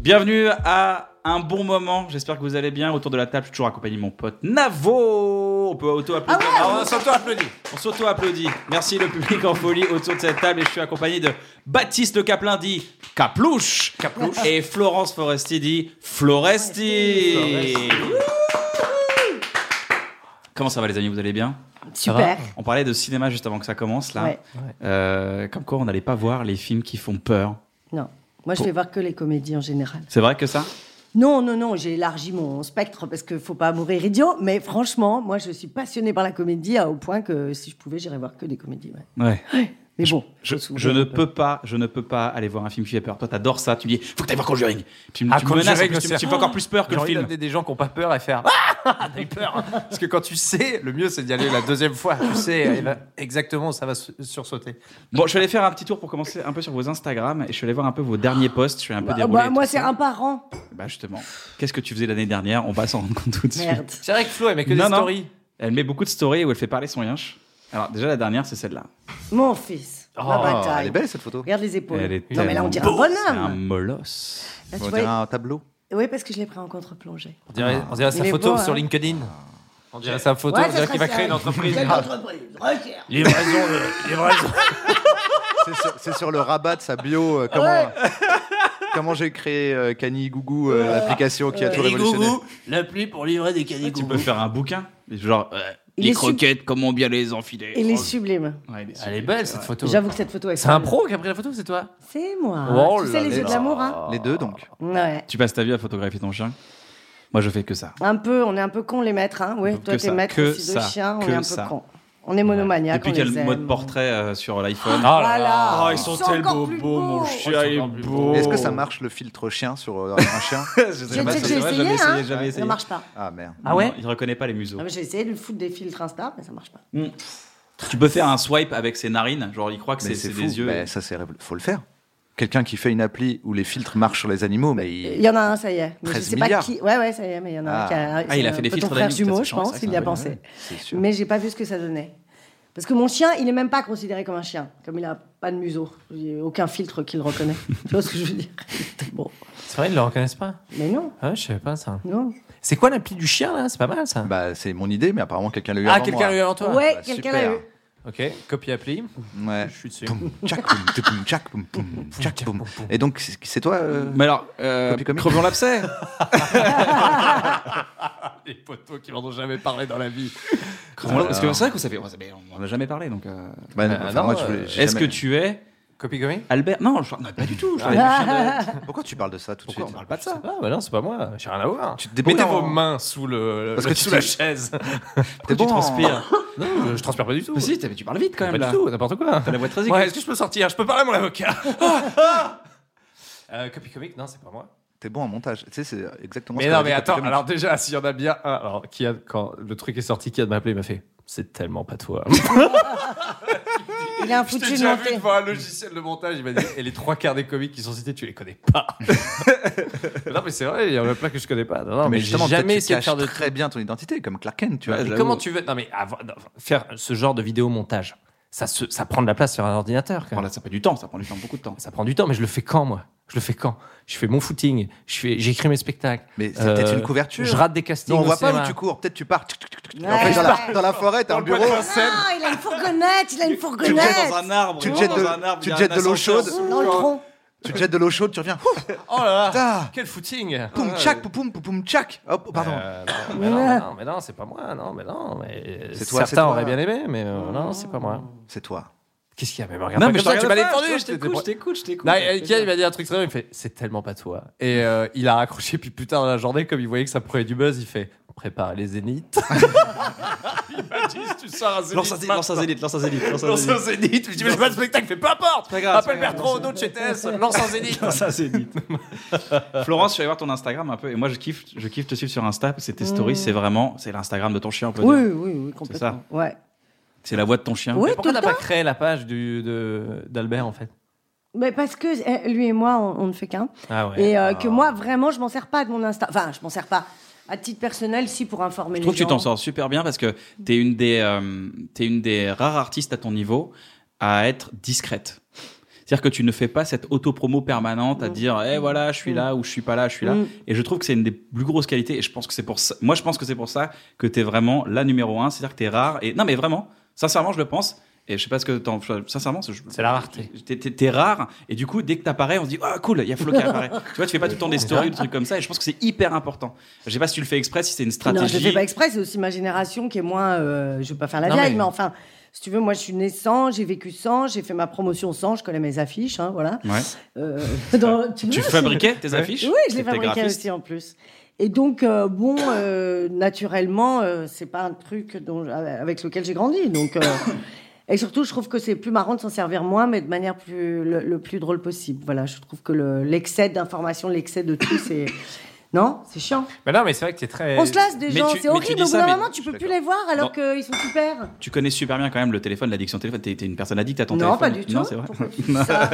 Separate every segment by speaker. Speaker 1: Bienvenue à un bon moment. J'espère que vous allez bien. Autour de la table, je suis toujours accompagné de mon pote Navo. On peut auto-applaudir. Ah
Speaker 2: On s'auto-applaudit.
Speaker 1: on s'auto-applaudit. Merci le public en folie autour de cette table. Et je suis accompagné de Baptiste Le Caplin dit Caplouche.
Speaker 2: Caplouche.
Speaker 1: Et Florence Foresti dit Floresti. Comment ça va les amis Vous allez bien
Speaker 3: Super.
Speaker 1: On parlait de cinéma juste avant que ça commence là.
Speaker 3: Ouais.
Speaker 1: Euh, comme quoi on n'allait pas voir les films qui font peur.
Speaker 3: Non. Moi, je vais voir que les comédies en général.
Speaker 1: C'est vrai que ça
Speaker 3: Non, non, non, j'ai élargi mon spectre parce qu'il faut pas mourir idiot. Mais franchement, moi, je suis passionnée par la comédie à- au point que si je pouvais, j'irais voir que des comédies. ouais.
Speaker 1: Ouais.
Speaker 3: Mais bon,
Speaker 1: Je,
Speaker 3: faut s'ouvrir
Speaker 1: je ne
Speaker 3: un peu.
Speaker 1: peux pas, je ne peux pas aller voir un film qui fait peur. Toi, t'adores ça. Tu me dis, faut que t'ailles voir Conjuring. Puis
Speaker 2: Ah,
Speaker 1: tu me menaces,
Speaker 2: Conjuring,
Speaker 1: en plus, tu,
Speaker 2: c'est-
Speaker 1: tu me fais encore plus peur que
Speaker 2: J'ai
Speaker 1: le
Speaker 2: envie
Speaker 1: film.
Speaker 2: d'amener des gens qui n'ont pas peur et faire Ah T'as eu peur Parce que quand tu sais, le mieux c'est d'y aller la deuxième fois. Tu sais eh ben, exactement où ça va su- sursauter.
Speaker 1: Bon, je suis allé faire un petit tour pour commencer un peu sur vos Instagram et je suis allé voir un peu vos derniers posts. Je suis un peu
Speaker 3: Bah,
Speaker 1: déroulé.
Speaker 3: bah,
Speaker 1: et tout
Speaker 3: moi,
Speaker 1: ça.
Speaker 3: c'est un par an.
Speaker 1: Bah justement, qu'est-ce que tu faisais l'année dernière On va s'en rendre compte tout de suite.
Speaker 3: Merde.
Speaker 2: C'est vrai que Flo, elle met que
Speaker 1: Non,
Speaker 2: des
Speaker 1: non.
Speaker 2: stories.
Speaker 1: Elle met beaucoup de stories où elle fait parler son yinche. Alors déjà la dernière, c'est celle-là.
Speaker 3: Mon fils. la bataille.
Speaker 4: Ah, Elle est belle cette photo.
Speaker 3: Regarde les épaules.
Speaker 1: Elle est
Speaker 3: non, mais là,
Speaker 1: tellement
Speaker 3: on dirait un
Speaker 1: beau. C'est un
Speaker 3: bonhomme.
Speaker 1: molosse.
Speaker 3: Là, tu
Speaker 4: On
Speaker 3: vois,
Speaker 4: dirait un tableau.
Speaker 3: Oui, parce que je l'ai pris en contre-plongée.
Speaker 2: On dirait, on dirait sa
Speaker 3: Il est
Speaker 2: photo
Speaker 3: beau,
Speaker 2: sur
Speaker 3: hein.
Speaker 2: LinkedIn. On dirait sa photo,
Speaker 3: Ouais,
Speaker 2: on
Speaker 3: ça
Speaker 2: dirait qu'il
Speaker 3: serait
Speaker 2: va créer
Speaker 3: ça.
Speaker 2: une entreprise.
Speaker 3: Une entreprise. Recherche.
Speaker 2: Livraison de- livraison.
Speaker 4: C'est sur, c'est sur le rabat de sa bio. euh, comment comment j'ai créé euh, Cani Gougou, euh, l'application qui a tout révolutionné.
Speaker 2: l'appli pour livrer des canigougous.
Speaker 1: Tu peux faire un bouquin, genre euh,
Speaker 3: Il
Speaker 1: les
Speaker 3: est sub-
Speaker 1: croquettes, comment bien les enfiler. Oh.
Speaker 3: Il est sublime.
Speaker 1: Ouais, il est sub-
Speaker 2: Elle est belle cette photo.
Speaker 3: J'avoue que cette photo est
Speaker 2: C'est un
Speaker 3: folle.
Speaker 2: pro qui a pris la photo, c'est toi
Speaker 3: C'est moi.
Speaker 2: Oh
Speaker 3: tu
Speaker 2: là
Speaker 3: sais, les yeux
Speaker 2: là.
Speaker 3: de l'amour. Hein.
Speaker 4: Les deux donc.
Speaker 3: Ouais.
Speaker 1: Tu passes ta vie à photographier ton chien Moi, je fais que ça.
Speaker 3: Un peu, on est un peu cons les maîtres, hein. Oui,
Speaker 1: Donc
Speaker 3: toi
Speaker 1: que
Speaker 3: t'es
Speaker 1: ça,
Speaker 3: maître
Speaker 1: que
Speaker 3: aussi de
Speaker 1: ça,
Speaker 3: chien, on
Speaker 1: que
Speaker 3: est un peu
Speaker 1: ça.
Speaker 3: cons. On est monomaniaques,
Speaker 1: Depuis
Speaker 3: on
Speaker 1: qu'il y a
Speaker 3: les
Speaker 1: le
Speaker 3: aime.
Speaker 1: mode portrait euh, sur l'iPhone.
Speaker 2: Ah
Speaker 3: Voilà.
Speaker 1: ils sont
Speaker 3: encore
Speaker 1: tellement
Speaker 3: plus
Speaker 1: beaux, mon
Speaker 3: beaux.
Speaker 1: chien il est beau.
Speaker 4: Est-ce que ça marche le filtre chien sur euh, un chien
Speaker 1: Je
Speaker 3: Je
Speaker 1: pas
Speaker 3: sais que
Speaker 1: si
Speaker 3: j'ai
Speaker 1: c'est vrai,
Speaker 3: essayé,
Speaker 1: jamais
Speaker 3: hein.
Speaker 1: essayé, jamais essayé.
Speaker 3: ça marche pas.
Speaker 4: Ah merde.
Speaker 2: Ah ouais
Speaker 1: Non, Il reconnaît pas les museaux.
Speaker 3: Ah, mais J'ai essayé de lui foutre des filtres Insta, mais ça marche pas.
Speaker 1: Mm. Tu peux faire un swipe avec ses narines, genre il croit que c'est
Speaker 4: Mais c'est
Speaker 1: c'est
Speaker 4: fou.
Speaker 1: des yeux.
Speaker 4: Mais ça c'est révol- faut le faire. Quelqu'un qui fait une appli où les filtres marchent sur les animaux, mais il-
Speaker 3: Il y en a un, ça y est. Mais je
Speaker 4: 13
Speaker 3: sais pas
Speaker 4: milliards.
Speaker 3: qui. Ouais, ouais, ça y est, mais il y en a un
Speaker 4: Ah.
Speaker 3: qui a.
Speaker 1: Ah, il a
Speaker 3: c'est
Speaker 1: fait des
Speaker 3: un peu
Speaker 1: filtres
Speaker 3: Ton frère
Speaker 1: d'animaux,
Speaker 3: jumeau,
Speaker 1: peut-être,
Speaker 3: je
Speaker 1: c'est vrai,
Speaker 3: pense, il y
Speaker 1: ça,
Speaker 3: a
Speaker 1: ouais,
Speaker 3: pensé.
Speaker 4: c'est sûr.
Speaker 3: Mais j'ai pas vu ce que ça donnait. Parce que mon chien, il est même pas considéré comme un chien, comme il a pas de museau. Il y a aucun filtre qui le reconnaît. tu vois ce que je veux dire Bon.
Speaker 2: C'est vrai, ils ne le reconnaissent pas.
Speaker 3: Mais non,
Speaker 2: Ah ouais, je savais pas ça.
Speaker 3: non.
Speaker 2: C'est quoi l'appli du chien là C'est pas mal ça.
Speaker 4: Bah c'est mon idée, mais apparemment quelqu'un l'a eu
Speaker 2: ah,
Speaker 4: avant
Speaker 2: quelqu'un l'a eu
Speaker 4: moi.
Speaker 2: avant toi
Speaker 3: ouais,
Speaker 4: bah,
Speaker 3: quelqu'un
Speaker 4: super.
Speaker 3: l'a eu.
Speaker 2: Ok, copie appli.
Speaker 4: Ouais.
Speaker 2: Je suis dessus.
Speaker 4: Poum, tchac, poum, tchac, poum, tchac, poum, poum, tchac, poum. Et donc c'est c'est toi euh,
Speaker 1: Mais alors, euh,
Speaker 4: Copie, copie.
Speaker 1: crevons l'abcès
Speaker 2: Les potos qui m'en ont jamais parlé dans la vie.
Speaker 1: Crevons l'abcès. Parce que c'est vrai qu'on savait, on savait- on en a jamais parlé. donc. euh,
Speaker 4: bah, non,
Speaker 2: Euh,
Speaker 4: enfin, moi,
Speaker 2: non,
Speaker 4: je-
Speaker 2: euh,
Speaker 4: j'ai
Speaker 1: Est-ce que
Speaker 4: jamais-
Speaker 1: tu es
Speaker 2: Copie copie
Speaker 1: Albert Non, je- non, pas du tout. je parlais
Speaker 3: Ah.
Speaker 1: du chien de-
Speaker 4: Pourquoi tu parles de ça tout de
Speaker 1: Pourquoi on
Speaker 4: suite
Speaker 1: parle pas de ça
Speaker 2: Ah bah non, c'est pas moi. J'ai rien à voir.
Speaker 4: Tu te débrouilles
Speaker 2: Mettez
Speaker 4: en-
Speaker 2: vos mains sous le,
Speaker 4: Parce
Speaker 2: le-
Speaker 4: que tu
Speaker 2: sous
Speaker 4: t'es-
Speaker 2: la chaise.
Speaker 1: Tu
Speaker 4: T'es bon en-
Speaker 1: transpires.
Speaker 2: non, je, je transpire pas du tout.
Speaker 1: Mais si, t'as- tu parles vite quand
Speaker 2: pas
Speaker 1: même là.
Speaker 2: du tout, n'importe quoi.
Speaker 1: T'as la voix très
Speaker 2: Ouais,
Speaker 1: aiguë.
Speaker 2: est-ce que je peux sortir Je peux parler à mon avocat. Ah, ah euh, copie comique Non, c'est pas moi.
Speaker 4: T'es bon en montage. Tu sais, c'est exactement
Speaker 2: Mais
Speaker 4: ce qu'on
Speaker 2: non,
Speaker 4: a
Speaker 2: mais
Speaker 4: dit
Speaker 2: attends,
Speaker 4: Capitaine.
Speaker 2: alors déjà, s'il y en a bien un, alors qui a, quand le truc est sorti, qui a de m'appeler, il m'a fait C'est tellement pas toi.
Speaker 3: Il a un
Speaker 2: Je t'ai
Speaker 3: foutu de
Speaker 2: déjà vu
Speaker 3: montée.
Speaker 2: devant un logiciel de montage, il m'a dit Et les trois quarts des comiques qui sont cités, tu les connais pas. non, mais c'est vrai, il y en a plein que je connais pas. Non, non, mais, j'ai
Speaker 4: justement, peut-être
Speaker 2: jamais
Speaker 4: tu
Speaker 2: essayé de
Speaker 4: caches
Speaker 2: faire de.
Speaker 4: très bien ton identité, comme Clark Kent, tu vois.
Speaker 2: Mais
Speaker 4: j'avoue.
Speaker 2: comment tu veux. Non, mais avant- non, faire ce genre de vidéo montage, ça, se- ça prend de la place sur un ordinateur. Quand
Speaker 1: Bon,
Speaker 2: même.
Speaker 1: là, ça prend du temps, ça prend du temps, beaucoup de temps.
Speaker 2: Ça prend du temps, mais je le fais quand, moi Je le fais quand Je fais mon footing, je fais- j'écris mes spectacles.
Speaker 4: Mais c'est
Speaker 2: Euh,
Speaker 4: peut-être une couverture.
Speaker 2: Je rate des castings.
Speaker 4: Non, on
Speaker 2: au
Speaker 4: voit pas
Speaker 2: cinéma.
Speaker 4: où tu cours. Peut-être tu pars. tchic, tchic, tchic, tchic.
Speaker 3: Ouais.
Speaker 4: En fait, dans, la, dans la forêt, t'as un bureau.
Speaker 3: Ah, il a une fourgonnette, il a une
Speaker 1: Tu te jettes dans
Speaker 3: fourgonnette.
Speaker 1: un arbre.
Speaker 4: Tu te
Speaker 1: vraiment
Speaker 4: jettes
Speaker 1: dans
Speaker 4: de-
Speaker 1: un arbre,
Speaker 4: tu
Speaker 1: il y a
Speaker 4: te jettes
Speaker 1: un
Speaker 4: de l'eau
Speaker 1: ascenseur.
Speaker 4: chaude.
Speaker 3: Dans le tronc.
Speaker 4: Tu te jettes de l'eau chaude, tu reviens. Ouh,
Speaker 2: Oh là là
Speaker 4: Putain.
Speaker 2: Quel footing
Speaker 4: Poum, tchac, poum, poum, poum, tchac. Hop, pardon.
Speaker 2: Euh, non, mais non, mais non, mais non, c'est pas moi, non, mais non. Mais
Speaker 4: C'est toi,
Speaker 2: certains
Speaker 4: c'est toi.
Speaker 5: euh,
Speaker 2: auraient bien aimé, mais euh, non, c'est pas moi.
Speaker 4: C'est toi.
Speaker 5: Qu'est-ce qu'il y a Mais regarde
Speaker 1: Ah. Non,
Speaker 5: pas
Speaker 1: mais je
Speaker 5: comme ça, tu
Speaker 1: t'en
Speaker 5: m'as
Speaker 1: regarde pas,
Speaker 5: défendu,
Speaker 1: Je Bah,
Speaker 5: j'étais-
Speaker 1: t'écoute, je t'écoute, je t'écoute.
Speaker 5: Non, et- et Ken, il m'a dit un truc très bien, il fait c'est tellement pas toi. Et euh, il a raccroché, puis plus tard dans la journée, comme il voyait que ça prenait du buzz, il fait prépare les zéniths. tu sors un
Speaker 1: Lance un zénith, lance un zénith, lance un zénith, lance un
Speaker 5: Lance un
Speaker 1: zénith.
Speaker 5: zénith, je dis mais j'ai pas de spectacle, fait peu importe.
Speaker 1: Pas grave,
Speaker 5: Appelle
Speaker 1: c'est pas grave,
Speaker 5: Bertrand Audot de chez TS, lance un zénith.
Speaker 1: Lance un zénith. Florence, je suis allé voir ton Instagram un peu et moi je kiffe, je kiffe te suivre sur Insta. parce que tes stories, c'est vraiment, c'est l'Instagram de ton chien, on peut
Speaker 3: Mmh. Oui,
Speaker 1: dire.
Speaker 3: oui, oui, complètement. Ouais.
Speaker 1: C'est la voix de ton chien.
Speaker 3: Oui,
Speaker 5: Mais
Speaker 3: tout
Speaker 5: pourquoi
Speaker 3: le
Speaker 5: t'as pas
Speaker 3: temps.
Speaker 5: créé la page du- de- d'Albert en fait
Speaker 3: Mais parce que eh, lui et moi, on, on ne fait qu'un.
Speaker 5: Ah
Speaker 3: Et euh, que moi, vraiment, je m'en sers pas de mon Insta. Enfin, je m'en sers pas. À titre personnel, si pour informer
Speaker 1: Je
Speaker 3: les
Speaker 1: trouve que tu
Speaker 3: gens.
Speaker 1: t'en sors super bien parce que t'es une des, euh, t'es une des rares artistes à ton niveau à être discrète. C'est-à-dire que tu ne fais pas cette autopromo permanente à
Speaker 3: Mm.
Speaker 1: dire, eh voilà, je suis
Speaker 3: Mm.
Speaker 1: là ou je suis pas là, je suis là.
Speaker 3: Mm.
Speaker 1: Et je trouve que c'est une des plus grosses qualités. Et je pense que c'est pour ça. Moi, je pense que c'est pour ça que t'es vraiment la numéro un. C'est-à-dire que t'es rare. Et non, mais vraiment, sincèrement, je le pense. Et je sais pas ce que t'en. Sincèrement, je-
Speaker 5: C'est la rareté.
Speaker 1: T'es- T'es t'es rare. Et du coup, dès que t'apparais, on se dit, ah cool, il y a Flo qui apparaît. tu vois, tu fais pas tout le temps des stories ou des trucs comme ça. Et je pense que c'est hyper important. Je sais pas si tu le fais exprès, si c'est une stratégie.
Speaker 3: Non, je le fais pas exprès, c'est aussi ma génération qui est moins. euh, je veux pas faire la
Speaker 5: Non,
Speaker 3: vieille,
Speaker 5: mais-
Speaker 3: mais... enfin, si tu veux, moi je suis née sans, j'ai vécu sans, j'ai fait ma promotion sans, je connais mes affiches, hein, voilà.
Speaker 1: Ouais.
Speaker 3: Euh, dans-
Speaker 1: Tu
Speaker 3: vois,
Speaker 1: fabriquais tes
Speaker 5: Ouais.
Speaker 1: affiches
Speaker 3: Oui, je les
Speaker 1: T'étais
Speaker 3: fabriquais
Speaker 1: graphiste
Speaker 3: aussi en plus. Et donc, euh, bon, euh, naturellement, euh, c'est pas un truc dont, avec lequel j'ai grandi. Donc, euh, et surtout, je trouve que c'est plus marrant de s'en servir moins, mais de manière plus, le, le plus drôle possible. Voilà, je trouve que le- l'excès d'informations, l'excès de tout, c'est. Non, c'est chiant.
Speaker 5: Mais non, mais c'est vrai que t'es très.
Speaker 3: On se lasse des
Speaker 1: Euh, mais
Speaker 3: gens,
Speaker 1: tu-
Speaker 3: c'est
Speaker 1: mais tu dis
Speaker 3: horrible. Au bout
Speaker 1: ça,
Speaker 3: d'un
Speaker 1: mais-
Speaker 3: moment, tu peux plus les voir alors qu'ils sont super.
Speaker 1: Tu connais super bien quand même le téléphone, l'addiction au téléphone. T'es t'es une personne addict à ton
Speaker 3: Non,
Speaker 1: téléphone.
Speaker 3: pas du tout.
Speaker 1: Non, c'est vrai.
Speaker 3: Pourquoi tu dis ça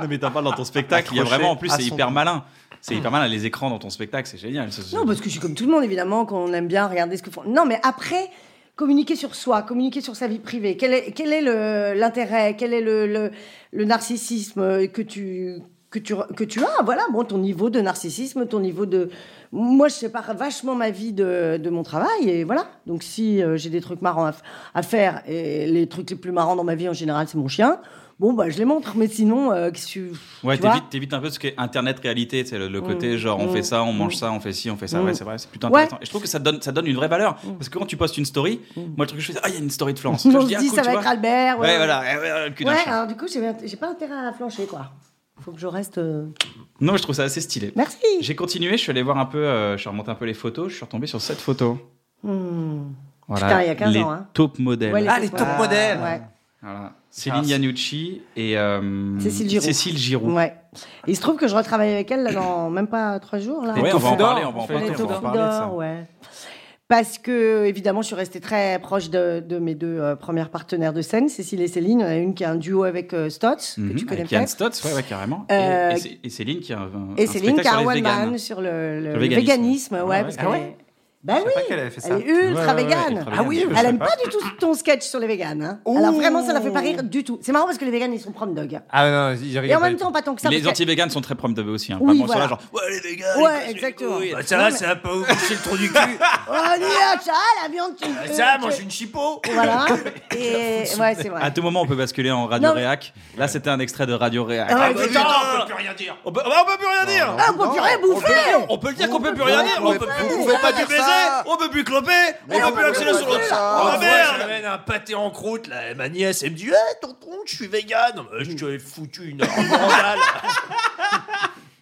Speaker 1: Non, mais t'en parles dans
Speaker 3: Ah,
Speaker 1: ton
Speaker 3: bah,
Speaker 1: spectacle. Il y a
Speaker 5: Accroché
Speaker 1: vraiment, en plus,
Speaker 5: à
Speaker 1: c'est
Speaker 5: son-
Speaker 1: hyper malin. C'est hyper malin. Les écrans dans ton spectacle, c'est génial. Ça, c'est-
Speaker 3: Hmm. Non, parce que je suis comme tout le monde, évidemment, qu'on aime bien regarder ce que font. Non, mais après, communiquer sur soi, communiquer sur sa vie privée. Quel est, quel est le- l'intérêt Quel est le, le- le narcissisme que tu, que, tu, que tu as Voilà, bon, ton niveau de narcissisme, ton niveau de. Moi, je sépare vachement ma vie de, de mon travail, et voilà. Donc, si euh, j'ai des trucs marrants à, f- à faire, et les trucs les plus marrants dans ma vie en général, c'est mon chien. Bon, bah, je les montre, mais sinon, euh, qu'est-ce que tu.
Speaker 1: Ouais,
Speaker 3: tu vois
Speaker 1: t'évites t'évites un peu ce qu'est Internet réalité. C'est le, le côté
Speaker 3: Mm.
Speaker 1: genre, on
Speaker 3: Mm.
Speaker 1: fait ça, on mange
Speaker 3: Mm.
Speaker 1: ça, on fait ci, on fait ça.
Speaker 3: Mm.
Speaker 1: Ouais, c'est vrai, c'est plutôt
Speaker 3: Ouais. Hmm.
Speaker 1: intéressant. Et je trouve que ça donne, ça donne une vraie valeur. Parce que quand tu postes une story, moi, le truc que je fais, c'est, ah, il y a une story de Florence. Tu vois,
Speaker 3: on se
Speaker 1: dis, ah,
Speaker 3: dit,
Speaker 1: cool,
Speaker 3: ça
Speaker 1: tu
Speaker 3: va
Speaker 1: vois.
Speaker 3: être Albert.
Speaker 1: Ouais, voilà, eh, ouais, voilà, le cul d'un
Speaker 3: Ouais,
Speaker 1: chat.
Speaker 3: alors du coup, j'ai j'ai pas intérêt à flancher, quoi. Faut que je reste. euh,
Speaker 1: Non, mais je trouve ça assez stylé.
Speaker 3: Bah Merci.
Speaker 1: J'ai continué, je suis allé voir un peu, euh, je suis remonté un peu les photos, je suis retombé sur cette photo.
Speaker 3: Hmm.
Speaker 1: Voilà,
Speaker 3: Putain, il y a 15
Speaker 1: les
Speaker 3: ans, hein.
Speaker 1: top modèles.
Speaker 3: Ouais,
Speaker 5: Ah, les
Speaker 3: ouais.
Speaker 5: top modèles.
Speaker 3: Ouais.
Speaker 1: Voilà. Céline Yanucci et euh,
Speaker 3: Cécile Giroud.
Speaker 1: Cécile Giroud.
Speaker 3: ouais. Et il se trouve que je retravaille avec elle là, dans même pas trois jours. Là.
Speaker 1: Ouais, on va en
Speaker 5: Tofudor,
Speaker 1: parler, on va en
Speaker 5: on fait
Speaker 1: parler.
Speaker 3: Les
Speaker 1: on va en
Speaker 3: Tofu
Speaker 1: parler.
Speaker 5: parler de ça.
Speaker 3: d'or, ouais. Parce que, évidemment, je suis restée très proche de, de mes deux euh, premières partenaires de scène, Cécile et Céline. Il y en a une qui a un duo avec euh, Stotz, que
Speaker 1: Mhm,
Speaker 3: tu connais
Speaker 1: avec Yann
Speaker 3: peut-être.
Speaker 1: Stotz, ouais, ouais, carrément. Et-
Speaker 3: Euh,
Speaker 1: et, Cé- et Céline qui a un,
Speaker 3: Et
Speaker 1: un
Speaker 3: Céline qui
Speaker 1: spectacle
Speaker 3: a
Speaker 1: sur
Speaker 3: un
Speaker 1: les
Speaker 3: one
Speaker 1: véganes.
Speaker 3: man sur le, le-
Speaker 1: Sur le
Speaker 3: le
Speaker 1: véganisme.
Speaker 3: véganisme.
Speaker 1: Ah
Speaker 3: Ouais,
Speaker 1: ouais.
Speaker 3: parce
Speaker 1: Ah
Speaker 3: qu'elle
Speaker 5: ouais.
Speaker 3: est- Bah
Speaker 5: Je
Speaker 3: oui,
Speaker 5: savais pas qu'elle avait fait ça.
Speaker 3: elle est ultra
Speaker 1: Ouais, ouais, ouais,
Speaker 3: végane.
Speaker 1: ultra
Speaker 5: Ah oui,
Speaker 1: végane.
Speaker 5: je
Speaker 3: Elle
Speaker 5: savais
Speaker 3: aime
Speaker 5: pas.
Speaker 3: pas du tout ton sketch sur les véganes. Hein. Alors vraiment, ça la fait pas rire du tout. C'est marrant parce que les véganes, ils sont prom dog.
Speaker 5: Ah non, j'ai
Speaker 3: Et
Speaker 5: rigolé
Speaker 3: en
Speaker 5: pas
Speaker 3: même
Speaker 5: du
Speaker 3: temps, pas tant que ça.
Speaker 1: Les
Speaker 3: parce que-
Speaker 1: anti-véganes sont très prompts de eux aussi. Hein.
Speaker 3: Oui,
Speaker 1: Vraiment, ils sont
Speaker 3: voilà.
Speaker 1: là, genre, ouais, les véganes. ils cassent
Speaker 3: Ouais,
Speaker 1: les
Speaker 3: exactement.
Speaker 1: couilles.
Speaker 5: tout. Bah, Ça va, ça va pas vous toucher le trou du cul. Bah,
Speaker 3: Oh, dis, ah, ça, la viande, tu. euh,
Speaker 5: Ça,
Speaker 3: tu-
Speaker 5: mange une chipot.
Speaker 3: Voilà. Et ouais, c'est vrai.
Speaker 1: À tout moment, on peut basculer en Radio
Speaker 3: Non, mais-
Speaker 1: Réac. Là, c'était un extrait de Radio Réac.
Speaker 3: Ah,
Speaker 5: Ah,
Speaker 3: ouais,
Speaker 5: mais
Speaker 3: putain.
Speaker 5: putain, on peut plus rien dire.
Speaker 1: on, peut, ah, on peut plus rien dire
Speaker 3: Ah, on peut plus rien bouffer.
Speaker 1: On peut le dire qu'on peut plus
Speaker 3: rien
Speaker 1: rien
Speaker 3: dire,
Speaker 1: dire,
Speaker 3: on
Speaker 1: on
Speaker 3: peut
Speaker 1: peut
Speaker 3: plus-
Speaker 1: plus
Speaker 3: on peut pas
Speaker 1: plus
Speaker 3: dire
Speaker 1: baiser,
Speaker 4: ça.
Speaker 1: on peut plus cloper,
Speaker 3: on
Speaker 1: on peut plus
Speaker 3: peut plus
Speaker 1: accélérer sur
Speaker 3: dire
Speaker 1: l'autre.
Speaker 3: ça.
Speaker 1: Oh
Speaker 5: Ah, merde, je
Speaker 1: merde
Speaker 5: ramène un pâté en croûte, là, et ma nièce, elle me dit Eh, ton tonton, je suis vegan. Euh, Je t'ai foutu une mandale.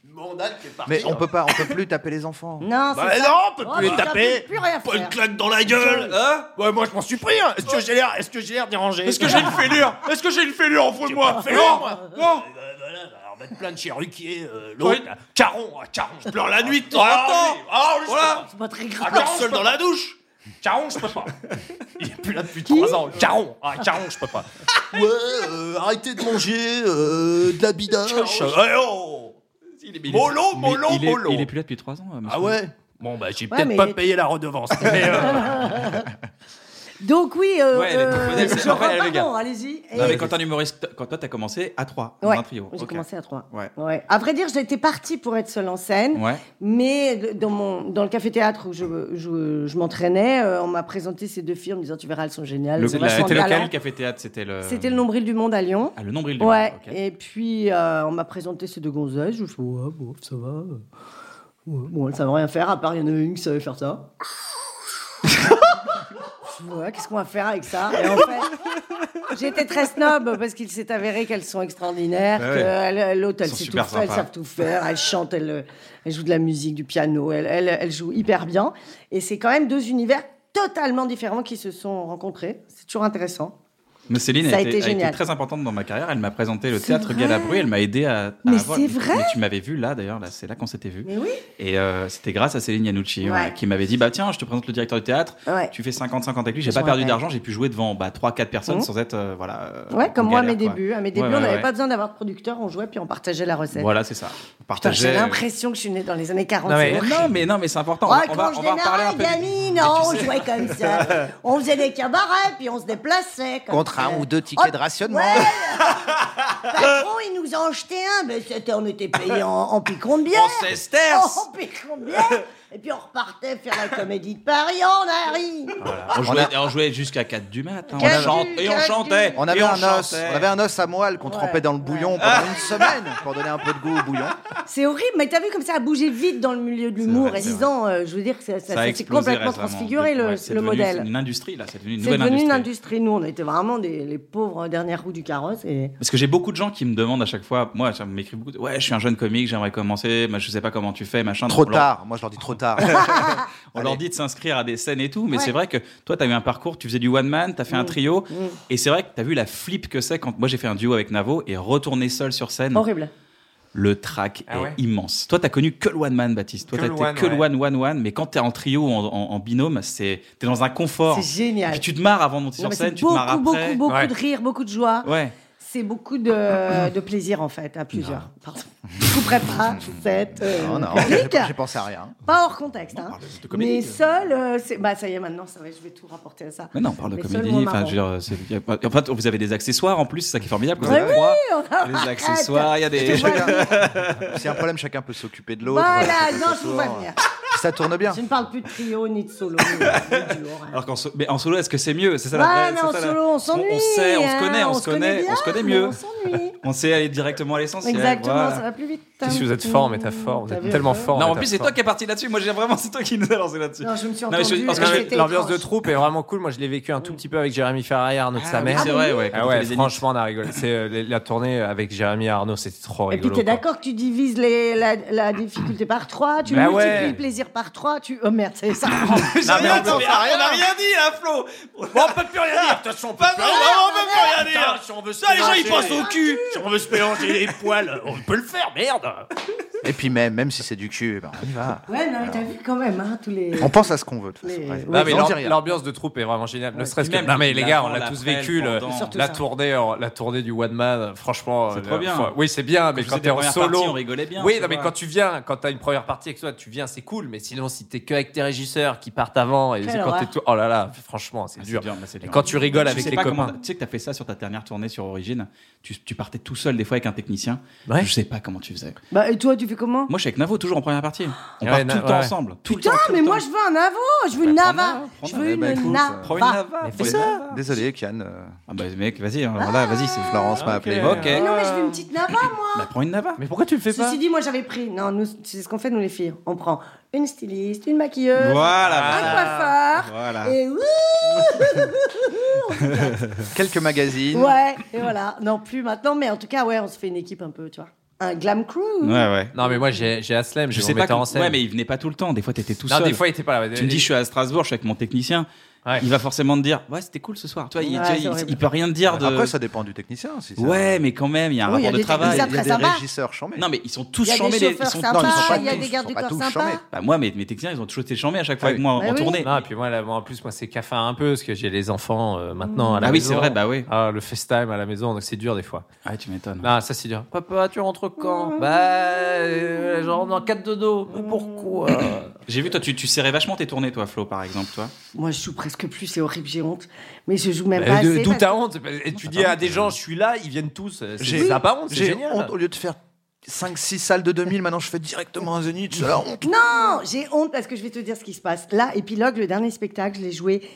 Speaker 5: Une mandale qui est partie.
Speaker 4: Mais on peut pas, on peut plus taper les enfants.
Speaker 3: Non,
Speaker 5: Bah
Speaker 3: c'est ça.
Speaker 5: non, on peut
Speaker 3: Oh,
Speaker 5: plus les
Speaker 3: putain,
Speaker 5: taper.
Speaker 3: plus- plus rien
Speaker 5: Pas une
Speaker 3: faire.
Speaker 5: claque dans la gueule. Hein ouais, moi, je m'en suis pris. hein. Est-ce que j'ai l'air, est-ce que j'ai l'air dérangé
Speaker 1: Est-ce que j'ai une fêlure Est-ce que j'ai une fêlure en fond de moi
Speaker 5: fêlure,
Speaker 1: Non Non
Speaker 5: Euh, voilà, on va en mettre plein de chez Ruquier, euh,
Speaker 1: Oui.
Speaker 5: l'autre, là. Caron, ah, Caron, je pleure la nuit de temps en
Speaker 1: Ah,
Speaker 5: temps.
Speaker 1: oui.
Speaker 5: Ah, oui, je
Speaker 1: Voilà.
Speaker 5: peux pas.
Speaker 3: C'est pas très
Speaker 5: Ah,
Speaker 3: grave.
Speaker 5: Caron, je peux dans la douche Caron, je peux pas. Il est plus là depuis 3 ans. Caron, ah, Caron, je peux pas.
Speaker 6: Ouais, euh, arrêtez de manger euh, de la bidache.
Speaker 5: Eh oh Mollo, mollo,
Speaker 1: il, est,
Speaker 5: mollo.
Speaker 1: il est plus là depuis 3 ans. euh, monsieur.
Speaker 6: Ah ouais
Speaker 5: Bon, bah, j'ai
Speaker 3: Ouais,
Speaker 5: peut-être
Speaker 3: mais
Speaker 5: pas
Speaker 3: il est-
Speaker 5: payé la redevance. Mais, euh,
Speaker 3: Donc oui, euh,
Speaker 1: Ouais, elle est top
Speaker 3: euh,
Speaker 1: modèle, c'est-
Speaker 3: je
Speaker 1: en fait, elle est
Speaker 3: repars,
Speaker 1: végane.
Speaker 3: non, allez-y. Et-
Speaker 1: Non, mais quand t'es un humoriste, quand toi t'as commencé à 3,
Speaker 3: Ouais,
Speaker 1: un trio.
Speaker 3: j'ai
Speaker 1: ok.
Speaker 3: commencé à 3.
Speaker 1: Ouais.
Speaker 3: À vrai dire, j'étais partie pour être seule en scène.
Speaker 1: Ouais.
Speaker 3: Mais le- dans, mon, dans le café-théâtre où je, je, je m'entraînais, euh, on m'a présenté ces deux filles en me disant Tu verras, elles sont géniales.
Speaker 1: Le,
Speaker 3: elles ont
Speaker 1: la-
Speaker 3: vachement
Speaker 1: c'était
Speaker 3: de
Speaker 1: lequel
Speaker 3: talent.
Speaker 1: le café théâtre C'était le.
Speaker 3: C'était le nombril du monde à Lyon.
Speaker 1: Ah, le nombril du
Speaker 3: Ouais,
Speaker 1: monde, ok.
Speaker 3: et puis euh, on m'a présenté ces deux gonzesses. Je me suis dit, ouais, bon, ça va. euh, ouais, Bon, elles savent rien faire, à part il y en avait une qui savait faire ça. ouais, qu'est-ce qu'on va faire avec ça Et en fait, j'étais très snob parce qu'il s'est avéré qu'elles sont extraordinaires.
Speaker 1: Ouais, ouais.
Speaker 3: que elle- L'autre, elle
Speaker 1: sont
Speaker 3: sait tout
Speaker 1: super
Speaker 3: faire, elles
Speaker 1: sympas.
Speaker 3: savent tout faire, elles chantent, elles, elles jouent de la musique, du piano, elles, elles, elles jouent hyper bien. Et c'est quand même deux univers totalement différents qui se sont rencontrés. C'est toujours intéressant.
Speaker 1: Mais Céline
Speaker 3: Ça
Speaker 1: a,
Speaker 3: a
Speaker 1: été,
Speaker 3: été
Speaker 1: a été
Speaker 3: génial.
Speaker 1: très importante dans ma carrière. Elle m'a présenté le
Speaker 3: C'est
Speaker 1: théâtre
Speaker 3: vrai.
Speaker 1: Galabru. Elle m'a aidé à. à
Speaker 3: Mais
Speaker 1: avoir-
Speaker 3: c'est vrai
Speaker 1: Mais tu m'avais vu là d'ailleurs. Là, c'est là qu'on s'était vu.
Speaker 3: Mais oui.
Speaker 1: Et euh, c'était grâce à Céline Yanucci
Speaker 3: Ouais.
Speaker 1: ouais, qui m'avait dit bah tiens, je te présente le directeur du théâtre.
Speaker 3: Ouais.
Speaker 1: Tu fais 50-50 avec lui. J'ai
Speaker 3: Je
Speaker 1: pas
Speaker 3: me
Speaker 1: perdu
Speaker 3: rappelle.
Speaker 1: d'argent. J'ai pu jouer devant bah, 3-4 personnes
Speaker 3: Mhm.
Speaker 1: sans être euh, voilà. euh,
Speaker 3: Ouais,
Speaker 1: en
Speaker 3: comme moi à mes
Speaker 1: galère, quoi.
Speaker 3: débuts. À mes débuts,
Speaker 1: Ouais, ouais,
Speaker 3: on n'avait
Speaker 1: ouais.
Speaker 3: pas besoin d'avoir de producteur, on jouait puis on partageait la recette.
Speaker 1: Voilà, c'est ça.
Speaker 3: Putain, J'ai
Speaker 1: Partager.
Speaker 3: l'impression que je suis née dans les années 40.
Speaker 1: Non
Speaker 3: c'est
Speaker 1: mais,
Speaker 3: horrible.
Speaker 1: non, mais, non, mais c'est important.
Speaker 3: Ouais,
Speaker 1: on
Speaker 3: quand
Speaker 1: va,
Speaker 3: je
Speaker 1: on va en parler un
Speaker 3: démarrais,
Speaker 1: peu.
Speaker 3: gamine, on jouait comme ça. on faisait des cabarets, puis on se déplaçait. comme
Speaker 4: Contre
Speaker 3: ça.
Speaker 4: un ou deux tickets
Speaker 3: Hop,
Speaker 4: de rationnement.
Speaker 3: ouais. patron, il nous a en jeté un. Mais c'était, on était payé en, en piquant de bière.
Speaker 1: En sesterce.
Speaker 3: En piquant de bière. Et puis on repartait faire la comédie de Paris en Harry.
Speaker 1: Voilà. On jouait, on jouait jusqu'à 4 du matin.
Speaker 3: Quatre
Speaker 1: On chante-
Speaker 3: du-
Speaker 1: et on
Speaker 3: quatre du-
Speaker 1: chantait.
Speaker 4: On avait,
Speaker 1: et on
Speaker 4: un os,
Speaker 1: chantait.
Speaker 4: on avait un os à moelle qu'on
Speaker 3: Ouais,
Speaker 4: trempait dans le bouillon
Speaker 3: ouais.
Speaker 4: pendant une semaine pour donner un peu de goût au bouillon.
Speaker 3: C'est horrible, mais t'as vu comme ça a bougé vite dans le milieu de l'humour.
Speaker 1: vrai,
Speaker 3: Et
Speaker 1: c'est
Speaker 3: disant, euh, je veux dire, ça, ça,
Speaker 1: a
Speaker 3: ça s'est
Speaker 1: explosé
Speaker 3: complètement
Speaker 1: récemment.
Speaker 3: transfiguré le,
Speaker 1: Ouais, c'est
Speaker 3: le
Speaker 1: devenu-
Speaker 3: modèle.
Speaker 1: C'est une industrie là, c'est devenu une
Speaker 3: C'est
Speaker 1: nouvelle
Speaker 3: devenu une
Speaker 1: industrie.
Speaker 3: industrie. Nous, on était vraiment des, les pauvres dernières roues du carrosse. Et...
Speaker 1: Parce que j'ai beaucoup de gens qui me demandent à chaque fois, moi, ça m'écrit beaucoup, de- ouais, je suis un jeune comique, j'aimerais commencer, mais je sais pas comment tu fais, machin.
Speaker 4: Trop
Speaker 1: On leur-
Speaker 4: tard, moi je leur dis trop tard.
Speaker 1: On leur dit de s'inscrire à des scènes et tout, mais
Speaker 3: Ouais. Mm.
Speaker 1: c'est vrai que toi, t'as eu un parcours, tu faisais du one man, t'as fait un trio, et c'est vrai que t'as vu la flip que c'est quand moi j'ai fait un duo avec Navo et retourner seul sur scène,
Speaker 3: Horrible.
Speaker 1: le track
Speaker 2: Ah
Speaker 1: est
Speaker 2: ouais
Speaker 1: immense. Toi, t'as connu que le one man, Baptiste. Toi,
Speaker 2: Que
Speaker 1: t'as
Speaker 2: le
Speaker 1: été
Speaker 2: one,
Speaker 1: que le
Speaker 2: ouais.
Speaker 1: one one one, mais quand t'es en trio, en, en- en binôme, c'est t'es dans un confort.
Speaker 3: C'est génial.
Speaker 1: Puis tu te marres avant de monter sur
Speaker 3: Non, mais
Speaker 1: scène,
Speaker 3: c'est
Speaker 1: tu te marres
Speaker 3: beaucoup,
Speaker 1: après.
Speaker 3: beaucoup, beaucoup
Speaker 2: Ouais.
Speaker 3: de rire, beaucoup de joie.
Speaker 1: Ouais.
Speaker 3: C'est beaucoup de, de plaisir, en fait, à plusieurs. Pardon. Je couperai
Speaker 1: Hmm.
Speaker 3: pas cette euh,
Speaker 4: Oh, non, non, j'ai-
Speaker 3: chronique.
Speaker 4: j'ai pensé à rien.
Speaker 3: Pas hors contexte. hein.
Speaker 1: de comédie.
Speaker 3: Mais seul, euh, c'est... Bah, ça y est, maintenant, ça va, je vais tout rapporter à ça.
Speaker 1: Mais non, on parle de
Speaker 3: Mais
Speaker 1: comédie.
Speaker 3: seulement
Speaker 1: Enfin,
Speaker 3: marrant.
Speaker 1: je veux dire, c'est- y a pas- en fait, vous avez des accessoires en plus, c'est ça qui est formidable. Vous
Speaker 3: Ouais,
Speaker 1: avez trois.
Speaker 3: Arrête.
Speaker 1: Les accessoires, il y a des.
Speaker 4: S'il y a un problème, chacun peut s'occuper de l'autre.
Speaker 3: Voilà,
Speaker 4: euh,
Speaker 3: non,
Speaker 4: ce
Speaker 3: je vous vois
Speaker 4: soir.
Speaker 3: venir.
Speaker 4: Ça tourne bien.
Speaker 3: Je ne parle plus de trio, ni de solo, ni de duo. rien.
Speaker 1: Alors qu'en so- mais en solo, est-ce que c'est mieux C'est ça la
Speaker 3: Ouais,
Speaker 1: vraie-
Speaker 3: mais
Speaker 1: c'est
Speaker 3: en
Speaker 1: ça la-
Speaker 3: solo, on s'ennuie.
Speaker 1: On sait, on
Speaker 3: hein,
Speaker 1: se connaît, on se connaît,
Speaker 3: bien,
Speaker 1: on se connaît
Speaker 3: mais
Speaker 1: mieux.
Speaker 3: On s'ennuie.
Speaker 1: On sait aller directement à l'essentiel.
Speaker 3: Exactement,
Speaker 1: voilà.
Speaker 3: ça va plus vite. hein.
Speaker 2: Si vous êtes fort en métaphore, vous
Speaker 3: T'as
Speaker 2: êtes
Speaker 3: vu hein.
Speaker 2: tellement
Speaker 3: un peu
Speaker 2: fort.
Speaker 1: Non, en plus, c'est toi qui es parti là-dessus. Moi, j'ai vraiment, c'est toi qui nous a lancé là-dessus.
Speaker 3: Non, je me suis
Speaker 1: mais je-
Speaker 3: entendue.
Speaker 1: parce que
Speaker 3: euh,
Speaker 1: j'ai-
Speaker 3: j'étais
Speaker 2: L'ambiance de
Speaker 3: étrange.
Speaker 2: troupe est vraiment cool. Moi, je l'ai vécu un tout petit peu avec Jérémy Ferrari, Arnaud de
Speaker 1: Ah
Speaker 2: sa
Speaker 1: oui,
Speaker 2: mère.
Speaker 1: c'est vrai, ouais.
Speaker 2: Ah
Speaker 1: quand on fait
Speaker 2: ouais,
Speaker 1: les énigmes.
Speaker 2: franchement, on a rigolé. C'est euh, les- la tournée avec Jérémy et Arnaud, c'était trop
Speaker 3: Et puis,
Speaker 2: rigolo.
Speaker 3: t'es
Speaker 2: quoi.
Speaker 3: d'accord que tu divises les, la, la difficulté par 3, tu
Speaker 2: Bah
Speaker 3: multiplies
Speaker 2: ouais.
Speaker 3: le plaisir par 3, tu. Oh merde, c'est ça.
Speaker 1: J'ai
Speaker 5: ah,
Speaker 2: mais
Speaker 1: rien
Speaker 2: on
Speaker 1: dit,
Speaker 2: peut
Speaker 1: mais
Speaker 2: faire
Speaker 1: on n'a rien dit, là, Flo.
Speaker 5: Bon, hein, on peut plus rien dire, de toute façon, on peut
Speaker 1: Pas
Speaker 5: plus
Speaker 1: non,
Speaker 5: rien
Speaker 1: non, on peut plus rien
Speaker 5: Putain,
Speaker 1: dire.
Speaker 5: si on veut se
Speaker 1: Ça, les gens, ils
Speaker 5: mélanger-
Speaker 1: pensent au cul.
Speaker 5: Si on veut se mélanger les poils, on peut le faire, merde
Speaker 4: Et puis même, même si c'est du cul, ben, on y va.
Speaker 3: ouais, non, mais t'as vu quand même, hein, tous les.
Speaker 4: On pense à ce qu'on veut. de toute façon.
Speaker 3: Les-
Speaker 4: Ouais.
Speaker 3: Non,
Speaker 2: Non, mais
Speaker 4: On
Speaker 2: l'am-
Speaker 4: dit rien.
Speaker 2: l'ambiance de troupe est vraiment géniale. Ne serait-ce
Speaker 1: puis
Speaker 2: que.
Speaker 1: même
Speaker 2: Non, mais les
Speaker 1: la
Speaker 2: gars,
Speaker 1: fin,
Speaker 2: on l'a
Speaker 1: la
Speaker 2: tous
Speaker 1: prelle,
Speaker 2: vécu. le-
Speaker 1: pendant. Surtout
Speaker 2: La
Speaker 3: ça.
Speaker 2: tournée, en- la tournée du One Man. Franchement,
Speaker 1: C'est
Speaker 2: euh,
Speaker 1: trop bien.
Speaker 2: faut- Oui, c'est bien, mais
Speaker 1: je
Speaker 2: quand
Speaker 1: faisais
Speaker 2: t'es
Speaker 1: la
Speaker 2: en
Speaker 1: première
Speaker 2: solo,
Speaker 1: partie, on rigolait bien,
Speaker 2: Oui,
Speaker 1: tu
Speaker 2: non, mais
Speaker 1: vois.
Speaker 2: quand tu viens, quand t'as une première partie avec toi, tu viens, c'est cool. Mais sinon, si t'es que avec tes régisseurs qui partent avant et
Speaker 3: Quelle
Speaker 2: quand t'es
Speaker 3: horreur.
Speaker 2: tout- oh là là, franchement, c'est
Speaker 1: Ah, c'est
Speaker 2: dur.
Speaker 1: dur, mais c'est
Speaker 2: Et
Speaker 1: dur.
Speaker 2: quand tu rigoles
Speaker 1: Tu
Speaker 2: avec
Speaker 1: sais
Speaker 2: les
Speaker 1: pas comment-
Speaker 2: copains.
Speaker 1: Tu sais que t'as fait ça sur ta dernière tournée sur Origine. Tu, tu partais tout seul des fois avec un technicien.
Speaker 2: Ouais.
Speaker 1: Je sais pas comment tu faisais.
Speaker 3: Bah, et toi, tu fais comment
Speaker 1: Moi, je suis avec Navo toujours en première partie. On
Speaker 2: Ouais,
Speaker 1: part tout
Speaker 2: Na-
Speaker 1: le temps
Speaker 2: ouais.
Speaker 1: ensemble. Tout
Speaker 3: Putain,
Speaker 1: le temps, tout
Speaker 3: mais
Speaker 1: le
Speaker 3: moi,
Speaker 1: temps.
Speaker 3: je veux un Navo, je veux une
Speaker 1: Bah, prends
Speaker 3: Nava,
Speaker 1: un, prends
Speaker 3: je
Speaker 1: un.
Speaker 3: veux
Speaker 1: Eh
Speaker 3: une
Speaker 4: ben, écoute,
Speaker 1: Prends une
Speaker 3: Nava.
Speaker 1: Nava.
Speaker 2: Ah, Mais
Speaker 1: fais
Speaker 2: fais
Speaker 1: ça.
Speaker 2: ça.
Speaker 4: Désolé, Kian. euh,
Speaker 1: Ah bah mec, vas-y, hein, voilà, vas-y, c'est
Speaker 4: Florence m'a appelé.
Speaker 1: Ok.
Speaker 2: hein.
Speaker 3: Mais non, mais je veux une petite Nava, moi.
Speaker 1: Bah prends une Nava.
Speaker 2: Mais pourquoi tu le fais pas
Speaker 3: Ceci dit, moi, j'avais pris. Non, nous, c'est ce qu'on fait, nous, les filles. On prend une styliste, une maquilleuse, un
Speaker 1: Voilà.
Speaker 3: coiffeur.
Speaker 1: Voilà.
Speaker 3: Ah, Et oui,
Speaker 4: Quelques magazines.
Speaker 3: ouais, et voilà. Non, plus maintenant, mais en tout cas, ouais, on se fait une équipe un peu, tu vois. Un glam crew.
Speaker 1: Ouais, ouais.
Speaker 2: Non, mais moi, j'ai j'ai Aslem,
Speaker 1: Je
Speaker 2: j'ai
Speaker 1: sais
Speaker 2: mon
Speaker 1: pas.
Speaker 2: metteur en
Speaker 1: quand-
Speaker 2: scène.
Speaker 1: Ouais, mais il venait pas tout le temps. Des fois, t'étais tout
Speaker 2: Non,
Speaker 1: seul.
Speaker 2: des fois, il était pas là.
Speaker 1: Tu me dis, je suis à Strasbourg, je suis avec mon technicien.
Speaker 2: Ouais.
Speaker 1: Il va forcément te dire, ouais, c'était cool ce soir. Tu vois, il,
Speaker 3: Ouais,
Speaker 1: tu vois,
Speaker 3: c'est
Speaker 1: il-
Speaker 3: horrible.
Speaker 1: il peut rien te dire de.
Speaker 4: Après, ça dépend du technicien. Si c'est-
Speaker 1: euh, Ouais, mais quand même, il y a un
Speaker 3: Oui, il y
Speaker 1: rapport
Speaker 3: a
Speaker 1: de
Speaker 3: des
Speaker 4: Il y
Speaker 1: travail.
Speaker 4: a-
Speaker 3: techniciens
Speaker 4: il y a
Speaker 3: très
Speaker 4: des
Speaker 3: sympas.
Speaker 4: régisseurs chambés.
Speaker 1: Non, mais ils sont
Speaker 3: Il
Speaker 1: tous
Speaker 3: y a
Speaker 1: chambés.
Speaker 3: des
Speaker 1: les- ils
Speaker 3: chauffeurs
Speaker 1: sont-
Speaker 3: sympas,
Speaker 4: non, ils sont pas
Speaker 3: il y a
Speaker 4: tous,
Speaker 3: des
Speaker 4: ils
Speaker 3: gardes
Speaker 4: sont
Speaker 3: du
Speaker 4: pas
Speaker 3: corps
Speaker 4: tous
Speaker 3: sympas.
Speaker 4: charmés.
Speaker 1: Bah, moi, mes, mes techniciens, ils ont toujours été chambés à chaque fois
Speaker 4: Ah
Speaker 1: avec
Speaker 4: oui.
Speaker 1: moi en-
Speaker 3: Bah
Speaker 1: en
Speaker 3: oui.
Speaker 1: tournée.
Speaker 2: Non, et puis moi, là, moi, en plus, moi, c'est cafard un peu, parce que j'ai les enfants euh, maintenant à la
Speaker 1: Ah oui,
Speaker 2: maison.
Speaker 1: c'est vrai, bah oui.
Speaker 2: Ah, le FaceTime à la maison, donc c'est dur des fois.
Speaker 1: Ah, tu m'étonnes.
Speaker 2: Ah, ça, c'est dur. Papa, tu rentres quand Bah, genre dans 4 de dos. Mais pourquoi
Speaker 1: J'ai vu, toi, tu, tu serrais vachement tes tournées, toi, Flo, par exemple, toi.
Speaker 3: Moi, je joue presque plus, c'est horrible, j'ai honte. Mais je joue même
Speaker 2: Bah,
Speaker 3: pas
Speaker 2: de-
Speaker 3: assez.
Speaker 2: D'où
Speaker 3: parce-
Speaker 2: ta honte Et Tu dis à des gens, je suis là, ils viennent tous. C'est-
Speaker 4: J'ai-
Speaker 2: Ça a pas honte, c'est
Speaker 4: J'ai
Speaker 2: génial.
Speaker 4: honte, au lieu de faire 5-6 salles de 2000, maintenant je fais directement un Zénith. C'est la honte.
Speaker 3: Non, j'ai honte parce que je vais te dire ce qui se passe. Là, Épilogue, le dernier spectacle, je l'ai joué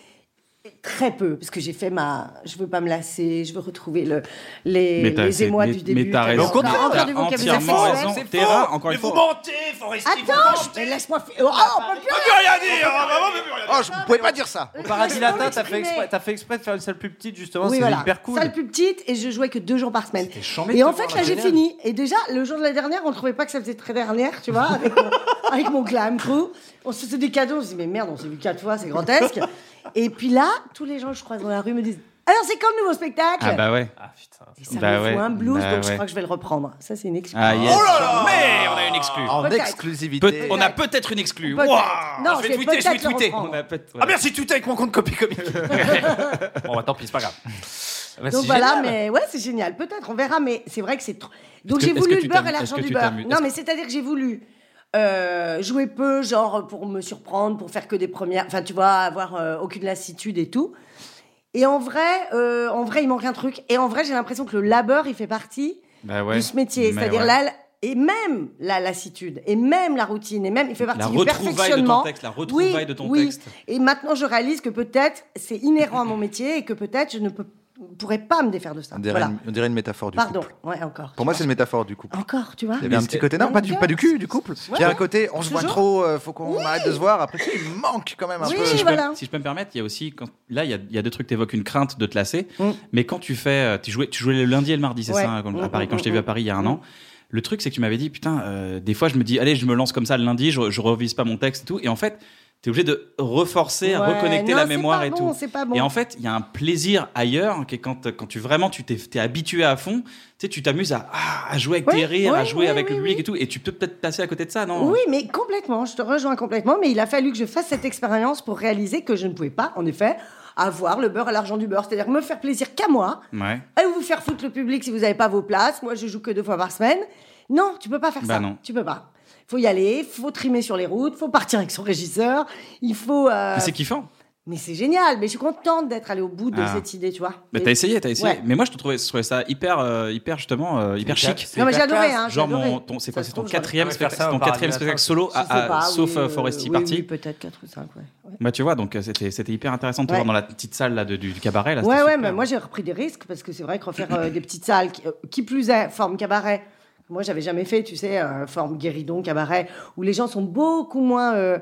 Speaker 3: Très peu, parce que j'ai fait ma. Je veux pas me lasser, je veux retrouver le, les,
Speaker 1: Mais t'as-
Speaker 3: les
Speaker 1: c'est-
Speaker 3: émois
Speaker 1: mais-
Speaker 3: du début.
Speaker 1: mais t'as
Speaker 3: t'as-
Speaker 1: raison.
Speaker 3: t'as
Speaker 1: Mais au contraire,
Speaker 3: encore
Speaker 1: t'as
Speaker 3: du vocabulaire
Speaker 1: entièrement
Speaker 3: sexuel.
Speaker 1: raison.
Speaker 5: C'est faux.
Speaker 1: Terra, encore
Speaker 5: Mais
Speaker 1: une
Speaker 5: vous
Speaker 1: fois.
Speaker 5: mentez, Forestier. vous
Speaker 3: Attends,
Speaker 5: mentez.
Speaker 3: je- mais laisse-moi. fi- Oh, on peut plus
Speaker 5: On peut plus rien dire, hein, vraiment, on peut plus rien dire.
Speaker 4: Oh, je vous pouvez pas dire ça.
Speaker 3: rien.
Speaker 2: Paradis
Speaker 3: Laisse-moi
Speaker 2: Latin, t'as fait,
Speaker 3: m'exprimer.
Speaker 2: exprès, t'as fait exprès de faire une salle plus petite, justement,
Speaker 3: Oui,
Speaker 2: c'est
Speaker 3: voilà.
Speaker 2: hyper cool.
Speaker 3: Salle plus petite et je jouais que deux jours par semaine.
Speaker 1: chambé de
Speaker 3: Et
Speaker 1: te
Speaker 3: en
Speaker 1: voir
Speaker 3: fait,
Speaker 1: là,
Speaker 3: là, j'ai
Speaker 1: génial.
Speaker 3: fini. Et déjà, le jour de la dernière, on trouvait pas que ça faisait très dernière, tu vois, avec mon, avec mon glam crew. On se faisait des cadeaux. On se dit, mais merde, on s'est vu quatre fois, c'est grotesque. Et puis là, tous les gens que je croise dans la rue me disent, alors c'est quand le nouveau spectacle
Speaker 1: Ah bah ouais.
Speaker 2: Ah putain.
Speaker 3: Et ça
Speaker 1: bah
Speaker 3: me
Speaker 1: ouais,
Speaker 3: fout un blues,
Speaker 1: bah
Speaker 3: donc je
Speaker 1: ouais.
Speaker 3: crois que je vais le reprendre. Ça, c'est une excuse.
Speaker 1: Ah yes.
Speaker 5: Oh là là
Speaker 1: Mais on a une exclue.
Speaker 4: En
Speaker 3: Peut-être.
Speaker 4: exclusivité.
Speaker 1: Peut- on a peut-être une exclue.
Speaker 3: Peut-être.
Speaker 1: Ouah
Speaker 3: Oh, Non,
Speaker 1: je
Speaker 3: je
Speaker 1: vais
Speaker 3: vais
Speaker 1: tweeter, je vais
Speaker 3: peut-être le
Speaker 1: tweeter.
Speaker 3: reprendre.
Speaker 1: On a peut-être-
Speaker 5: Ah merde, j'ai tout avec mon compte copie comique.
Speaker 2: Bon, bah, tant pis, c'est pas grave.
Speaker 1: Ah,
Speaker 2: Bah,
Speaker 3: Donc
Speaker 2: c'est
Speaker 3: voilà,
Speaker 2: génial.
Speaker 3: mais ouais, c'est génial. Peut-être, on verra, mais c'est vrai que c'est trop. Donc
Speaker 1: que-
Speaker 3: j'ai
Speaker 1: est-ce
Speaker 3: voulu
Speaker 1: que tu
Speaker 3: le beurre
Speaker 1: t'amuses-
Speaker 3: et l'argent
Speaker 1: est-ce que
Speaker 3: du
Speaker 1: tu
Speaker 3: beurre.
Speaker 1: t'amuses-
Speaker 3: Non, mais c'est-à-dire que j'ai voulu euh, jouer peu, genre pour me surprendre, pour faire que des premières. Enfin, tu vois, avoir euh, aucune lassitude et tout. Et en vrai, euh, en vrai, il manque un truc. Et en vrai, j'ai l'impression que le labeur, il fait partie
Speaker 1: Bah ouais.
Speaker 3: de ce métier.
Speaker 1: Mais
Speaker 3: C'est-à-dire
Speaker 1: ouais.
Speaker 3: là, et même la lassitude, et même la routine, et même il fait partie
Speaker 1: La
Speaker 3: du
Speaker 1: retrouvaille de ton
Speaker 3: perfectionnement.
Speaker 1: texte, la retrouvaille de ton
Speaker 3: oui.
Speaker 1: texte.
Speaker 3: Et maintenant, je réalise que peut-être c'est inhérent à mon métier et que peut-être je ne peux- pourrais pas me défaire de ça.
Speaker 4: On dirait,
Speaker 3: Voilà.
Speaker 4: une, on dirait une métaphore du
Speaker 3: Pardon.
Speaker 4: couple.
Speaker 3: Ouais, encore.
Speaker 4: Pour moi, c'est une métaphore du couple.
Speaker 3: Encore, tu vois.
Speaker 1: Eh
Speaker 4: Il y avait un petit côté, non, pas du, pas du cul, du couple. Il y a un côté, on se voit
Speaker 3: Toujours.
Speaker 4: trop, euh, faut qu'on arrête de se voir. Après, il manque quand même un
Speaker 3: Oui,
Speaker 4: peu.
Speaker 1: si, je
Speaker 3: voilà.
Speaker 1: peux, si je peux me permettre, il y a aussi quand, là il y a, il y a deux trucs. T'évoques une crainte de te lasser, mais quand tu fais, euh, tu jouais, tu jouais le lundi et le mardi, c'est
Speaker 3: Mm. Ouais.
Speaker 1: ça, hein, quand- à
Speaker 3: Mm,
Speaker 1: Paris.
Speaker 3: mm,
Speaker 1: Quand je t'ai
Speaker 3: mm,
Speaker 1: vu à Paris il y a un an, le truc c'est que tu m'avais dit, putain, euh, des fois je me dis, allez, je me lance comme ça le lundi, je, je revise pas mon texte et tout, et en fait, t'es obligé de reforcer, à
Speaker 3: Ouais,
Speaker 1: reconnecter
Speaker 3: non,
Speaker 1: la
Speaker 3: c'est
Speaker 1: mémoire
Speaker 3: pas
Speaker 1: et
Speaker 3: bon,
Speaker 1: tout.
Speaker 3: c'est pas bon.
Speaker 1: Et en fait, il y a un plaisir ailleurs qui est quand, quand tu vraiment tu t'es t'es habitué à fond, tu sais, tu t'amuses à, ah, à jouer avec
Speaker 3: Ouais,
Speaker 1: tes rires, à
Speaker 3: ouais,
Speaker 1: jouer
Speaker 3: ouais,
Speaker 1: avec le
Speaker 3: oui,
Speaker 1: public
Speaker 3: oui.
Speaker 1: et tout, et tu peux peut-être passer à côté de ça, non
Speaker 3: Oui, mais complètement. Je te rejoins complètement. Mais il a fallu que je fasse cette expérience pour réaliser que je ne pouvais pas, en effet, avoir le beurre et l'argent du beurre. C'est-à-dire me faire plaisir qu'à moi.
Speaker 1: Ouais.
Speaker 3: Allez vous faire foutre le public si vous n'avez pas vos places. Moi, je joue que deux fois par semaine. Non, tu peux pas faire
Speaker 1: Bah
Speaker 3: ça.
Speaker 1: non.
Speaker 3: Tu peux pas. Faut y aller, faut trimer sur les routes, faut partir avec son régisseur. Il faut. euh,
Speaker 1: Mais c'est kiffant.
Speaker 3: Mais c'est génial. Mais je suis contente d'être allée au bout de
Speaker 1: Ah.
Speaker 3: cette idée, tu vois.
Speaker 1: Bah,
Speaker 3: Et-
Speaker 1: t'as essayé, t'as essayé.
Speaker 3: Ouais.
Speaker 1: Mais moi, je te trouvais, je trouvais ça hyper, euh, hyper justement, euh, hyper
Speaker 2: C'est
Speaker 1: chic.
Speaker 2: hyper-
Speaker 3: Non, mais j'ai
Speaker 2: hyper
Speaker 3: adoré.
Speaker 2: classe.
Speaker 3: Hein, j'ai
Speaker 1: Genre,
Speaker 3: adoré.
Speaker 1: mon, ton, c'est
Speaker 3: Ça
Speaker 1: quoi
Speaker 3: se
Speaker 1: C'est ton
Speaker 3: trouve, j'en ai-
Speaker 1: quatrième
Speaker 2: Ouais, faire
Speaker 1: spectacle,
Speaker 2: ça
Speaker 1: c'est ton
Speaker 2: au Paradis
Speaker 1: quatrième
Speaker 2: Latin,
Speaker 1: spectacle
Speaker 2: c'est-
Speaker 1: solo,
Speaker 3: Je sais
Speaker 1: à- à-
Speaker 3: pas,
Speaker 1: sauf
Speaker 3: oui,
Speaker 1: euh,
Speaker 3: euh,
Speaker 1: Foresti
Speaker 3: oui,
Speaker 1: Party.
Speaker 3: oui, peut-être 4 ou 5, ouais. Ouais,
Speaker 1: Bah, tu vois, donc euh, c'était, c'était hyper intéressant de te
Speaker 3: Ouais.
Speaker 1: voir dans la petite salle là, de- du, du cabaret. Là,
Speaker 3: ouais,
Speaker 1: c'était
Speaker 3: ouais,
Speaker 1: super.
Speaker 3: mais moi j'ai repris des risques parce que c'est vrai que refaire euh, des petites salles, qui, euh, qui plus est, forme cabaret. Moi j'avais jamais fait, tu sais, euh, forme guéridon, cabaret, où les gens sont beaucoup moins. euh,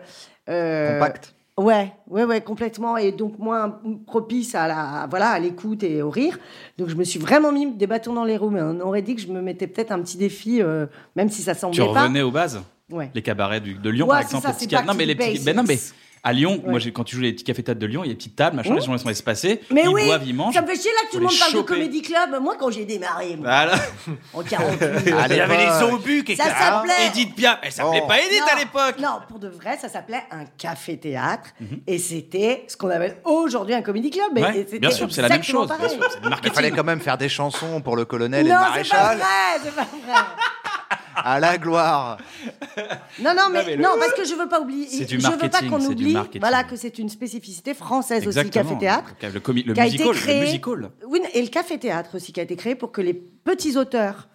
Speaker 3: euh,
Speaker 4: Compact.
Speaker 3: Ouais, ouais, ouais, complètement, et donc moins propice à la, à- voilà, à l'écoute et au rire. Donc je me suis vraiment mis des bâtons dans les roues, mais on aurait dit que je me mettais peut-être un petit défi, euh, même si ça semblait
Speaker 1: Tu revenais aux bases
Speaker 3: pas. Ouais.
Speaker 1: Les cabarets du- de Lyon,
Speaker 3: Ouais,
Speaker 1: par
Speaker 3: c'est
Speaker 1: exemple.
Speaker 3: ça,
Speaker 1: les petits
Speaker 3: c'est
Speaker 1: ca-
Speaker 3: back
Speaker 1: Non,
Speaker 3: to
Speaker 1: mais
Speaker 3: the
Speaker 1: les petits.
Speaker 3: basics.
Speaker 1: Ben non, mais à Lyon, moi,
Speaker 3: Ouais.
Speaker 1: j'ai- quand tu joues les petits cafés-tables de Lyon, il y a des petites tables, machin,
Speaker 3: Mmh.
Speaker 1: les gens, ils sont espacés.
Speaker 3: Mais
Speaker 1: ils
Speaker 3: oui,
Speaker 1: boivent, ils mangent.
Speaker 3: ça me fait chier là que tout
Speaker 1: Faut
Speaker 3: le monde
Speaker 1: les
Speaker 3: parle de
Speaker 1: choper.
Speaker 3: comédie club. Moi quand j'ai démarré, moi,
Speaker 1: Voilà.
Speaker 3: en 48,
Speaker 4: À
Speaker 5: Il y avait les
Speaker 4: l'époque,
Speaker 5: obus qui
Speaker 3: Ça s'appelait.
Speaker 1: Edith Piaf, elle s'appelait
Speaker 4: Oh.
Speaker 1: pas Edith
Speaker 3: Non,
Speaker 1: à l'époque. Mhm.
Speaker 3: Non, pour de vrai, ça s'appelait un café-théâtre. Et c'était ce qu'on appelle aujourd'hui un comédie club. Et-
Speaker 1: Ouais,
Speaker 3: et c'était
Speaker 1: bien sûr, c'est la même
Speaker 3: exactement
Speaker 1: chose. Bien
Speaker 3: pareil.
Speaker 1: sûr, c'est le
Speaker 4: Il fallait
Speaker 1: marketing.
Speaker 4: quand même faire des chansons pour le colonel et le
Speaker 3: Euh, Non, c'est pas
Speaker 4: maréchal.
Speaker 3: vrai, c'est pas vrai.
Speaker 4: À la gloire.
Speaker 3: Non, non, mais,
Speaker 1: mais le-
Speaker 3: non, parce que je veux pas oublier.
Speaker 1: C'est du
Speaker 3: je veux pas
Speaker 1: marketing,
Speaker 3: qu'on
Speaker 1: c'est du
Speaker 3: oublie,
Speaker 1: marketing.
Speaker 3: voilà, que c'est une spécificité française
Speaker 1: Exactement.
Speaker 3: aussi, café-théâtre.
Speaker 1: Le, comi- le
Speaker 3: qui a été
Speaker 1: musical,
Speaker 3: créé.
Speaker 1: le musical.
Speaker 3: Oui, et le café-théâtre aussi qui a été créé pour que les petits auteurs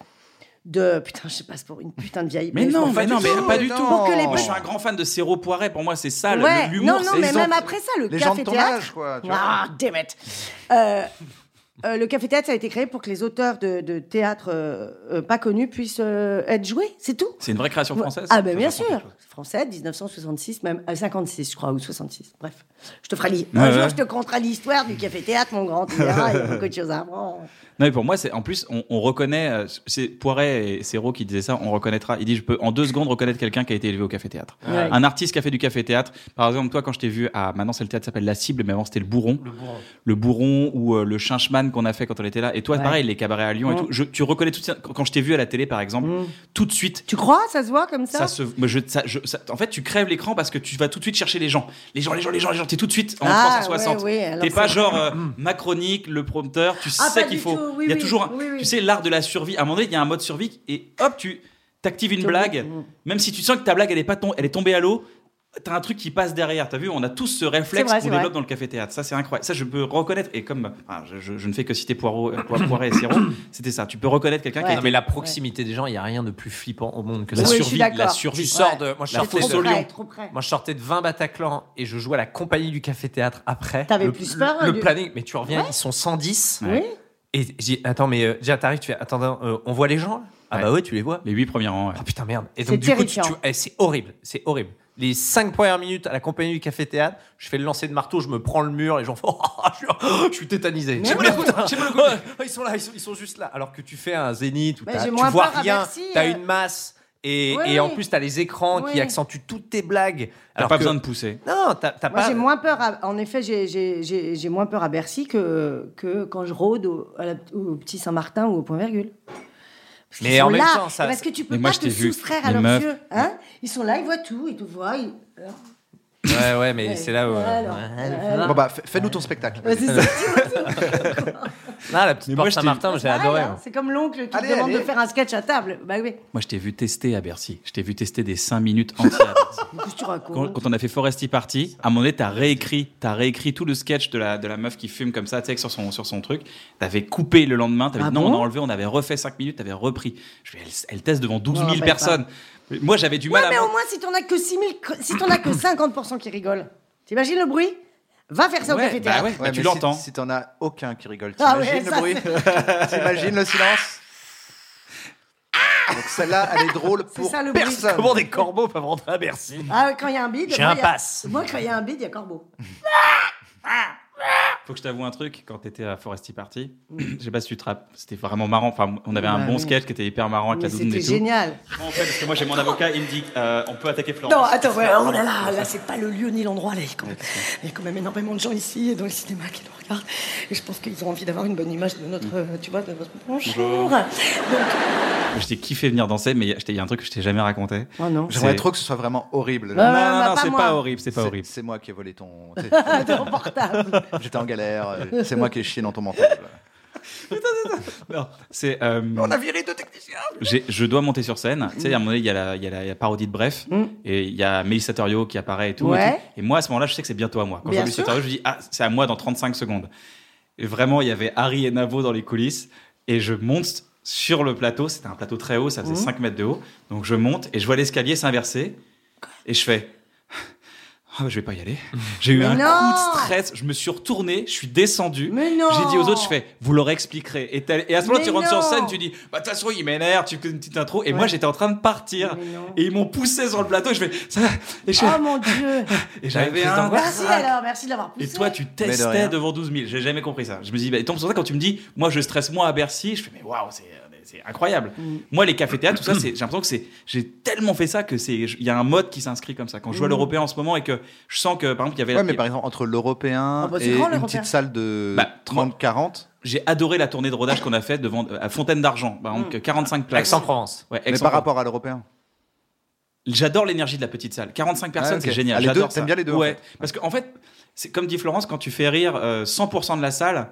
Speaker 3: de putain, je sais pas, c'est pour une putain de vieille.
Speaker 1: Mais non,
Speaker 3: je m'en
Speaker 1: mais
Speaker 3: fous.
Speaker 1: non, mais pas du
Speaker 4: non.
Speaker 1: tout.
Speaker 3: Pour que les
Speaker 1: Moi, je
Speaker 3: petits
Speaker 1: suis un grand fan de Séro Poiret. Pour moi, c'est
Speaker 4: Ah,
Speaker 1: ça le-
Speaker 3: Ouais,
Speaker 1: l'humour.
Speaker 3: non, non,
Speaker 1: c'est
Speaker 3: mais
Speaker 1: les
Speaker 3: même
Speaker 1: autres.
Speaker 3: après ça, le
Speaker 4: Les gens de ton âge,
Speaker 3: café-théâtre.
Speaker 4: quoi. tu vois.
Speaker 3: Ah, damn it. Euh, euh, le café-théâtre, ça a été créé pour que les auteurs de, de théâtre euh, euh, pas connus puissent euh, être joués, c'est tout.
Speaker 1: C'est une vraie création française.
Speaker 3: Ah ben
Speaker 1: ça,
Speaker 3: bien
Speaker 1: ça, ça,
Speaker 3: sûr,
Speaker 1: ça, ça, ça.
Speaker 3: français, 1966, même euh, 56, je crois, ou 66. Bref, je te ferai lire.
Speaker 1: Ouais,
Speaker 3: Un
Speaker 1: ouais.
Speaker 3: jour, je te conterai l'histoire du café-théâtre, mon grand. Tu verras, il y a beaucoup de choses à apprendre.
Speaker 1: Non, mais pour moi, c'est en plus, on, on reconnaît. euh, C'est Poiret et Séro qui disaient ça. On reconnaîtra. Il dit, je peux en deux secondes reconnaître quelqu'un qui a été élevé au café-théâtre.
Speaker 3: Ouais.
Speaker 1: Un artiste qui a fait du café-théâtre. Par exemple, toi, quand je t'ai vu à maintenant, c'est le théâtre qui s'appelle La Cible, mais avant c'était le Bourron.
Speaker 2: Le bourron.
Speaker 1: le Bourron ou euh, le Chinchman qu'on a fait quand on était là. Et toi,
Speaker 3: Ouais.
Speaker 1: pareil, les cabarets à Lyon et
Speaker 3: Mm.
Speaker 1: tout. Je- tu reconnais tout de suite- quand- quand je t'ai vu à la télé, par exemple, tout de suite.
Speaker 3: Tu crois, ça se voit comme ça,
Speaker 1: Ça se, moi, je- ça- je- ça- en fait, tu crèves l'écran parce que tu vas tout de suite chercher les gens. Les gens, les gens, les gens, les gens. T'es tout de suite en
Speaker 3: Ah,
Speaker 1: 360.
Speaker 3: ouais, ouais, alors
Speaker 1: T'es
Speaker 3: ça-
Speaker 1: pas genre euh, ma chronique, le prompteur. Tu
Speaker 3: Ah,
Speaker 1: sais
Speaker 3: pas
Speaker 1: qu'il
Speaker 3: du
Speaker 1: faut.
Speaker 3: tout, oui,
Speaker 1: il y a
Speaker 3: oui,
Speaker 1: toujours un-
Speaker 3: oui, oui.
Speaker 1: Tu sais, l'art de la survie. À un moment donné, il y a un mode survie et hop, tu t'actives une
Speaker 3: Tu-
Speaker 1: blague. Même si tu sens que ta blague, elle est, pas tom- elle est tombée à l'eau, t'as un truc qui passe derrière. T'as vu, on a tous ce réflexe
Speaker 3: C'est vrai,
Speaker 1: qu'on
Speaker 3: c'est
Speaker 1: développe
Speaker 3: vrai.
Speaker 1: dans le café-théâtre. Ça, c'est incroyable. Ça, je peux reconnaître. Et comme enfin, je, je- je ne fais que citer Poirot, euh, Poir- Poiret et Sirop, c'était ça. Tu peux reconnaître quelqu'un
Speaker 3: Ouais.
Speaker 1: qui a
Speaker 2: Non,
Speaker 1: été.
Speaker 2: mais la proximité des gens, il n'y a rien de plus flippant au monde que
Speaker 3: Oui,
Speaker 2: la
Speaker 3: je suis
Speaker 2: survie.
Speaker 3: d'accord.
Speaker 2: La survie.
Speaker 3: Ouais.
Speaker 2: Tu sors de. Moi, je
Speaker 3: C'est
Speaker 2: sortais
Speaker 3: trop
Speaker 2: de,
Speaker 3: près, trop près.
Speaker 2: moi, je sortais de 20 Bataclan et je jouais à la compagnie du café-théâtre après.
Speaker 3: T'avais
Speaker 2: Le-
Speaker 3: plus peur, hein,
Speaker 2: Le,
Speaker 3: du-
Speaker 2: planning. Mais tu reviens, ils sont 110.
Speaker 3: Oui.
Speaker 2: Et je dis, attends, mais euh, déjà, t'arrives, tu fais, attends, euh, on voit les gens là Ah
Speaker 1: Ouais.
Speaker 2: bah ouais, tu les vois.
Speaker 1: Les huit premiers rangs. ouais.
Speaker 2: Ah putain, merde. Et
Speaker 3: C'est
Speaker 2: donc, du coup, tu-
Speaker 3: terrifiant.
Speaker 2: tu- eh, c'est horrible. C'est horrible. Les 5 premières minutes à la compagnie du café-théâtre, je fais le lancer de marteau, je me prends le mur, les gens font, oh, je, suis, oh, je suis tétanisé. J'ai
Speaker 3: non.
Speaker 2: mal au coude, j'ai mal au coude. Oh, ils sont là, ils sont, ils sont juste là. Alors que tu fais un zénith où
Speaker 3: Bah,
Speaker 2: t'as-
Speaker 3: j'ai
Speaker 2: tu
Speaker 3: moins
Speaker 2: vois
Speaker 3: peur à
Speaker 2: rien,
Speaker 3: Bercy,
Speaker 2: t'as
Speaker 3: euh.
Speaker 2: une masse. Et,
Speaker 3: Oui,
Speaker 2: et en
Speaker 3: oui.
Speaker 2: plus, t'as les écrans
Speaker 3: Oui.
Speaker 2: qui accentuent toutes tes blagues.
Speaker 1: T'as
Speaker 2: Alors
Speaker 1: pas
Speaker 2: que-
Speaker 1: besoin de pousser.
Speaker 2: Non, t'as t'as
Speaker 3: Moi,
Speaker 2: pas.
Speaker 3: j'ai moins peur. à- En effet, j'ai- j'ai j'ai- j'ai moins peur à Bercy que, que quand je rôde au, à la- au petit Saint-Martin ou au point virgule. Parce qu'ils
Speaker 2: Mais
Speaker 3: sont
Speaker 2: en même
Speaker 3: là.
Speaker 2: temps, ça-
Speaker 3: Et Parce que tu peux
Speaker 1: Mais moi,
Speaker 3: pas
Speaker 1: je
Speaker 3: te
Speaker 1: t'ai vu,
Speaker 3: soustraire
Speaker 1: les
Speaker 3: à leurs
Speaker 1: meufs.
Speaker 3: yeux. Hein ils sont là, ils voient tout, ils te voient. Ils...
Speaker 2: Ouais, ouais, mais
Speaker 3: Ouais.
Speaker 2: c'est là où. euh,
Speaker 3: Alors,
Speaker 2: ouais.
Speaker 3: alors.
Speaker 4: Bon bah, fais- fais-nous ton spectacle.
Speaker 3: Ah. Ouais, c'est ça.
Speaker 2: Non, la petite
Speaker 1: Mais moi,
Speaker 2: porte
Speaker 1: je t'ai-
Speaker 2: Saint-Martin, j'ai adoré.
Speaker 3: Pareil, hein.
Speaker 2: hein.
Speaker 3: C'est comme l'oncle qui
Speaker 4: Allez,
Speaker 3: te demande
Speaker 4: allez.
Speaker 3: de faire un sketch à table. Bah oui.
Speaker 1: Moi, je t'ai vu tester à Bercy. Je t'ai vu tester des 5 minutes entières. à Bercy.
Speaker 3: Qu'est-ce que tu
Speaker 1: quand,
Speaker 3: racontes
Speaker 1: quand on a fait Foresti Party, à un moment donné, t'as réécrit, t'as réécrit tout le sketch de la, de la meuf qui fume comme ça, tu sais, sur son, sur son truc. T'avais coupé le lendemain, t'avais
Speaker 3: Ah
Speaker 1: dit non,
Speaker 3: bon
Speaker 1: on a enlevé, on avait refait 5 minutes, t'avais repris. Je fais, elle, elle teste devant 12
Speaker 3: Je me
Speaker 1: 000
Speaker 3: rappelle
Speaker 1: personnes. Moi, j'avais du mal
Speaker 3: Ouais, mais
Speaker 1: à.
Speaker 3: au moins, si t'en as que 6 000 si t'en as que 50% qui rigolent, t'imagines le bruit Va faire ça au
Speaker 1: Ouais,
Speaker 3: café-théâtre.
Speaker 1: bah ouais, bah
Speaker 4: Ouais,
Speaker 1: tu
Speaker 4: mais
Speaker 1: l'entends.
Speaker 4: Si, si t'en as aucun qui rigole,
Speaker 3: Ah
Speaker 4: t'imagines
Speaker 3: ouais,
Speaker 4: le
Speaker 3: ça,
Speaker 4: bruit T'imagines le silence Donc celle-là, elle est drôle
Speaker 3: C'est
Speaker 4: pour
Speaker 3: ça, le bruit.
Speaker 4: personne.
Speaker 2: Comment des corbeaux peuvent rentrer à Bercy
Speaker 3: Ah, quand il y a un bide.
Speaker 2: J'ai
Speaker 3: moi,
Speaker 2: un
Speaker 3: il y a-
Speaker 2: pass.
Speaker 3: Moi, quand il y a un bide, il y a Corbeau.
Speaker 1: Faut que je t'avoue un truc, quand t'étais à Foresti Party, je sais pas si tu te rappelles, c'était vraiment marrant. Enfin, on avait un
Speaker 3: Mm. Bah
Speaker 1: bon
Speaker 3: oui.
Speaker 1: sketch qui était hyper marrant avec
Speaker 3: Mais
Speaker 1: la doudoune
Speaker 3: c'était
Speaker 1: et tout.
Speaker 3: génial.
Speaker 1: Comment on fait Parce que moi, j'ai mon avocat, il me dit, euh, on peut attaquer Florence.
Speaker 7: Non, attends, ouais, oh là là, là c'est pas le lieu ni l'endroit, là, il y a quand même- il y a quand même énormément de gens ici et dans le cinéma qui nous regardent. Et je pense qu'ils ont envie d'avoir une bonne image de notre, euh, tu vois, de notre bonjour.
Speaker 1: Je t'ai kiffé venir danser, mais je t'ai- il y a un truc que je t'ai jamais raconté.
Speaker 3: Oh non.
Speaker 4: J'aimerais
Speaker 1: C'est-
Speaker 4: trop que ce soit vraiment horrible.
Speaker 3: Ouais,
Speaker 1: non,
Speaker 3: ouais,
Speaker 1: non,
Speaker 3: bah,
Speaker 1: non,
Speaker 3: pas
Speaker 1: c'est
Speaker 3: moi.
Speaker 1: pas horrible, c'est pas
Speaker 4: C'est-
Speaker 1: horrible.
Speaker 4: C'est moi qui ai volé ton.
Speaker 7: ah,
Speaker 3: Ton portable.
Speaker 4: J'étais en galère. euh, C'est moi qui ai chié dans ton mental.
Speaker 1: Non, c'est. On a viré deux techniciens. Je dois monter sur scène. Tu sais, à un moment donné, il y a la, il y a la- il y a la parodie de Bref,
Speaker 3: Mm.
Speaker 1: et il y a Mélissa Torio qui apparaît et tout, et
Speaker 3: Ouais.
Speaker 1: tout. Et moi, à ce moment-là, je sais que c'est bientôt à moi. Quand je
Speaker 3: Bien
Speaker 1: vois Mélissa
Speaker 3: sûr.
Speaker 1: Torio, je dis ah, c'est à moi dans 35 secondes. Et vraiment, il y avait Harry et Navo dans les coulisses, et je monte sur le plateau. C'était un plateau très haut, ça
Speaker 3: Mm.
Speaker 1: faisait 5 mètres de haut. Donc je monte et je vois l'escalier s'inverser, et je fais. Ah, je vais pas y aller. J'ai eu
Speaker 3: Mais
Speaker 1: un coup
Speaker 3: non.
Speaker 1: de stress. Je me suis retourné, je suis descendu.
Speaker 3: Mais non.
Speaker 1: J'ai dit aux autres, je fais, vous leur expliquerez. Et, tel- et à ce moment-là,
Speaker 3: Mais
Speaker 1: tu rentres sur
Speaker 3: non.
Speaker 1: scène, tu dis, bah, de toute façon, ils m'énervent, tu fais une petite intro. Et moi,
Speaker 3: Ouais.
Speaker 1: j'étais en train de partir.
Speaker 3: Mais non.
Speaker 1: Et ils m'ont poussé sur le plateau, et je fais, ça va. Et je-
Speaker 3: Oh mon dieu.
Speaker 1: et j'avais
Speaker 2: Crise
Speaker 1: un
Speaker 2: d'angoisse.
Speaker 3: Merci alors, merci de l'avoir poussé.
Speaker 1: et toi, tu
Speaker 4: de
Speaker 1: testais
Speaker 4: rien.
Speaker 1: devant 12 000. J'ai jamais compris ça. Je me dis, bah, et tant pour ça, quand tu me dis, moi, je stresse moins à Bercy, je fais, mais waouh, c'est, c'est incroyable.
Speaker 3: Mm.
Speaker 1: Moi, les cafés théâtres, tout ça, c'est, j'ai l'impression que c'est, j'ai tellement fait ça que c'est, il y a un mode qui s'inscrit comme ça. Quand je
Speaker 3: Mm.
Speaker 1: joue à l'européen en ce moment et que je sens que, par exemple, il y avait,
Speaker 4: Ouais, mais par exemple, entre l'européen
Speaker 3: Ah bah, c'est
Speaker 4: et
Speaker 3: grand,
Speaker 4: une
Speaker 3: l'Européen.
Speaker 4: petite salle de
Speaker 1: Bah,
Speaker 4: 30-40.
Speaker 1: j'ai adoré la tournée de rodage qu'on a faite devant, à Fontaine d'Argent, par
Speaker 3: Mm.
Speaker 1: exemple, 45 places.
Speaker 2: Aix-en-Provence.
Speaker 1: Ouais,
Speaker 4: Mais par
Speaker 1: Aix-en-Provence.
Speaker 4: rapport à l'européen.
Speaker 1: J'adore l'énergie de la petite salle. 45 personnes,
Speaker 4: Ah, ok.
Speaker 1: c'est génial.
Speaker 4: Ah, les deux,
Speaker 1: J'adore
Speaker 4: t'aimes
Speaker 1: ça.
Speaker 4: bien les deux, en
Speaker 1: Ouais.
Speaker 4: fait.
Speaker 1: Parce qu'en fait, c'est comme dit Florence, quand tu fais rire euh, 100% de la salle,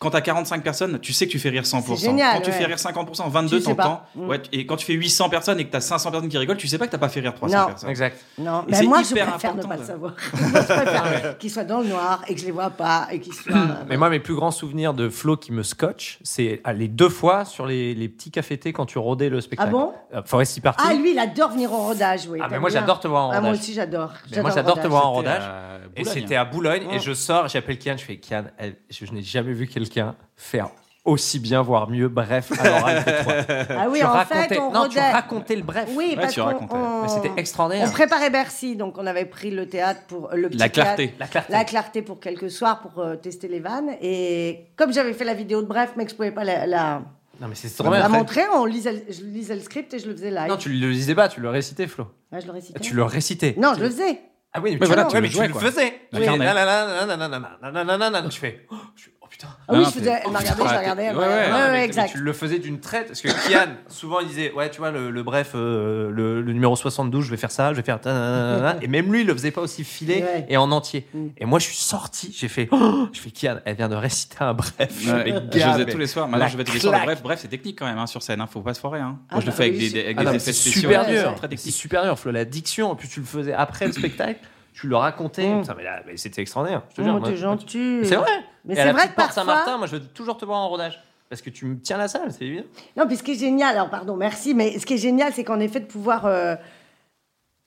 Speaker 1: quand t'as 45 personnes, tu sais que tu fais rire 100%.
Speaker 3: C'est génial,
Speaker 1: quand tu
Speaker 3: ouais.
Speaker 1: fais rire 50%, 22
Speaker 3: Tu sais
Speaker 1: t'entends.
Speaker 3: pas. Mm.
Speaker 1: Ouais, et quand tu fais 800 personnes et que t'as 500 personnes qui rigolent, tu sais pas que t'as pas fait rire 300
Speaker 3: Non.
Speaker 1: personnes.
Speaker 2: Exact.
Speaker 3: Non,
Speaker 1: Et
Speaker 3: mais
Speaker 1: c'est
Speaker 3: moi, je
Speaker 1: hyper
Speaker 3: préfère ne
Speaker 1: important
Speaker 3: pas
Speaker 1: de-
Speaker 3: le savoir. Moi, je préfère qu'ils soient dans le noir et que je les vois pas et qu'ils soient.
Speaker 2: Mais moi, mes plus grands souvenirs de Flo qui me scotche, c'est ah, les deux fois sur les, les petits cafétés quand tu rodais le spectacle.
Speaker 3: Ah bon
Speaker 2: Euh, Foresti Party.
Speaker 3: Ah, lui, il adore venir en rodage, oui.
Speaker 2: Ah, mais
Speaker 3: t'as
Speaker 2: moi,
Speaker 3: bien.
Speaker 2: j'adore te voir en
Speaker 3: Ah, moi
Speaker 2: rodage.
Speaker 3: aussi, j'adore.
Speaker 2: Mais moi, j'adore te voir en
Speaker 1: C'était à
Speaker 2: rodage. Et
Speaker 1: Boulogne.
Speaker 2: c'était à Boulogne.
Speaker 3: Ouais.
Speaker 2: Et je sors, j'appelle Kian, je fais Kian, elle- je, je n'ai jamais vu quelqu'un faire aussi bien, voire mieux, bref, à l'oral que toi.
Speaker 3: Ah oui,
Speaker 2: Euh, tu
Speaker 3: en
Speaker 2: racontais,
Speaker 3: fait, on
Speaker 2: non, tu
Speaker 3: rodait.
Speaker 2: racontais le bref.
Speaker 3: Oui, parce
Speaker 1: tu racontais.
Speaker 3: qu'on.
Speaker 2: Mais C'était
Speaker 3: On
Speaker 2: extraordinaire.
Speaker 3: préparait Bercy, donc on avait pris le théâtre pour euh, le petit
Speaker 1: La clarté.
Speaker 3: théâtre.
Speaker 2: La clarté.
Speaker 3: la clarté pour quelques soirs pour euh, tester les vannes. Et comme j'avais fait la vidéo de bref, mais que je pouvais pas la, la-
Speaker 2: Non, mais c'est
Speaker 3: la
Speaker 2: trop bien. Après-
Speaker 3: montrer, on lisait, le- je lisais le script et je le faisais live.
Speaker 2: Non, tu le lisais pas, tu le récitais, Flo.
Speaker 3: Ouais, je le récitais.
Speaker 2: Tu le récitais.
Speaker 3: Non, je le faisais.
Speaker 2: Ah oui, mais,
Speaker 1: Ouais,
Speaker 2: tu,
Speaker 1: voilà,
Speaker 2: ouais,
Speaker 1: tu le
Speaker 2: mais tu
Speaker 1: jouais,
Speaker 2: le
Speaker 1: quoi.
Speaker 2: faisais.
Speaker 1: Dans le
Speaker 2: Oui.
Speaker 1: carnet.
Speaker 2: Nanana, nanana, nanana, nanana, Tu fais. oh, je- oh, putain. Ah,
Speaker 3: Ah
Speaker 1: Non,
Speaker 3: oui,
Speaker 1: non,
Speaker 3: je faisais, elle m'a regardé, je la regardais. elle m'a
Speaker 1: Ouais, ouais,
Speaker 3: regardé.
Speaker 1: non,
Speaker 3: Ouais,
Speaker 1: mais
Speaker 3: ouais,
Speaker 1: t'as-
Speaker 3: exact.
Speaker 2: Tu le faisais d'une traite parce que Kian, souvent il disait Ouais, tu vois, le, le bref, euh, le, le numéro 72, je vais faire ça, je vais faire. ta- ta- ta- ta. Et même lui, il le faisait pas aussi filé
Speaker 3: Ouais.
Speaker 2: et en entier.
Speaker 3: Mm.
Speaker 2: Et moi, je suis sorti, j'ai fait oh Je fais Kian, elle vient de réciter un bref.
Speaker 1: Ouais,
Speaker 2: Mais
Speaker 1: je
Speaker 2: gars,
Speaker 1: faisais
Speaker 2: mais-
Speaker 1: tous les soirs. Maintenant,
Speaker 2: la
Speaker 1: je vais tous les soirs. le
Speaker 2: claque.
Speaker 1: Bref, bref, c'est technique quand même hein, sur scène. Hein. Faut pas se foirer. Hein.
Speaker 3: Ah
Speaker 1: Moi, je le
Speaker 3: bah
Speaker 1: fais avec
Speaker 3: oui,
Speaker 1: des,
Speaker 3: c'est-
Speaker 1: des- avec
Speaker 2: Ah non,
Speaker 1: des
Speaker 2: mais
Speaker 1: effets
Speaker 2: c'est
Speaker 1: spéciaux.
Speaker 2: super
Speaker 3: ouais,
Speaker 2: dur.
Speaker 3: ouais.
Speaker 1: Très
Speaker 2: C'est
Speaker 1: technique.
Speaker 2: super dur. Flo. La diction, en plus, tu le faisais après le spectacle, tu le racontais. Putain, mais là, mais c'était extraordinaire. Je te jure.
Speaker 3: Oh,
Speaker 2: moi-
Speaker 3: t'es gentil.
Speaker 2: Mais C'est vrai.
Speaker 3: Mais
Speaker 2: Et
Speaker 3: c'est
Speaker 2: à la
Speaker 3: vrai
Speaker 2: petite
Speaker 3: que
Speaker 2: porte
Speaker 3: parfois-
Speaker 2: Saint-Martin, moi, je veux toujours te voir en rodage. Parce que tu me tiens la salle, c'est évident.
Speaker 3: Non, puis ce qui est génial, alors pardon, merci, mais ce qui est génial, c'est qu'en effet, de pouvoir. euh,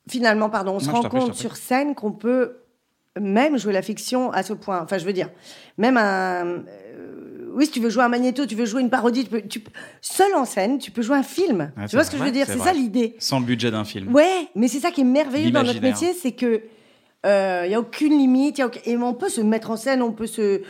Speaker 3: finalement, pardon, on se
Speaker 1: Non, je
Speaker 3: rend
Speaker 1: t'en prie, je t'en
Speaker 3: compte
Speaker 1: prie.
Speaker 3: sur scène qu'on peut même jouer la fiction à ce point. Enfin, je veux dire, même un. euh, oui, si tu veux jouer un magnéto, tu veux jouer une parodie, tu peux, tu peux- seul en scène, tu peux jouer un film.
Speaker 1: Ouais,
Speaker 3: tu vois
Speaker 1: c'est
Speaker 3: ce que je
Speaker 1: vrai,
Speaker 3: veux dire
Speaker 1: c'est
Speaker 3: C'est
Speaker 1: vrai.
Speaker 3: ça l'idée.
Speaker 1: Sans le budget d'un film.
Speaker 3: Ouais, mais c'est ça qui est merveilleux dans notre
Speaker 1: L'imaginaire.
Speaker 3: métier, c'est que euh, y a aucune limite, y a aucun- et on peut se mettre en scène, on peut se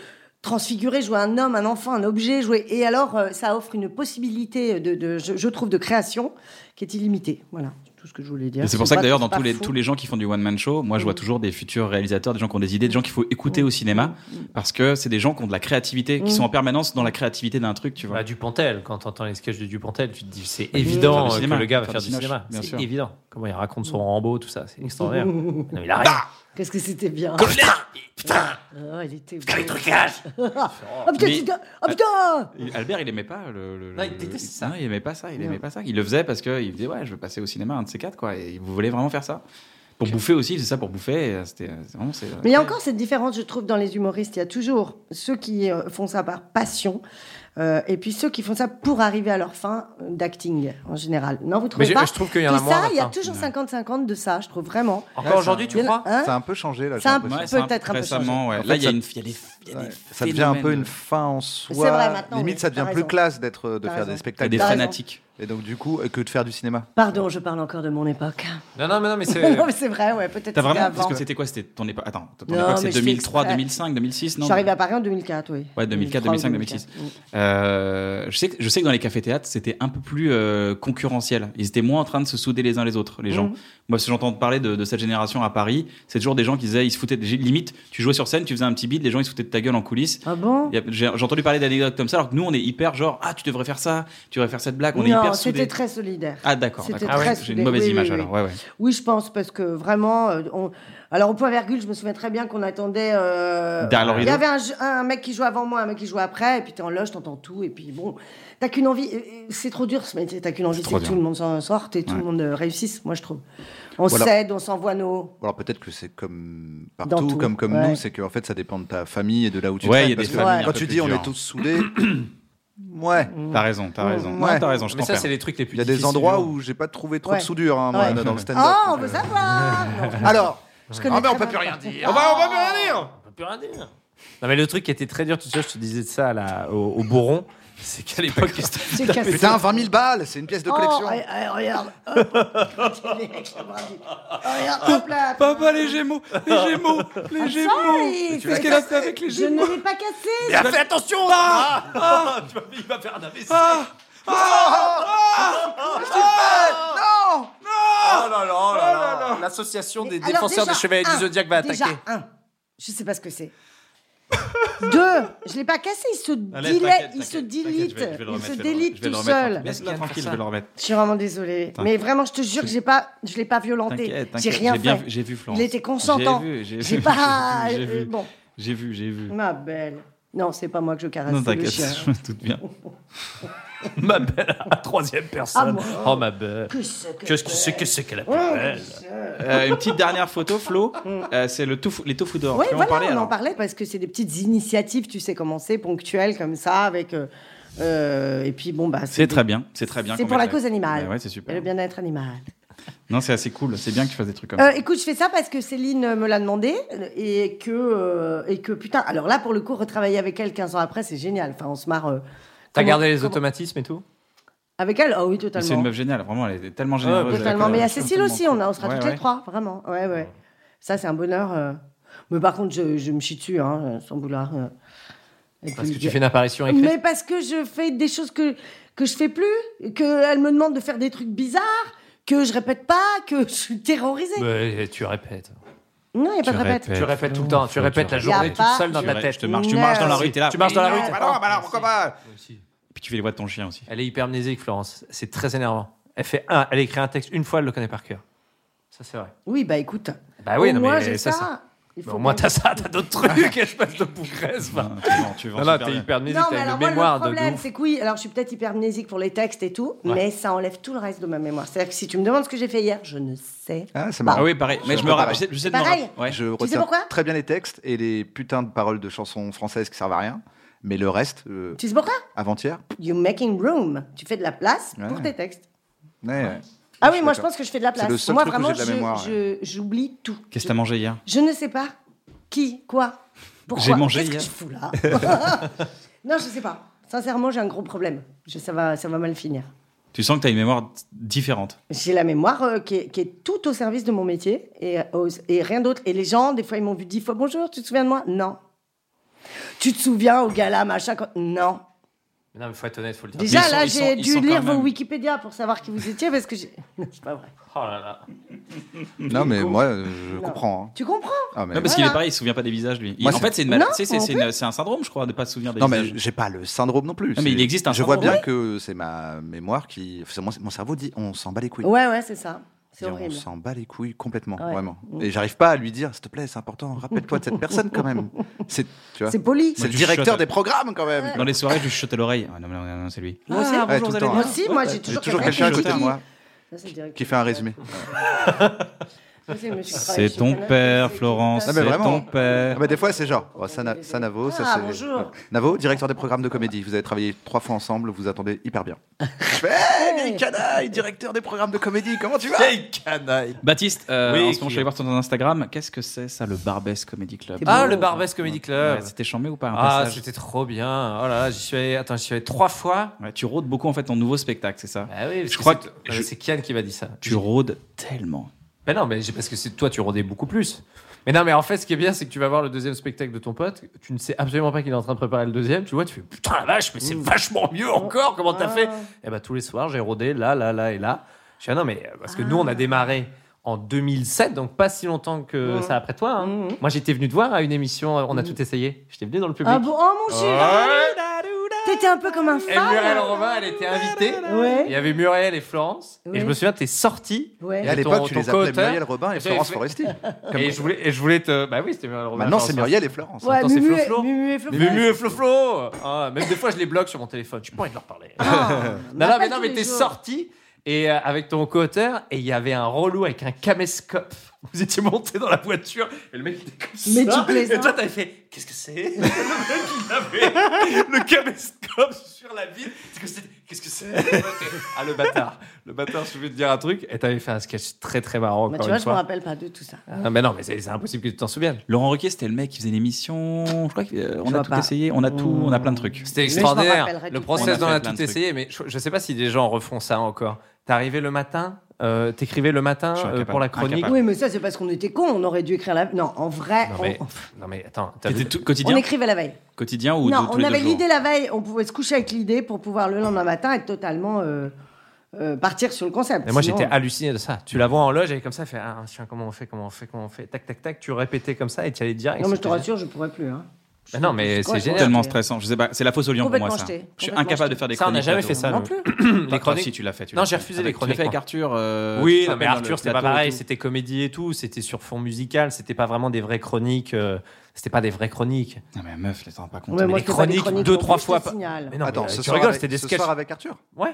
Speaker 3: transfigurer, jouer un homme, un enfant, un objet, jouer. Et alors, euh, ça offre une possibilité de, de- je, je trouve, de création qui est illimitée. Voilà, c'est tout ce que je voulais dire.
Speaker 1: Et C'est pour ça que
Speaker 3: pas-
Speaker 1: d'ailleurs, dans
Speaker 3: c'est
Speaker 1: tous
Speaker 3: pas Mm.
Speaker 1: les,
Speaker 3: faux.
Speaker 1: tous les gens qui font du one-man show, moi je vois toujours des futurs réalisateurs, des gens qui ont des idées, des gens qu'il faut
Speaker 3: Mm.
Speaker 1: écouter au cinéma, parce que c'est des gens qui ont de la créativité, qui sont en permanence dans la créativité d'un truc, tu vois.
Speaker 2: Bah, Dupontel, quand t'entends les sketchs de Dupontel, tu te dis c'est
Speaker 1: Faire
Speaker 2: évident
Speaker 1: du
Speaker 2: euh, que
Speaker 1: cinéma,
Speaker 2: le gars va
Speaker 1: faire
Speaker 2: faire
Speaker 1: du
Speaker 2: du
Speaker 1: cinoche,
Speaker 2: cinéma. Mm.
Speaker 1: bien
Speaker 2: C'est
Speaker 1: sûr.
Speaker 2: évident. Comment il raconte son Rambo, tout ça, c'est
Speaker 1: Oh,
Speaker 2: extraordinaire. non, mais il a rien.
Speaker 3: Qu'est-ce que c'était bien Oh, il était beau. Oh putain,
Speaker 1: Mais-
Speaker 3: c'est- oh, putain
Speaker 1: Et Albert, il aimait pas le. le-
Speaker 2: Non, il
Speaker 1: le-
Speaker 2: déteste ça.
Speaker 1: Non, il aimait pas ça. Il aimait pas ça. Il le faisait parce que il faisait ouais, je veux passer au cinéma un de ces quatre quoi. Et vous voulez vraiment faire ça pour bouffer aussi, c'est ça pour bouffer. et, euh, C'était euh, c'est vraiment c'est.
Speaker 3: Mais il y a encore cette différence, je trouve, dans les humoristes. Il y a toujours ceux qui euh, font ça par passion euh, et puis ceux qui font ça pour arriver à leur fin euh, d'acting, en général. Non, vous
Speaker 2: Mais
Speaker 3: trouvez
Speaker 2: je,
Speaker 3: pas
Speaker 2: je trouve qu'il y en
Speaker 3: Puis
Speaker 2: a
Speaker 3: Bah, ça,
Speaker 2: moins.
Speaker 3: il y a
Speaker 2: maintenant.
Speaker 3: toujours 50-50 de ça, je trouve vraiment.
Speaker 2: Encore aujourd'hui, tu
Speaker 3: Il y en a-
Speaker 2: crois
Speaker 3: hein
Speaker 4: Ça a un peu changé là. j'ai
Speaker 3: C'est un
Speaker 4: l'impression.
Speaker 3: Ouais, ça a peut-être un peu
Speaker 1: récemment, ouais.
Speaker 4: En fait,
Speaker 1: Là, il y a
Speaker 4: ça-
Speaker 1: une. il y a des- il y a des
Speaker 4: Ouais, ça devient un
Speaker 1: phénomènes
Speaker 4: peu
Speaker 1: de-
Speaker 4: une fin en soi.
Speaker 3: C'est vrai, maintenant,
Speaker 4: Limite,
Speaker 3: oui,
Speaker 4: ça devient
Speaker 3: t'as
Speaker 4: plus
Speaker 3: raison.
Speaker 4: classe d'être euh, de
Speaker 3: T'as raison.
Speaker 4: faire des
Speaker 1: il y a
Speaker 4: spectacles.
Speaker 1: des
Speaker 3: T'as raison.
Speaker 1: fanatiques.
Speaker 4: Et donc du coup, euh, que de faire du cinéma.
Speaker 3: Pardon, je parle encore de mon époque.
Speaker 2: Non, non, mais, non, mais c'est.
Speaker 3: non, mais c'est vrai, ouais, peut-être
Speaker 1: T'as
Speaker 3: c'était
Speaker 1: vraiment
Speaker 3: avant.
Speaker 1: parce que c'était quoi C'était ton époque Attends, ton
Speaker 3: Non,
Speaker 1: époque c'est
Speaker 3: mais je fais
Speaker 1: 2003,
Speaker 3: exprès.
Speaker 1: 2005, 2006, non
Speaker 3: Je suis arrivée à Paris en 2004, oui.
Speaker 1: Ouais, 2004, 2005, 2006. Euh, je, sais que, je sais que dans les cafés-théâtres, c'était un peu plus euh, concurrentiel. Ils étaient moins en train de se souder les uns les autres, les gens.
Speaker 3: Mmh.
Speaker 1: Moi, si j'entends parler de, de cette génération à Paris, c'est toujours des gens qui disaient, ils se foutaient, de- limite, tu jouais sur scène, tu faisais un petit beat, les gens ils se foutaient de ta gueule en coulisses.
Speaker 3: Ah bon
Speaker 1: Il y a- J'ai j'ai entendu parler d'anecdotes comme ça, alors que nous, on est hyper genre, ah, tu devrais faire ça, tu devrais faire cette blague, on est
Speaker 3: Non,
Speaker 1: hyper
Speaker 3: c'était
Speaker 1: soudés.
Speaker 3: très solidaire.
Speaker 1: Ah, d'accord,
Speaker 3: C'était
Speaker 1: d'accord.
Speaker 3: très
Speaker 1: Ah ouais, J'ai
Speaker 3: soudé.
Speaker 1: une mauvaise
Speaker 3: Oui,
Speaker 1: image
Speaker 3: oui,
Speaker 1: alors, ouais, ouais.
Speaker 3: Oui, je pense, parce que vraiment, euh, on... alors au point virgule, je me souviens très bien qu'on attendait. euh,
Speaker 1: Derrière le
Speaker 3: Il y
Speaker 1: rideau.
Speaker 3: avait un, jeu- un mec qui jouait avant moi, un mec qui jouait après, et puis t'es en loge, t'entends tout, et puis bon, t'as qu'une envie. euh, euh, C'est trop dur ce métier, t'as qu'une envie, c'est
Speaker 1: trop
Speaker 3: que
Speaker 1: dur.
Speaker 3: tout le monde s'en sorte et tout
Speaker 1: Ouais.
Speaker 3: le monde euh, réussisse, moi je trouve. On
Speaker 4: Voilà.
Speaker 3: s'aide, on s'envoie nos.
Speaker 4: Ou Alors peut-être que c'est comme
Speaker 3: Dans
Speaker 4: partout,
Speaker 3: tout,
Speaker 4: comme comme
Speaker 3: ouais.
Speaker 4: nous, c'est qu'en fait ça dépend de ta famille et de là où tu
Speaker 1: Ouais,
Speaker 4: traînes,
Speaker 1: il y a
Speaker 4: parce
Speaker 1: des
Speaker 4: que
Speaker 3: familles un
Speaker 4: Quand
Speaker 1: peu
Speaker 4: tu
Speaker 1: plus
Speaker 4: dis on
Speaker 1: dures.
Speaker 4: est tous soudés, ouais.
Speaker 3: Mmh.
Speaker 1: T'as raison, t'as raison. Non,
Speaker 4: Ouais.
Speaker 1: t'as raison, je
Speaker 2: mais
Speaker 1: t'en
Speaker 2: ça, c'est
Speaker 1: prie.
Speaker 2: les trucs les plus
Speaker 4: Il y a des
Speaker 2: difficiles du
Speaker 4: endroits
Speaker 2: monde.
Speaker 4: où j'ai pas trouvé trop
Speaker 3: Ouais.
Speaker 4: de soudure hein, moi,
Speaker 3: Ouais.
Speaker 4: dans le stand-up.
Speaker 3: Oh, on veut savoir Non,
Speaker 4: Alors,
Speaker 3: je connais
Speaker 4: ah
Speaker 3: très
Speaker 4: ben, on peut
Speaker 3: bien
Speaker 4: plus rien
Speaker 3: le-
Speaker 4: dire.
Speaker 2: On va, on va plus rien dire On peut plus rien dire Non, mais le truc qui était très dur, tu sais, je te disais de ça là, au, au Bourron, c'est qu'à l'époque, Christophe-
Speaker 3: C'est cassé.
Speaker 4: Putain, 20 000 balles, c'est une pièce de
Speaker 3: Oh,
Speaker 4: collection.
Speaker 3: eh, eh, regarde, hop, il est avec le bras du- Oh, regarde, hop là.
Speaker 1: Papa, les Gémeaux, les
Speaker 2: Ah.
Speaker 1: Gémeaux, les
Speaker 3: Sorry,
Speaker 1: Gémeaux.
Speaker 3: c'est
Speaker 1: Qu'est-ce qu'elle a fait
Speaker 3: cassé.
Speaker 1: avec les
Speaker 3: Je
Speaker 1: Gémeaux
Speaker 3: ne l'ai pas cassé.
Speaker 2: Ah, fais attention ah, ah, tu vas- Il va faire un AVC
Speaker 4: Oh
Speaker 3: Ah.
Speaker 4: Non
Speaker 2: Oh là là, oh là là. L'association des
Speaker 3: Alors,
Speaker 2: défenseurs
Speaker 3: déjà,
Speaker 2: des chevaliers
Speaker 3: un,
Speaker 2: du Zodiac va
Speaker 3: déjà,
Speaker 2: attaquer.
Speaker 3: un, je sais pas ce que c'est. Deux, je l'ai pas cassé, il se
Speaker 1: Allez,
Speaker 3: dilate,
Speaker 1: t'inquiète,
Speaker 3: il se
Speaker 1: t'inquiète,
Speaker 3: dilate,
Speaker 1: t'inquiète, je vais le
Speaker 3: il
Speaker 1: remettre,
Speaker 3: se
Speaker 1: je vais le remettre,
Speaker 3: délite
Speaker 1: je vais le
Speaker 3: tout
Speaker 1: remettre,
Speaker 3: seul.
Speaker 1: Laisse-la tranquille, je vais le remettre.
Speaker 3: Je suis vraiment désolée, mais vraiment, je te jure que j'ai pas, je l'ai pas violenté,
Speaker 1: T'inquiète,
Speaker 3: j'ai
Speaker 1: t'inquiète,
Speaker 3: rien
Speaker 1: j'ai bien
Speaker 3: fait.
Speaker 1: vu- J'ai vu Florence.
Speaker 3: Il était consentant.
Speaker 1: J'ai vu, j'ai
Speaker 3: J'ai
Speaker 1: vu,
Speaker 3: pas,
Speaker 1: j'ai vu,
Speaker 3: euh, bon,
Speaker 1: J'ai vu, j'ai vu.
Speaker 3: ma belle. Non, c'est pas moi que je caresse.
Speaker 1: Non,
Speaker 3: c'est le
Speaker 1: t'inquiète,
Speaker 3: chien.
Speaker 1: je me doute bien.
Speaker 2: Ma belle, à troisième personne.
Speaker 3: Ah,
Speaker 2: oh ma belle.
Speaker 3: Qu'est-ce que
Speaker 2: Qu'est-ce que c'est que c'est qu'elle a
Speaker 3: Oh,
Speaker 2: belle
Speaker 1: Euh, une petite dernière photo, Flo. Euh, c'est le tofu, les tofu d'or.
Speaker 3: Oui,
Speaker 1: Tu veux
Speaker 3: voilà,
Speaker 1: en parler
Speaker 3: on en
Speaker 1: alors
Speaker 3: parlait parce que c'est des petites initiatives, tu sais comment c'est, ponctuelles comme ça, avec. euh, euh, et puis bon, bah.
Speaker 1: C'est
Speaker 3: des-
Speaker 1: très bien, c'est très bien.
Speaker 3: C'est
Speaker 1: qu'on
Speaker 3: pour la
Speaker 1: mette-
Speaker 3: cause animale.
Speaker 1: Ouais, ouais, c'est
Speaker 3: Et
Speaker 1: super.
Speaker 3: le bien-être animal.
Speaker 1: Non, c'est assez cool. C'est bien que tu fasses des trucs comme
Speaker 3: Euh,
Speaker 1: ça.
Speaker 3: écoute, je fais ça parce que Céline me l'a demandé et que, euh, et que putain, alors là, pour le coup, retravailler avec elle 15 ans après, c'est génial. Enfin, on se marre. euh,
Speaker 2: T'as
Speaker 3: comment-
Speaker 2: gardé les
Speaker 3: comment-
Speaker 2: automatismes et tout
Speaker 3: Avec elle Oh oui,
Speaker 1: Et
Speaker 3: totalement.
Speaker 1: C'est une meuf géniale, vraiment, elle est tellement généreuse.
Speaker 3: Totalement.
Speaker 1: avec-
Speaker 3: Mais à
Speaker 1: avec-
Speaker 3: Cécile aussi, on, a, on sera
Speaker 1: Ouais,
Speaker 3: toutes
Speaker 1: ouais.
Speaker 3: les trois, vraiment. Ouais, ouais. Ça, c'est un bonheur. euh. Mais par contre, je, je me chie dessus, hein, sans vouloir. euh, être
Speaker 2: Parce que tu
Speaker 3: vulgaire.
Speaker 2: fais une apparition écrite.
Speaker 3: Mais parce que je fais des choses que, que je fais plus, qu'elle me demande de faire des trucs bizarres, que je répète pas, que je suis terrorisée.
Speaker 2: Ouais, tu répètes.
Speaker 3: Non, il n'y
Speaker 1: Tu
Speaker 3: a pas de répète.
Speaker 1: répètes.
Speaker 2: Tu répètes tout le temps, tu répètes la
Speaker 3: Y a
Speaker 2: journée toute
Speaker 3: pas-
Speaker 2: seule dans
Speaker 1: Tu
Speaker 2: ta
Speaker 1: ré-
Speaker 2: tête.
Speaker 1: je te marche- tu marches dans la rue,
Speaker 3: Merci.
Speaker 1: t'es là.
Speaker 2: Tu marches dans la rue,
Speaker 3: Ouais.
Speaker 2: t'es là.
Speaker 1: bah alors, pourquoi pas Puis tu fais les voix de ton chien aussi.
Speaker 2: Elle est hyper amnésique, Florence. C'est très énervant. Elle fait un, elle écrit un texte une fois, elle le connaît par cœur. Ça, c'est vrai.
Speaker 3: Oui, bah écoute.
Speaker 2: Bah oui,
Speaker 3: au
Speaker 2: non,
Speaker 3: moins,
Speaker 2: mais
Speaker 3: j'ai
Speaker 2: ça,
Speaker 3: ça.
Speaker 2: ça-
Speaker 3: Il
Speaker 2: Mais
Speaker 3: faut
Speaker 2: au moins,
Speaker 3: bien-
Speaker 2: t'as ça, t'as d'autres trucs, et je passe de bougresse.
Speaker 1: Non, Ah, tu vends, tu vends
Speaker 2: Non, non,
Speaker 1: super
Speaker 2: t'es
Speaker 1: bien.
Speaker 2: hyper amnésique,
Speaker 3: Non, mais
Speaker 2: t'as une
Speaker 3: alors, moi,
Speaker 2: mémoire
Speaker 3: le
Speaker 2: de- de
Speaker 3: problème,
Speaker 2: ouf.
Speaker 3: c'est que oui, alors je suis peut-être hypermnésique pour les textes et tout,
Speaker 2: Ouais.
Speaker 3: mais ça enlève tout le reste de ma mémoire. C'est-à-dire que si tu me demandes ce que j'ai fait hier, je ne sais.
Speaker 4: Ah, c'est
Speaker 1: Ah
Speaker 4: marrant.
Speaker 1: oui, pareil. Mais je me rappelle. je sais- Je sais de me
Speaker 3: Pareil.
Speaker 1: rappeler. Ouais.
Speaker 4: Je retiens
Speaker 3: pourquoi
Speaker 4: très bien les textes et les putains de paroles de chansons françaises qui servent à rien. Mais le reste, euh,
Speaker 3: Tu sais pourquoi
Speaker 4: avant-hier,
Speaker 3: You making room. Tu fais de la place
Speaker 4: Ouais.
Speaker 3: pour tes textes.
Speaker 4: ouais, ouais.
Speaker 3: Ah
Speaker 4: Je
Speaker 3: oui,
Speaker 4: suis
Speaker 3: moi je
Speaker 4: d'accord.
Speaker 3: pense que je fais de la
Speaker 4: C'est
Speaker 3: place.
Speaker 4: le seul
Speaker 3: moi
Speaker 4: truc où
Speaker 3: vraiment,
Speaker 4: j'ai de la
Speaker 3: je-
Speaker 4: mémoire,
Speaker 3: je- j'oublie tout.
Speaker 1: Qu'est-ce que
Speaker 3: Je-
Speaker 1: t'as mangé hier
Speaker 3: Je ne sais pas. Qui, quoi, pourquoi.
Speaker 1: J'ai mangé
Speaker 3: Qu'est-ce que
Speaker 1: hier.
Speaker 3: je fous là Non, je sais pas. Sincèrement, j'ai un gros problème. Je- ça, va, ça va mal finir.
Speaker 1: Tu sens que t'as une mémoire d- différente.
Speaker 3: J'ai la mémoire euh, qui, est, qui est tout au service de mon métier et, euh, aux- et rien d'autre. Et les gens, des fois, ils m'ont vu dix fois bonjour, tu te souviens de moi Non. Tu te souviens au gala, machin quand- Non.
Speaker 2: Non, mais faut être honnête, faut le dire.
Speaker 3: Déjà,
Speaker 1: ils sont-
Speaker 3: là,
Speaker 1: ils sont-
Speaker 3: j'ai
Speaker 1: ils
Speaker 3: dû
Speaker 1: sont quand
Speaker 3: lire
Speaker 1: même-
Speaker 3: vos Wikipédia pour savoir qui vous étiez parce que j'ai. Non, c'est pas vrai.
Speaker 2: Oh là là.
Speaker 4: Non, mais moi, euh, je
Speaker 3: Non.
Speaker 4: comprends. hein.
Speaker 3: Tu comprends
Speaker 4: Ah, mais-
Speaker 1: Non, parce
Speaker 3: Voilà.
Speaker 1: qu'il est pareil, il se souvient pas des visages, lui. Il-
Speaker 4: Moi,
Speaker 1: en
Speaker 4: c'est-
Speaker 1: fait, c'est une maladie.
Speaker 3: Non,
Speaker 1: tu sais, c'est-
Speaker 3: non
Speaker 1: c'est une- c'est un syndrome, je crois, de pas se souvenir des
Speaker 4: Non,
Speaker 1: visages.
Speaker 4: mais j'ai pas le syndrome non plus.
Speaker 1: Non, mais
Speaker 4: C'est-
Speaker 1: il existe un
Speaker 4: Je vois
Speaker 1: syndrome.
Speaker 4: bien que c'est ma mémoire qui. c'est Mon, mon cerveau dit on s'en bat les couilles.
Speaker 3: Ouais, ouais, c'est ça. C'est
Speaker 4: Dire,
Speaker 3: horrible.
Speaker 4: On s'en bat les couilles complètement,
Speaker 3: Ouais. Mm.
Speaker 4: vraiment. Et j'arrive pas à lui dire, s'il te plaît, c'est important, rappelle-toi de cette personne quand même. C'est, tu vois,
Speaker 3: C'est poli.
Speaker 4: c'est le
Speaker 1: du
Speaker 4: directeur
Speaker 1: shot.
Speaker 4: des programmes quand même.
Speaker 1: Dans les soirées, je lui chutais l'oreille. Ah, non, non, non, non, c'est lui.
Speaker 3: Moi aussi,
Speaker 4: Ouais, tout le temps.
Speaker 3: Moi aussi, moi, j'ai
Speaker 4: J'ai
Speaker 3: toujours,
Speaker 4: toujours quelqu'un à
Speaker 3: qui
Speaker 4: côté de
Speaker 3: dit-
Speaker 4: moi
Speaker 3: Ça, c'est direct.
Speaker 4: qui fait un résumé.
Speaker 3: Ça, c'est le monsieur qui travaille
Speaker 1: C'est
Speaker 3: chez
Speaker 1: ton
Speaker 3: Canal+,
Speaker 1: père,
Speaker 3: c'est-
Speaker 1: Florence.
Speaker 4: Ah, mais
Speaker 1: C'est
Speaker 4: vraiment.
Speaker 1: ton père.
Speaker 4: Ah bah, des fois, c'est genre, oh, ça, na- ça, Navo, ça
Speaker 3: Ah,
Speaker 4: c'est.
Speaker 3: bonjour.
Speaker 4: Ouais. Navo, directeur des programmes de comédie. Vous avez travaillé trois fois ensemble, vous attendez hyper bien. Je fais, hey, vieille canaille, directeur des programmes de comédie, comment tu vas
Speaker 6: canaille.
Speaker 1: Baptiste, euh,
Speaker 2: Oui,
Speaker 1: en ce moment,
Speaker 2: qui-
Speaker 1: je vais voir sur ton Instagram. Qu'est-ce que c'est, ça, le Barbès Comedy Club
Speaker 2: Ah, le Barbès Comedy Club.
Speaker 1: Ouais, C'était chambé ou pas un
Speaker 2: Ah,
Speaker 1: passage
Speaker 2: c'était trop bien. Oh là là, j'y suis allé. Attends, j'y suis allé trois fois.
Speaker 1: Ouais, Tu rôdes beaucoup, en fait, ton nouveau spectacle, c'est ça
Speaker 2: Bah oui, parce
Speaker 1: Je crois
Speaker 2: c'est-
Speaker 1: que-
Speaker 2: Ah,
Speaker 1: je-
Speaker 2: c'est Kian qui m'a dit ça.
Speaker 1: Tu rôdes tellement.
Speaker 2: Ben non, mais j'ai- parce que c'est toi, tu rôdais beaucoup plus. Mais non, mais en fait, ce qui est bien, c'est que tu vas voir le deuxième spectacle de ton pote. Tu ne sais absolument pas qu'il est en train de préparer le deuxième. Tu vois, tu fais putain la vache, mais c'est vachement mieux encore. Comment t'as
Speaker 3: Ah.
Speaker 2: fait Eh ben tous les soirs, j'ai rodé là, là, là et là. Je dis ah non, mais euh, parce que nous, on a démarré en 2007, donc pas si longtemps que
Speaker 3: Mhm.
Speaker 2: ça après toi. hein.
Speaker 3: Mhm.
Speaker 2: Moi, j'étais venu te voir à une émission. euh, On a tout essayé. J'étais venu dans le public.
Speaker 3: Ah bon, oh mon chéri T'étais un peu comme un
Speaker 2: hein. Et Muriel
Speaker 3: fan.
Speaker 2: Robin, elle était invitée.
Speaker 3: Ouais.
Speaker 2: Il y avait Muriel et Florence.
Speaker 3: Ouais.
Speaker 2: Et je me souviens, t'es sorti.
Speaker 3: Ouais.
Speaker 4: Et à
Speaker 2: ton-
Speaker 4: l'époque, tu
Speaker 2: ton
Speaker 4: les appelais
Speaker 2: co-auteur.
Speaker 4: Muriel Robin et
Speaker 2: J'avais
Speaker 4: Florence
Speaker 2: fait-
Speaker 4: Foresti.
Speaker 2: Et je voulais, et je voulais te. Bah oui, c'était Muriel Robin.
Speaker 4: Maintenant, c'est
Speaker 2: Florence.
Speaker 4: Muriel et Florence.
Speaker 3: Ouais,
Speaker 2: Attends, c'est
Speaker 3: Mumu,
Speaker 2: Flo-Flo.
Speaker 3: et- Mumu et Flo-Flo.
Speaker 2: Mumu et Floflo ah, Même des fois, je les bloque sur mon téléphone. Je suis pas envie de leur parler.
Speaker 3: Ah,
Speaker 2: non, non,
Speaker 3: pas
Speaker 2: mais,
Speaker 3: tous
Speaker 2: non, mais
Speaker 3: les
Speaker 2: t'es
Speaker 3: jours.
Speaker 2: sorti et, euh, avec ton co-auteur et il y avait un relou avec un caméscope. Vous étiez monté dans la voiture et le mec il était comme
Speaker 3: Mais
Speaker 2: ça.
Speaker 3: tu plaisantes.
Speaker 2: Et toi, t'avais fait Qu'est-ce que c'est Le mec, il avait le caméscope sur la ville. Qu'est-ce que c'est Qu'est-ce que c'est Ah, le bâtard. Le bâtard, je voulais te dire un truc. Et t'avais fait un sketch très très marrant.
Speaker 3: Mais
Speaker 2: encore
Speaker 3: Bah, tu vois,
Speaker 2: une
Speaker 3: je me
Speaker 2: fois.
Speaker 3: rappelle pas de tout ça.
Speaker 2: Ah, mais non, mais c'est c'est impossible que tu t'en souviennes.
Speaker 1: Laurent Roquet, c'était le mec qui faisait une émission. Je crois qu'on
Speaker 3: vois
Speaker 1: a tout
Speaker 3: pas.
Speaker 1: essayé, on a tout, on a plein de trucs.
Speaker 2: C'était
Speaker 3: je m'en
Speaker 2: extraordinaire.
Speaker 3: rappellerai
Speaker 2: Le
Speaker 3: toute
Speaker 1: ma
Speaker 2: process
Speaker 1: vie.
Speaker 2: d'en
Speaker 1: On a
Speaker 2: a
Speaker 1: fait plein
Speaker 2: tout
Speaker 1: de
Speaker 2: essayé, mais je, je sais pas si des gens refont ça encore. T'es arrivé le matin, euh, t'écrivais le matin
Speaker 1: Je suis
Speaker 2: euh,
Speaker 1: incapable.
Speaker 2: pour la chronique.
Speaker 1: Incapable.
Speaker 3: Oui, mais ça, c'est parce qu'on était cons. On aurait dû écrire la. Non, en vrai,
Speaker 2: Non
Speaker 3: on-
Speaker 2: mais, non mais attends, t'as
Speaker 1: C'était
Speaker 2: vu-
Speaker 1: tout
Speaker 3: on,
Speaker 1: quotidien,
Speaker 3: écrivait la veille.
Speaker 1: quotidien ou
Speaker 3: Non,
Speaker 1: de tous
Speaker 3: on
Speaker 1: les
Speaker 3: avait
Speaker 1: deux jours
Speaker 3: l'idée la veille. On pouvait se coucher avec l'idée pour pouvoir le lendemain matin être totalement euh, euh, partir sur le concept.
Speaker 2: Mais moi
Speaker 3: Sinon-
Speaker 2: j'étais halluciné de ça. Tu la vois en loge, elle est comme ça, elle fait ah, tiens, comment on fait, comment on fait, comment on fait, tac tac tac, tu répétais comme ça et tu allais direct.
Speaker 3: Non, mais je te
Speaker 2: c'était-
Speaker 3: rassure, je pourrais plus. hein.
Speaker 2: Mais non, mais
Speaker 3: Je-
Speaker 2: c'est
Speaker 3: Ouais,
Speaker 2: génial.
Speaker 1: tellement
Speaker 3: je-
Speaker 1: stressant. Je sais pas, c'est la fausse au lion pour moi
Speaker 3: Complètement
Speaker 1: ça.
Speaker 3: jeté.
Speaker 1: Je suis
Speaker 3: Complètement
Speaker 1: incapable
Speaker 3: jeté.
Speaker 1: de faire des
Speaker 2: Ça, on
Speaker 1: chroniques.
Speaker 2: n'a jamais
Speaker 1: plateau.
Speaker 2: fait ça.
Speaker 3: Non
Speaker 2: nous.
Speaker 3: plus.
Speaker 2: Les chroniques.
Speaker 1: si tu l'as fait. tu
Speaker 2: Non,
Speaker 1: l'as
Speaker 2: j'ai
Speaker 1: fait.
Speaker 2: refusé les
Speaker 1: Avec- tu l'as
Speaker 2: chroniques,
Speaker 1: fait avec
Speaker 2: moi.
Speaker 1: Arthur. euh, tu
Speaker 2: Oui,
Speaker 1: te
Speaker 2: non, mais
Speaker 1: rappelles, dans
Speaker 2: Arthur,
Speaker 1: le
Speaker 2: c'était pas
Speaker 1: plateau et
Speaker 2: pareil,
Speaker 1: tout.
Speaker 2: c'était comédie et tout, c'était sur fond musical, c'était pas vraiment des vraies chroniques, euh, c'était pas des vraies chroniques.
Speaker 1: Non, mais meuf, les t'en rends pas compte.
Speaker 3: Ouais, moi,
Speaker 2: les
Speaker 3: je fais pas des
Speaker 2: chroniques, deux,
Speaker 3: non
Speaker 2: trois
Speaker 3: plus, je te
Speaker 2: fois par-
Speaker 3: signale.
Speaker 2: Mais non,
Speaker 4: Attends,
Speaker 2: mais, euh,
Speaker 4: ce
Speaker 2: tu
Speaker 4: soir
Speaker 2: rigoles,
Speaker 4: avec-
Speaker 2: c'était des
Speaker 4: ce
Speaker 2: sketchs.
Speaker 4: soir avec Arthur
Speaker 2: Ouais.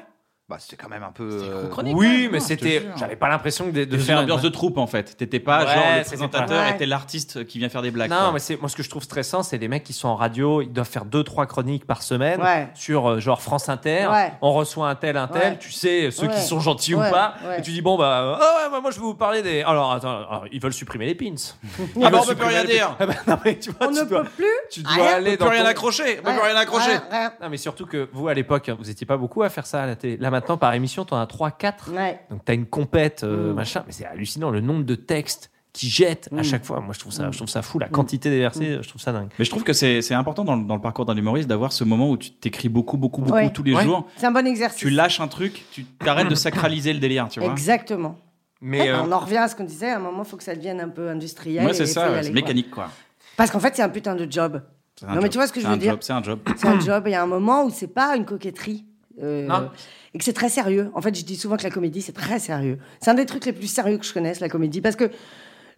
Speaker 4: Bah, c'était quand même un peu. euh,
Speaker 2: Oui, mais c'était. J'avais pas l'impression que de, de
Speaker 1: De
Speaker 2: faire
Speaker 1: faire
Speaker 2: une-
Speaker 1: une ambiance de troupe en fait. T'étais pas
Speaker 2: Ouais,
Speaker 1: genre le
Speaker 2: c'était pas-
Speaker 1: présentateur
Speaker 3: Ouais.
Speaker 1: était l'artiste qui vient faire des blagues.
Speaker 2: Non,
Speaker 1: quoi.
Speaker 2: mais c'est moi ce que je trouve stressant, c'est les mecs qui sont en radio, ils doivent faire deux trois chroniques par semaine
Speaker 3: Ouais.
Speaker 2: sur euh, genre France Inter.
Speaker 3: Ouais.
Speaker 2: On reçoit un tel, un tel.
Speaker 3: Ouais.
Speaker 2: Tu sais ceux
Speaker 3: Ouais.
Speaker 2: qui sont gentils
Speaker 3: Ouais.
Speaker 2: ou pas.
Speaker 3: Ouais.
Speaker 2: Et tu dis bon bah euh, ah ouais, moi, moi, je vais vous parler des. Alors attends, alors, ils veulent supprimer les pins. Ils
Speaker 1: Ah, bah,
Speaker 2: veulent
Speaker 1: on peut plus
Speaker 2: supprimer
Speaker 1: rien
Speaker 2: les pins.
Speaker 1: dire.
Speaker 2: Ah, bah, non, mais tu vois,
Speaker 3: On
Speaker 2: tu
Speaker 3: ne
Speaker 2: dois,
Speaker 3: peut plus.
Speaker 2: tu
Speaker 3: Ah,
Speaker 2: dois
Speaker 3: rien,
Speaker 2: aller
Speaker 1: On peut
Speaker 2: dans.
Speaker 1: plus rien
Speaker 2: ton-
Speaker 1: accrocher. On peut plus rien accrocher.
Speaker 3: accrocher.
Speaker 2: Non, mais surtout que vous à l'époque, hein, vous étiez pas beaucoup à faire ça à la télé. Là maintenant, par émission, t'en as trois quatre.
Speaker 3: Ouais.
Speaker 2: Donc t'as une compète, euh,
Speaker 3: Mm.
Speaker 2: machin, mais c'est hallucinant le nombre de textes qui jettent à chaque fois. Moi je trouve ça, je trouve ça
Speaker 3: Mm.
Speaker 2: fou la quantité déversée, je trouve ça dingue.
Speaker 1: Mais je trouve que c'est c'est important dans le, dans le parcours d'un humoriste d'avoir ce moment où tu t'écris beaucoup, beaucoup, beaucoup
Speaker 3: Ouais.
Speaker 1: tous les
Speaker 2: Ouais.
Speaker 1: jours.
Speaker 3: C'est un bon exercice.
Speaker 1: Tu lâches un truc, tu t'arrêtes de sacraliser le délire, tu vois.
Speaker 3: Exactement.
Speaker 2: Mais
Speaker 3: Ah,
Speaker 2: euh,
Speaker 3: On en revient à ce qu'on disait, à un moment, il faut que ça devienne un peu industriel.
Speaker 1: Moi,
Speaker 3: et
Speaker 1: c'est
Speaker 3: faut y
Speaker 1: ça, ouais,
Speaker 3: aller,
Speaker 1: c'est
Speaker 3: quoi.
Speaker 1: mécanique, quoi.
Speaker 3: Parce qu'en fait, c'est un putain de job.
Speaker 1: C'est un
Speaker 3: Non, mais
Speaker 1: job.
Speaker 3: tu vois ce que je
Speaker 1: C'est un
Speaker 3: veux dire
Speaker 1: job, C'est un job.
Speaker 3: C'est un job, et il y a un moment où c'est pas une coquetterie. euh,
Speaker 2: Non.
Speaker 3: Et que c'est très sérieux. En fait, je dis souvent que la comédie, c'est très sérieux. C'est un des trucs les plus sérieux que je connaisse, la comédie. Parce que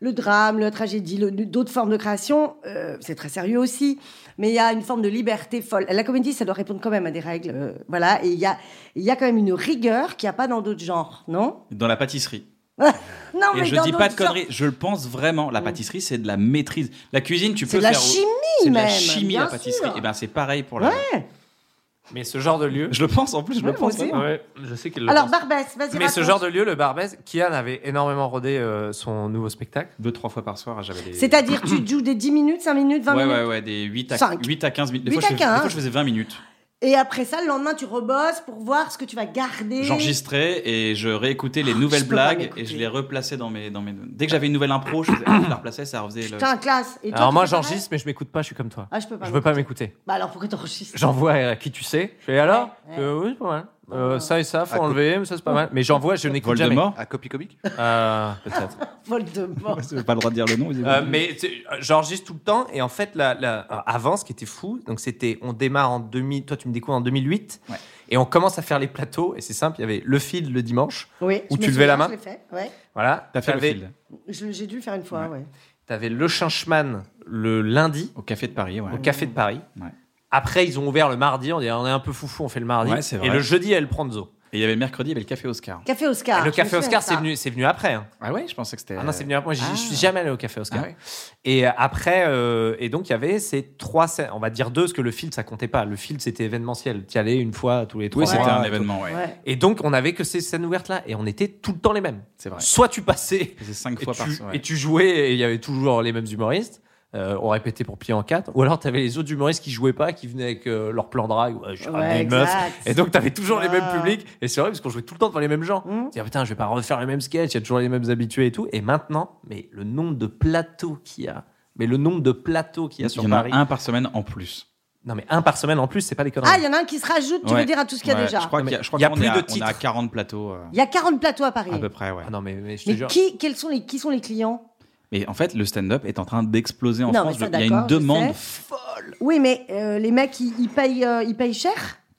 Speaker 3: le drame, la tragédie, le- d'autres formes de création, euh, c'est très sérieux aussi. Mais il y a une forme de liberté folle. La comédie, ça doit répondre quand même à des règles. euh, voilà. Et il y a, il y a quand même une rigueur qu'il n'y a pas dans d'autres genres, non
Speaker 1: Dans la pâtisserie.
Speaker 3: Non,
Speaker 1: Et je
Speaker 3: Oh, dans
Speaker 1: dis pas
Speaker 3: d'autres
Speaker 1: de conneries, je le pense vraiment. La pâtisserie, c'est de la maîtrise. La cuisine, tu
Speaker 3: C'est
Speaker 1: peux
Speaker 3: de la
Speaker 1: faire. au-
Speaker 3: chimie,
Speaker 1: C'est de la
Speaker 3: même,
Speaker 1: chimie,
Speaker 3: bien
Speaker 1: la pâtisserie.
Speaker 3: sûr.
Speaker 1: Et ben, c'est pareil pour la.
Speaker 3: genres. Ouais,
Speaker 2: mais ce genre de lieu.
Speaker 1: Je le pense, en plus, je
Speaker 3: Ouais,
Speaker 1: le
Speaker 3: moi
Speaker 1: pense.
Speaker 3: aussi.
Speaker 1: vraiment.
Speaker 2: Ouais, je sais qu'il le
Speaker 3: Alors,
Speaker 2: pense.
Speaker 3: Barbès, vas-y.
Speaker 2: Mais ce
Speaker 3: raconte.
Speaker 2: genre de lieu, le Barbès, Kian avait énormément rodé euh, son nouveau spectacle.
Speaker 1: Deux, trois fois par soir, j'avais des.
Speaker 3: C'est-à-dire, tu joues des 10 minutes, 5 minutes, 20
Speaker 1: Ouais,
Speaker 3: minutes.
Speaker 1: ouais, ouais, des 8 à,
Speaker 3: Cinq.
Speaker 1: 8 à 15 minutes. Des,
Speaker 3: Huit
Speaker 1: fois, je
Speaker 3: à
Speaker 1: fais- des fois,
Speaker 3: 15.
Speaker 1: je faisais 20 minutes.
Speaker 3: Et après ça, le lendemain, tu rebosses pour voir ce que tu vas garder.
Speaker 1: J'enregistrais et je réécoutais les nouvelles
Speaker 3: Ah, je peux pas
Speaker 1: blagues
Speaker 3: m'écouter.
Speaker 1: et je les replaçais dans mes. Dans mes... Dès que j'avais une nouvelle impro, je, faisais- ah, je la replaçais, ça refaisait le.
Speaker 3: Putain, classe. Et toi,
Speaker 2: Alors
Speaker 3: tu
Speaker 2: moi,
Speaker 3: fais pareil
Speaker 2: j'enregistre, mais je m'écoute pas, je suis comme toi.
Speaker 3: Ah, je peux pas.
Speaker 2: Je veux pas m'écouter.
Speaker 3: Bah alors pourquoi t'enregistres
Speaker 2: J'envoie à qui tu sais. Et alors
Speaker 3: Ouais.
Speaker 2: Euh, Oui, c'est pas mal. Euh, ça et ça,
Speaker 4: À
Speaker 2: faut
Speaker 4: coup-
Speaker 2: enlever, mais ça c'est pas mal. Mais j'envoie, je n'écoute jamais.
Speaker 1: Voldemort
Speaker 4: À Copy Comic
Speaker 2: Euh, peut-être.
Speaker 3: Voldemort.
Speaker 1: J'ai pas le droit de dire le nom. vous avez
Speaker 2: Euh,
Speaker 1: vu.
Speaker 2: mais tu- euh, j'enregistre tout le temps et en fait la, la- euh, avant ce qui était fou donc c'était on démarre en 2000 toi tu me découvres en 2008
Speaker 1: Ouais.
Speaker 2: et on commence à faire les plateaux et c'est simple il y avait le fil le dimanche
Speaker 3: Oui.
Speaker 2: Où
Speaker 3: je me
Speaker 2: tu levais la
Speaker 3: souviens,
Speaker 2: main
Speaker 3: Je l'ai fait. Ouais.
Speaker 2: voilà
Speaker 1: T'as fait le
Speaker 2: T'avais-
Speaker 1: fil
Speaker 3: Je- J'ai dû le faire une fois. Ouais.
Speaker 2: t'avais le Chinchman le lundi
Speaker 1: au café de Paris, ouais.
Speaker 2: au café de Paris
Speaker 1: Ouais.
Speaker 2: après ils ont ouvert le mardi on dit on est un peu foufou on fait le mardi
Speaker 1: Ouais, c'est vrai.
Speaker 2: et le jeudi El Pranzo
Speaker 1: Et il y avait le mercredi, il y avait le café Oscar.
Speaker 3: Café Oscar.
Speaker 2: le
Speaker 3: Ah, je me
Speaker 2: café
Speaker 3: souviens de
Speaker 2: Oscar
Speaker 3: ça.
Speaker 2: c'est venu c'est venu après hein.
Speaker 1: Ah ouais, je pensais que c'était.
Speaker 2: Ah non, c'est venu après. Moi, j'y-
Speaker 1: Ah.
Speaker 2: je suis jamais allé au café Oscar.
Speaker 1: Ah ouais.
Speaker 2: Et euh, après, euh, et donc il y avait ces trois scènes, on va dire deux, parce que le field ça comptait pas. Le field c'était événementiel. Tu y allais une fois tous les trois
Speaker 1: Oui, c'était
Speaker 2: mois,
Speaker 1: un
Speaker 2: tout.
Speaker 1: événement, ouais.
Speaker 3: Ouais.
Speaker 2: Et donc on avait que ces scènes ouvertes là, et on était tout le temps les mêmes.
Speaker 1: C'est vrai.
Speaker 2: Soit tu passais
Speaker 1: C'est cinq
Speaker 2: et
Speaker 1: fois par
Speaker 2: tu,
Speaker 1: soir.
Speaker 2: et tu jouais, et il y avait toujours les mêmes humoristes. Euh, on répétait pour pied en quatre, ou alors t'avais les autres humoristes qui jouaient pas, qui venaient avec euh, leur plan drague, ouais, je ramène
Speaker 3: Ouais,
Speaker 2: une meuf.
Speaker 3: exact.
Speaker 2: Et donc t'avais toujours les mêmes
Speaker 3: Ah.
Speaker 2: publics, et c'est vrai parce qu'on jouait tout le temps devant les mêmes gens.
Speaker 3: Hmm.
Speaker 2: Tu dis, ah, putain, je vais pas refaire les mêmes sketchs, il y a toujours les mêmes habitués et tout. Et maintenant, mais le nombre de plateaux qu'il y a, mais le nombre de plateaux qu'il y a
Speaker 1: Il
Speaker 2: sur
Speaker 1: y en a
Speaker 2: Paris.
Speaker 1: un par semaine en plus.
Speaker 2: Non, mais un par semaine en plus, c'est pas des conneries.
Speaker 3: Ah, il y en a un qui se rajoute, tu
Speaker 1: Ouais.
Speaker 3: veux dire, à tout ce qu'il y a
Speaker 1: Ouais,
Speaker 3: déjà.
Speaker 1: Je crois qu'il y a, je crois
Speaker 2: Il y a
Speaker 1: qu'on
Speaker 2: plus
Speaker 1: est à-
Speaker 2: de
Speaker 1: On est à
Speaker 2: titres.
Speaker 1: 40 plateaux, euh,
Speaker 3: Il y a 40 plateaux à Paris.
Speaker 1: à peu près, ouais.
Speaker 2: Ah non, mais, mais je te
Speaker 3: Mais
Speaker 2: jure.
Speaker 3: qui, quels sont les, qui sont les clients
Speaker 1: Mais en fait, le stand-up est en train d'exploser en
Speaker 3: Non,
Speaker 1: France.
Speaker 3: mais ça,
Speaker 1: Il y a une
Speaker 3: d'accord, je
Speaker 1: demande.
Speaker 3: Oui, mais euh, les mecs, ils, ils payent, euh, ils payent cher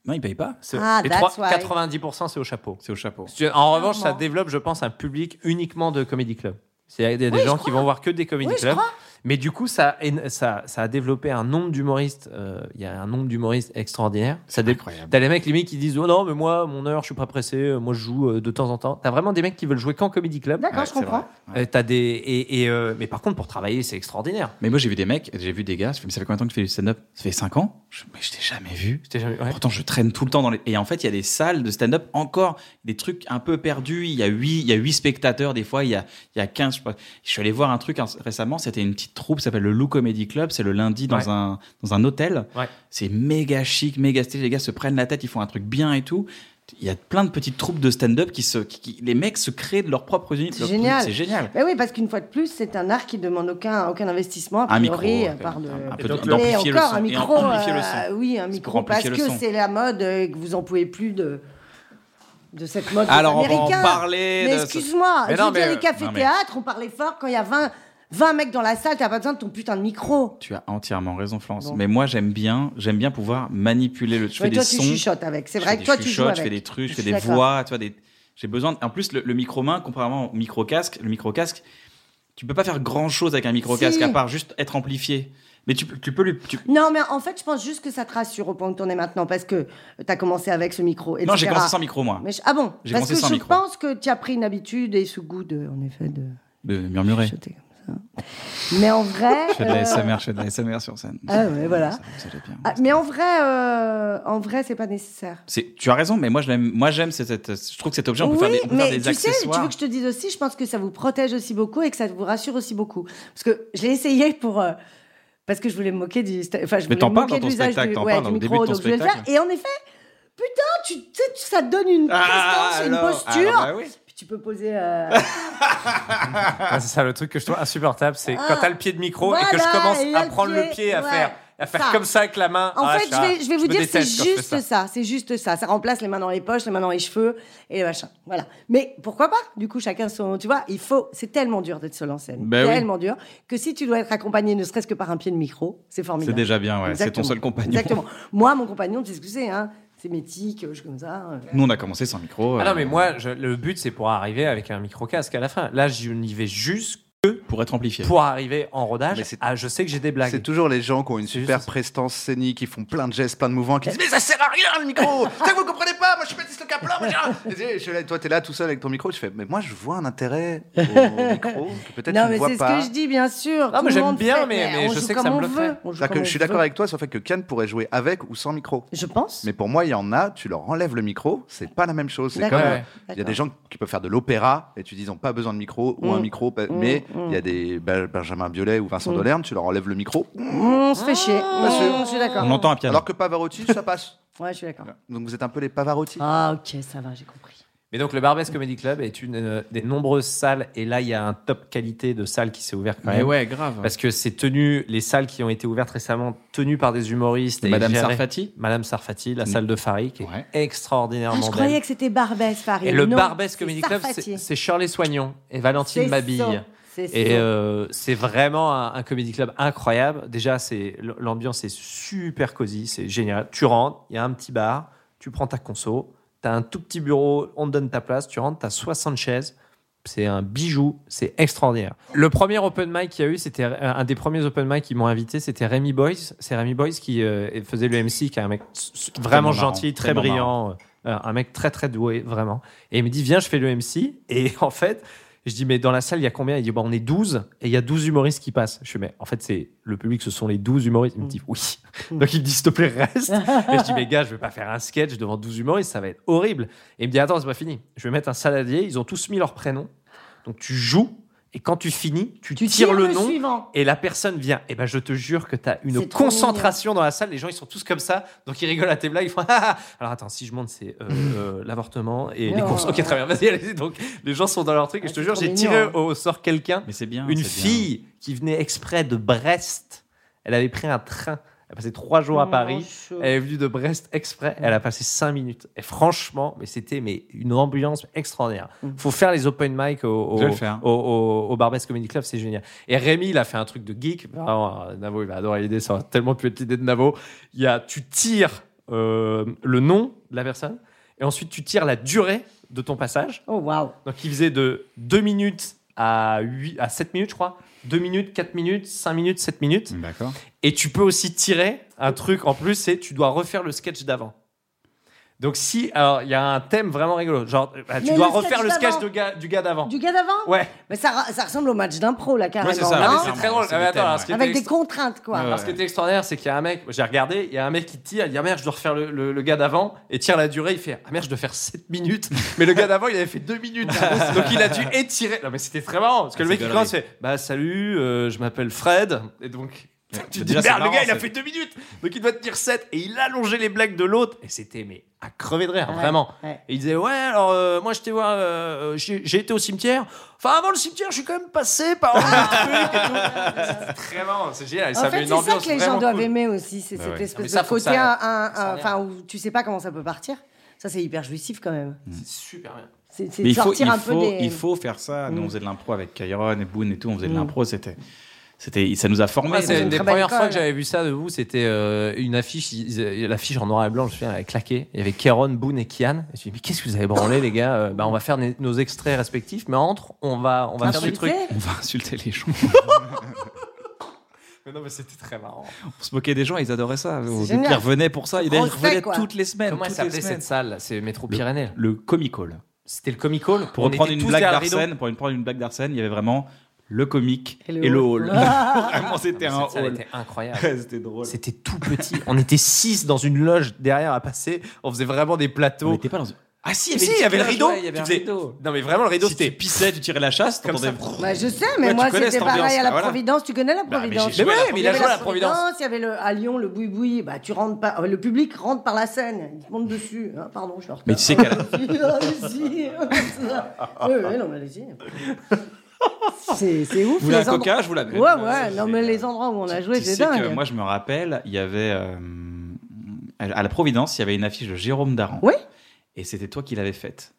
Speaker 1: Non, ils payent pas.
Speaker 2: c'est-
Speaker 3: Ah,
Speaker 2: les
Speaker 3: that's
Speaker 2: trois-
Speaker 3: why.
Speaker 2: 90% c'est au chapeau.
Speaker 1: C'est au chapeau.
Speaker 2: Si tu- En revanche, ça
Speaker 3: Clairement.
Speaker 2: développe, je pense, un public uniquement de comedy club. C'est il y a des gens qui vont voir que des comedy
Speaker 3: Oui, je
Speaker 2: clubs.
Speaker 3: crois.
Speaker 2: Mais du coup, ça, a- ça, ça a développé un nombre d'humoristes. euh, Il y a un nombre d'humoristes extraordinaire. Ça dé-
Speaker 1: Incroyable.
Speaker 2: T'as les mecs, les mecs qui disent Oh non, mais moi, mon heure, je suis pas pressé, euh, moi, je joue euh, de temps en temps. T'as vraiment des mecs qui veulent jouer qu'en comedy club.
Speaker 3: D'accord, je comprends.
Speaker 2: Euh, t'as des, et, et, euh, mais par contre, pour travailler, c'est extraordinaire.
Speaker 1: Mais moi, j'ai vu des mecs, j'ai vu des gars. je fais, Mais ça fait combien de temps que tu fais du stand-up Ça fait 5 ans Je- Mais je t'ai jamais vu.
Speaker 2: J'étais jamais- ouais.
Speaker 1: Pourtant, je traîne tout le temps dans les. Et en fait, il y a des salles de stand-up encore, des trucs un peu perdus. Il y a huit, il y a huit spectateurs, des fois, il y a, il y a 15. Je, sais pas. je suis allé voir un truc hein, récemment, c'était une petite troupe, ça s'appelle le Lou Comedy Club. C'est le lundi dans,
Speaker 2: Ouais.
Speaker 1: un, dans un hôtel.
Speaker 2: Ouais.
Speaker 1: C'est méga chic, méga stylé. Les gars se prennent la tête, ils font un truc bien et tout. Il y a plein de petites troupes de stand-up qui se. qui- qui- les mecs se créent de leurs propres unités.
Speaker 3: C'est génial.
Speaker 1: C'est génial.
Speaker 3: Ben oui, parce qu'une fois de plus, c'est un art qui demande aucun, aucun investissement, a
Speaker 1: Un micro,
Speaker 3: priori,
Speaker 1: ouais,
Speaker 3: à part de...
Speaker 1: un peu
Speaker 3: Et
Speaker 1: d'amplifier le
Speaker 3: encore,
Speaker 1: son,
Speaker 3: un
Speaker 1: et
Speaker 3: micro,
Speaker 1: amplifier le
Speaker 3: euh,
Speaker 1: son.
Speaker 3: oui, un
Speaker 1: C'est pour
Speaker 3: micro, parce
Speaker 1: amplifier le
Speaker 3: que
Speaker 1: son.
Speaker 3: c'est la mode euh, et que vous en pouvez plus de, de cette mode
Speaker 1: Alors, on va en
Speaker 3: américaine.
Speaker 1: parler.
Speaker 3: Mais
Speaker 1: de ce-
Speaker 3: excuse-moi,
Speaker 2: Mais
Speaker 3: je
Speaker 2: non,
Speaker 3: veux dire,
Speaker 2: mais-
Speaker 3: les cafés-théâtres, on parlait fort, quand il y a 20, 20 mecs dans la salle, t'as pas besoin de ton putain de micro.
Speaker 1: Tu as entièrement raison, Florence.
Speaker 3: Bon.
Speaker 1: Mais moi, j'aime bien, j'aime bien pouvoir manipuler le. Je
Speaker 3: Ouais,
Speaker 1: fais
Speaker 3: toi,
Speaker 1: des
Speaker 3: tu
Speaker 1: sons.
Speaker 3: chuchotes avec, c'est
Speaker 1: Je
Speaker 3: vrai
Speaker 1: fais
Speaker 3: que
Speaker 1: des
Speaker 3: toi, tu joues
Speaker 1: chuchotes,
Speaker 3: avec.
Speaker 1: je fais des trucs, je fais
Speaker 3: suis
Speaker 1: des
Speaker 3: d'accord.
Speaker 1: voix, tu vois, des... j'ai besoin. de- En plus, le, le micro-main, contrairement au micro-casque, le micro-casque, tu peux pas faire grand-chose avec un micro-casque
Speaker 3: Si.
Speaker 1: à part juste être amplifié. Mais tu, peux- tu peux lui. tu-
Speaker 3: Non, mais en fait, je pense juste que ça te rassure au point où t'en es maintenant, parce que t'as commencé avec ce micro, etc.
Speaker 1: Non, j'ai commencé sans micro, moi,
Speaker 3: Mais je- Ah bon
Speaker 1: J'ai
Speaker 3: Parce
Speaker 1: commencé
Speaker 3: que
Speaker 1: sans
Speaker 3: je
Speaker 1: micro.
Speaker 3: pense que tu as pris une habitude et ce goût de, en effet, de
Speaker 1: de Euh, murmurer.
Speaker 3: chuchoter comme ça. Mais en vrai.
Speaker 1: Je fais de la
Speaker 3: euh,
Speaker 1: SMR, je fais de la SMR sur scène.
Speaker 3: Ah ouais, voilà.
Speaker 1: Ça, ça, j'aime bien.
Speaker 3: ah, mais en vrai, euh, en vrai, c'est pas nécessaire.
Speaker 1: C'est- Tu as raison, mais moi, je l'aime- moi, j'aime. cette- cette- Je trouve que cet objet, on peut faire des, on peut faire
Speaker 3: mais
Speaker 1: des
Speaker 3: tu sais, tu
Speaker 1: accessoires.
Speaker 3: veux que je te dise aussi, je pense que ça vous protège aussi beaucoup et que ça vous rassure aussi beaucoup. Parce que je l'ai essayé pour. euh, parce que je voulais me moquer du. sta- Enfin, je
Speaker 1: Mais
Speaker 3: voulais
Speaker 1: t'en
Speaker 3: me
Speaker 1: parles
Speaker 3: moquer
Speaker 1: dans
Speaker 3: de
Speaker 1: ton
Speaker 3: l'usage
Speaker 1: spectacle,
Speaker 3: du,
Speaker 1: t'en
Speaker 3: ouais,
Speaker 1: parles
Speaker 3: du
Speaker 1: dans le
Speaker 3: micro,
Speaker 1: début de ton
Speaker 3: donc je vais le faire.
Speaker 1: spectacle.
Speaker 3: Et en effet, putain, tu tu sais, ça te donne une
Speaker 1: Ah,
Speaker 3: prestance, une
Speaker 1: alors,
Speaker 3: posture.
Speaker 1: ah, bah oui.
Speaker 3: Puis tu peux poser. euh,
Speaker 2: Ah, c'est ça le truc que je trouve insupportable, c'est quand t'as le pied de micro et que
Speaker 3: Voilà,
Speaker 2: je commence
Speaker 3: et il y a
Speaker 2: à
Speaker 3: le
Speaker 2: prendre le
Speaker 3: pied,
Speaker 2: pied à
Speaker 3: ouais.
Speaker 2: faire. à faire
Speaker 3: Ça.
Speaker 2: comme ça avec la main.
Speaker 3: En
Speaker 2: Ah,
Speaker 3: fait, je
Speaker 2: ça,
Speaker 3: vais, je vais vous
Speaker 2: me
Speaker 3: dire, c'est
Speaker 2: déteste quand je fais
Speaker 3: juste ça.
Speaker 2: ça.
Speaker 3: C'est juste ça. Ça remplace les mains dans les poches, les mains dans les cheveux et les machins. Voilà. Mais pourquoi pas Du coup, chacun son. Tu vois, il faut. C'est tellement dur d'être seul en scène.
Speaker 1: Ben oui.
Speaker 3: tellement dur que si tu dois être accompagné, ne serait-ce que par un pied de micro, c'est formidable.
Speaker 1: C'est déjà bien, ouais. C'est ton
Speaker 3: Exactement.
Speaker 1: seul compagnon.
Speaker 3: Exactement. Moi, mon compagnon, tu sais ce que c'est, hein C'est métique, je suis comme ça. euh.
Speaker 1: Nous, on a commencé sans micro.
Speaker 2: Ah
Speaker 1: euh,
Speaker 2: non, mais moi, je- le but, c'est pour arriver avec un micro-casque à la fin. Là, je n'y vais juste
Speaker 1: euh, Pour être amplifié.
Speaker 2: pour arriver en rodage.
Speaker 4: Mais c'est-
Speaker 2: Ah, je sais que j'ai des blagues.
Speaker 4: C'est toujours les gens qui ont une
Speaker 2: C'est
Speaker 4: super
Speaker 2: juste-
Speaker 4: prestance scénique, qui font plein de gestes, plein de mouvements, qui disent Mais ça sert à rien le micro Ça vous comprenez pas Moi je suis Baptiste Le Caplin moi, j'ai- Et je suis là- Toi t'es là tout seul avec ton micro, tu fais Mais moi je vois un intérêt au micro que peut-être
Speaker 3: Non,
Speaker 4: tu ne
Speaker 3: mais
Speaker 4: vois
Speaker 3: c'est ce
Speaker 4: pas.
Speaker 3: que je dis, bien sûr.
Speaker 2: Non,
Speaker 3: Tout
Speaker 2: mais
Speaker 3: le
Speaker 2: j'aime
Speaker 3: monde
Speaker 2: bien,
Speaker 3: fait,
Speaker 2: mais- mais
Speaker 3: on
Speaker 2: je
Speaker 3: joue
Speaker 2: sais que
Speaker 3: comme
Speaker 2: ça me
Speaker 3: on
Speaker 2: le
Speaker 3: veut.
Speaker 2: fait.
Speaker 3: On joue
Speaker 4: C'est-à-dire
Speaker 3: comme
Speaker 4: que je suis
Speaker 3: on veut.
Speaker 4: d'accord avec toi sur le fait que Ken pourrait jouer avec ou sans micro.
Speaker 3: Je pense.
Speaker 4: Mais pour moi, il y en a, tu leur enlèves le micro, c'est pas la même chose. C'est
Speaker 3: D'accord.
Speaker 4: comme,
Speaker 2: Ouais.
Speaker 4: il y a des gens qui peuvent faire de l'opéra et tu dis ils n'ont pas besoin de micro ou un
Speaker 3: Mm.
Speaker 4: micro, pa- mais
Speaker 3: Mm.
Speaker 4: il y a des Be- Benjamin Biolay ou Vincent Delerme, tu leur enlèves le micro,
Speaker 3: On se fait chier.
Speaker 4: sûr.
Speaker 3: Mmh, Je suis d'accord.
Speaker 1: On entend un piano.
Speaker 4: alors que Pavarotti, ça passe.
Speaker 3: Ouais, je suis d'accord.
Speaker 4: Donc vous êtes un peu les Pavarotti.
Speaker 3: Ah, ok, ça va, j'ai compris.
Speaker 2: Mais donc, le Barbès Comedy Club est une euh, des nombreuses salles. Et là, il y a un top qualité de salles qui s'est ouvert quand même.
Speaker 8: ouais, grave.
Speaker 2: Parce que c'est tenu, les salles qui ont été ouvertes récemment, tenues par des humoristes. et
Speaker 8: Madame
Speaker 2: gérées-
Speaker 8: Sarfati Mm.
Speaker 2: Madame Sarfati, la salle de Farid, qui est
Speaker 8: Ouais.
Speaker 3: Ah,
Speaker 2: extraordinairement
Speaker 3: je
Speaker 2: belle.
Speaker 3: croyais que c'était Barbès, Farid.
Speaker 2: Et le
Speaker 3: Non,
Speaker 2: Barbès
Speaker 3: c'est
Speaker 2: Comedy Club, c'est-
Speaker 3: Sarfati.
Speaker 2: c'est Shirley Soignon et Valentine
Speaker 3: C'est
Speaker 2: Mabille.
Speaker 3: ça, C'est ça.
Speaker 2: Et euh, c'est vraiment un, un comedy club incroyable. Déjà, c'est l- l'ambiance est super cosy, c'est génial. Tu rentres, il y a un petit bar, tu prends ta conso, tu as un tout petit bureau, on te donne ta place, tu rentres, tu as 60 chaises. C'est un bijou, c'est extraordinaire. Le premier open mic qu'il y a eu, c'était euh, un un des premiers open mic qui m'ont invité, c'était Rémi Boyce. C'est Rémi Boyce qui euh, faisait le MC, qui est un mec s- s- vraiment
Speaker 1: Tellement marrant,
Speaker 2: gentil, très
Speaker 1: tellement
Speaker 2: brillant, euh, un mec très très doué, vraiment. Et il me dit, viens, je fais le MC. Et en fait, je dis, mais dans la salle, il y a combien Il dit, bah, on est 12 et il y a 12 humoristes qui passent. Je fais, mais en fait, c'est le public, ce sont les 12 humoristes. Il me dit, oui. Donc il me dit, s'il te plaît, reste. et je dis, mais gars, je vais pas faire un sketch devant 12 humoristes, ça va être horrible. Et il me dit, attends, c'est pas fini. Je vais mettre un saladier, ils ont tous mis leur prénom. Donc tu joues et quand tu finis, tu,
Speaker 3: tu
Speaker 2: tires, le nom.
Speaker 3: suivant.
Speaker 2: Et la personne vient. Et ben, je te jure que t'as une
Speaker 3: C'est trop
Speaker 2: concentration dans la salle. Les gens, ils sont tous comme ça. Donc, ils rigolent à tes blagues. Ils font Ah, ah. Alors, attends, si je monte, c'est euh, euh, l'avortement et les
Speaker 3: Non.
Speaker 2: courses. Ok, très bien. Vas-y, allez-y. Donc, les gens sont dans leur truc.
Speaker 3: Oh. Ah,
Speaker 2: Et je te
Speaker 3: c'est
Speaker 2: jure,
Speaker 3: trop
Speaker 2: j'ai
Speaker 3: mignon.
Speaker 2: tiré au sort quelqu'un,
Speaker 1: Mais c'est bien.
Speaker 2: une
Speaker 1: Ah, c'est bien.
Speaker 2: fille qui venait exprès de Brest. Elle avait pris un train. Elle passait trois jours à
Speaker 3: Oh,
Speaker 2: Paris. Elle est venue de Brest exprès. Elle a passé cinq minutes. Et franchement, mais c'était mais une ambiance extraordinaire.
Speaker 3: Mm.
Speaker 2: Faut faire les open mic au, au,
Speaker 1: Je vais le faire.
Speaker 2: au, au- au Barbès Comedy Club, c'est génial. Et Rémi, il a fait un truc de geek. Vraiment, euh, Navo, il va adorer l'idée. Ça aurait tellement pu être l'idée de Navo. Il y a, tu tires euh, le nom de la personne et ensuite tu tires la durée de ton passage.
Speaker 3: Oh, waouh.
Speaker 2: Donc il faisait de 2 minutes à, 8, à 7 minutes, je crois. 2 minutes, 4 minutes, 5 minutes, 7 minutes.
Speaker 1: D'accord.
Speaker 2: Et tu peux aussi tirer un truc en plus, c'est tu dois refaire le sketch d'avant. Donc si, alors il y a un thème vraiment rigolo, genre bah, tu
Speaker 3: Mais
Speaker 2: dois
Speaker 3: le sketch
Speaker 2: refaire le sketch
Speaker 3: d'avant.
Speaker 2: de gars- du gars d'avant.
Speaker 3: Du gars d'avant
Speaker 2: Ouais,
Speaker 3: Mais ça, ra- ça ressemble au match d'impro, là, carrément.
Speaker 1: Ouais, c'est ça.
Speaker 3: non
Speaker 1: Ah,
Speaker 2: mais c'est très drôle.
Speaker 1: c'est
Speaker 2: Ah, mais
Speaker 1: des
Speaker 2: attends,
Speaker 1: thèmes,
Speaker 2: alors, ce qui
Speaker 3: Avec
Speaker 2: était
Speaker 3: des contraintes,
Speaker 1: Ah,
Speaker 3: quoi.
Speaker 2: Alors, ce qui était extraordinaire, c'est qu'il y a un mec, j'ai regardé, il y a un mec qui tire, il dit ah merde, je dois refaire le, le- le gars d'avant, et tire la durée, il fait ah merde, je dois faire 7 minutes, mais le gars d'avant il avait fait 2 minutes,
Speaker 1: Ah,
Speaker 2: donc il a dû étirer. Non mais c'était très marrant, parce que le
Speaker 1: C'est
Speaker 2: mec il
Speaker 1: galerie.
Speaker 2: commence, il fait bah salut, euh, je m'appelle Fred, et donc tu te dis
Speaker 1: bah, Déjà, c'est
Speaker 2: merde, le
Speaker 1: marrant,
Speaker 2: gars il a
Speaker 1: c'est-
Speaker 2: fait 2 minutes, donc il doit te dire 7, et il allongeait les blagues de l'autre, et c'était mais à crever de rire,
Speaker 3: Ouais,
Speaker 2: vraiment.
Speaker 3: ouais.
Speaker 2: Et il disait ouais alors euh, moi j'étais voir euh, j'ai j'ai été au cimetière. Enfin avant le cimetière je suis quand même passé par un truc et tout. C'était très marrant, c'est génial.
Speaker 3: En
Speaker 2: ça
Speaker 3: fait,
Speaker 2: avait une
Speaker 3: c'est ça
Speaker 2: ambiance
Speaker 3: que les gens
Speaker 2: vraiment
Speaker 3: doivent
Speaker 2: cool.
Speaker 3: aimer aussi, c'est
Speaker 1: Bah
Speaker 3: cette
Speaker 1: ouais.
Speaker 2: Ah, mais
Speaker 3: espèce
Speaker 2: ça,
Speaker 3: de
Speaker 2: faut que
Speaker 3: côté
Speaker 2: ça-
Speaker 3: un- un-
Speaker 2: ça a
Speaker 3: un-
Speaker 2: l'air.
Speaker 3: enfin, où tu sais pas comment ça peut partir. Ça, c'est hyper jouissif quand même.
Speaker 2: C'est super bien.
Speaker 3: C'est c'est
Speaker 1: Mais
Speaker 3: de
Speaker 1: il faut,
Speaker 3: sortir
Speaker 1: il
Speaker 3: un
Speaker 1: faut,
Speaker 3: peu des.
Speaker 1: il faut faire ça. Nous,
Speaker 3: Mm.
Speaker 1: on faisait de l'impro avec Kyron et Boone et tout. On faisait de
Speaker 3: Mm.
Speaker 1: l'impro. C'était, c'était, ça nous a formés.
Speaker 2: Moi, Ah, c'est
Speaker 3: une
Speaker 2: une des
Speaker 3: très belle
Speaker 2: premières
Speaker 3: école.
Speaker 2: fois que j'avais vu ça de vous. C'était euh, une affiche, ils- euh, l'affiche en noir et blanc, je me souviens, elle avait claqué. Il y avait Kéron, Boone et Kian. Et je me suis dit, mais qu'est-ce que vous avez branlé, les gars Euh, bah, On va faire nos- nos extraits respectifs, mais entre, on va, on va faire des
Speaker 3: Insulter.
Speaker 2: trucs.
Speaker 1: On va insulter les gens.
Speaker 2: Mais non, mais c'était très marrant.
Speaker 1: On se moquait des gens. Ils adoraient ça.
Speaker 3: génial.
Speaker 1: Ils revenaient pour ça. Ils
Speaker 3: On le fait,
Speaker 1: revenaient
Speaker 3: quoi.
Speaker 1: toutes les semaines.
Speaker 2: Comment elle
Speaker 1: toutes les
Speaker 2: s'appelait
Speaker 1: semaines.
Speaker 2: cette salle C'est Métro Pyrénées.
Speaker 1: Le comic hall.
Speaker 2: C'était le Comic Hall.
Speaker 1: Pour
Speaker 2: On
Speaker 1: reprendre
Speaker 2: était
Speaker 1: une
Speaker 2: tous
Speaker 1: blague
Speaker 2: derrière le rideau.
Speaker 1: d'Arsène, pour une- prendre une blague d'Arsène, il y avait vraiment le comique
Speaker 3: Et
Speaker 1: et
Speaker 3: le
Speaker 1: le,
Speaker 3: hall.
Speaker 1: hall. vraiment, c'était
Speaker 2: Ah, mais
Speaker 1: un
Speaker 2: cette salle
Speaker 1: hall.
Speaker 2: était incroyable.
Speaker 1: C'était drôle.
Speaker 2: C'était tout petit. On était six dans une loge derrière à passer. On faisait vraiment des
Speaker 1: On
Speaker 2: plateaux.
Speaker 1: était pas dans une- Ah si,
Speaker 2: Si, il y avait le rideau.
Speaker 1: il y avait
Speaker 2: Tu
Speaker 1: un
Speaker 2: faisais-
Speaker 1: rideau.
Speaker 2: Non, mais vraiment, le rideau,
Speaker 1: si tu
Speaker 2: c'était.
Speaker 1: pissais, tu tirais la chasse,
Speaker 2: Comme ça.
Speaker 1: t'entendais.
Speaker 3: Bah, je sais, mais
Speaker 1: Ouais, tu
Speaker 3: moi
Speaker 1: connais
Speaker 3: c'était
Speaker 1: cette ambiance,
Speaker 3: pareil à la
Speaker 1: bah, voilà.
Speaker 3: Providence. Tu connais la
Speaker 1: Bah, mais j'ai
Speaker 3: Providence
Speaker 1: joué
Speaker 2: à la
Speaker 3: Il y avait
Speaker 2: Providence.
Speaker 3: la Providence, il y avait le, à Lyon le boui-boui. Bah, tu rentres pas, le public rentre par la scène, il te monte dessus. Ah, pardon, je Ah, suis en retard.
Speaker 1: Mais tu sais qu'à la-
Speaker 3: Oui, allez-y. Ouais, ouais, non, mais allez-y. C'est c'est
Speaker 1: Vous
Speaker 3: ouf.
Speaker 1: voulez un
Speaker 3: les endroits-
Speaker 1: coca Je vous l'amène.
Speaker 3: Ouais,
Speaker 1: Euh,
Speaker 3: ouais,
Speaker 1: c'est-
Speaker 3: non, mais les endroits où on a
Speaker 1: Tu-
Speaker 3: joué,
Speaker 1: tu
Speaker 3: c'est
Speaker 1: sais que
Speaker 3: dingue.
Speaker 1: moi, je me rappelle, il y avait. euh, à la Providence, il y avait une affiche de Jérôme Daran.
Speaker 3: Oui.
Speaker 1: Et c'était toi qui l'avais faite.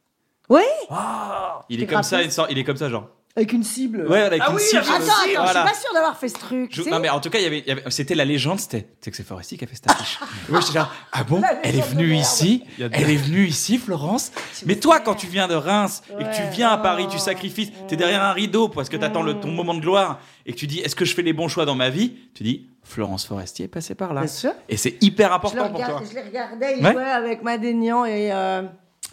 Speaker 3: Oui.
Speaker 1: Ah il
Speaker 3: Tu
Speaker 1: est
Speaker 3: te
Speaker 1: comme ça,
Speaker 3: rappelles
Speaker 1: il, sort- il est comme ça, genre.
Speaker 3: Avec une cible.
Speaker 1: Ouais, avec
Speaker 5: Ah
Speaker 1: une
Speaker 5: oui,
Speaker 1: cible.
Speaker 3: Attends, attends, je suis
Speaker 1: Voilà.
Speaker 3: pas sûre d'avoir fait ce truc.
Speaker 1: Je-
Speaker 3: tu sais.
Speaker 1: non, mais en tout cas, il y avait, il y avait- c'était la légende, c'était tu sais que c'est Foresti qui a fait cette affiche. Et moi, j'étais genre, ah bon,
Speaker 3: La
Speaker 1: elle est
Speaker 3: légende de
Speaker 1: venue
Speaker 3: merde.
Speaker 1: ici,
Speaker 2: Il y a deux-
Speaker 1: elle est venue ici, Florence. Mais toi, quand tu viens de Reims et que tu
Speaker 3: Ouais. Oh.
Speaker 1: viens à Paris, tu sacrifies, t'es derrière un rideau parce que t'attends le, ton
Speaker 3: Mm.
Speaker 1: moment de gloire et que tu dis, est-ce que je fais les bons choix dans ma vie Tu dis, Florence Foresti est passée par là.
Speaker 3: Bien sûr.
Speaker 1: Et c'est hyper
Speaker 3: Je, le
Speaker 1: important pour
Speaker 3: regarde-
Speaker 1: toi.
Speaker 3: je les regardais, ils
Speaker 1: Ouais.
Speaker 3: jouaient avec Madénian et. euh,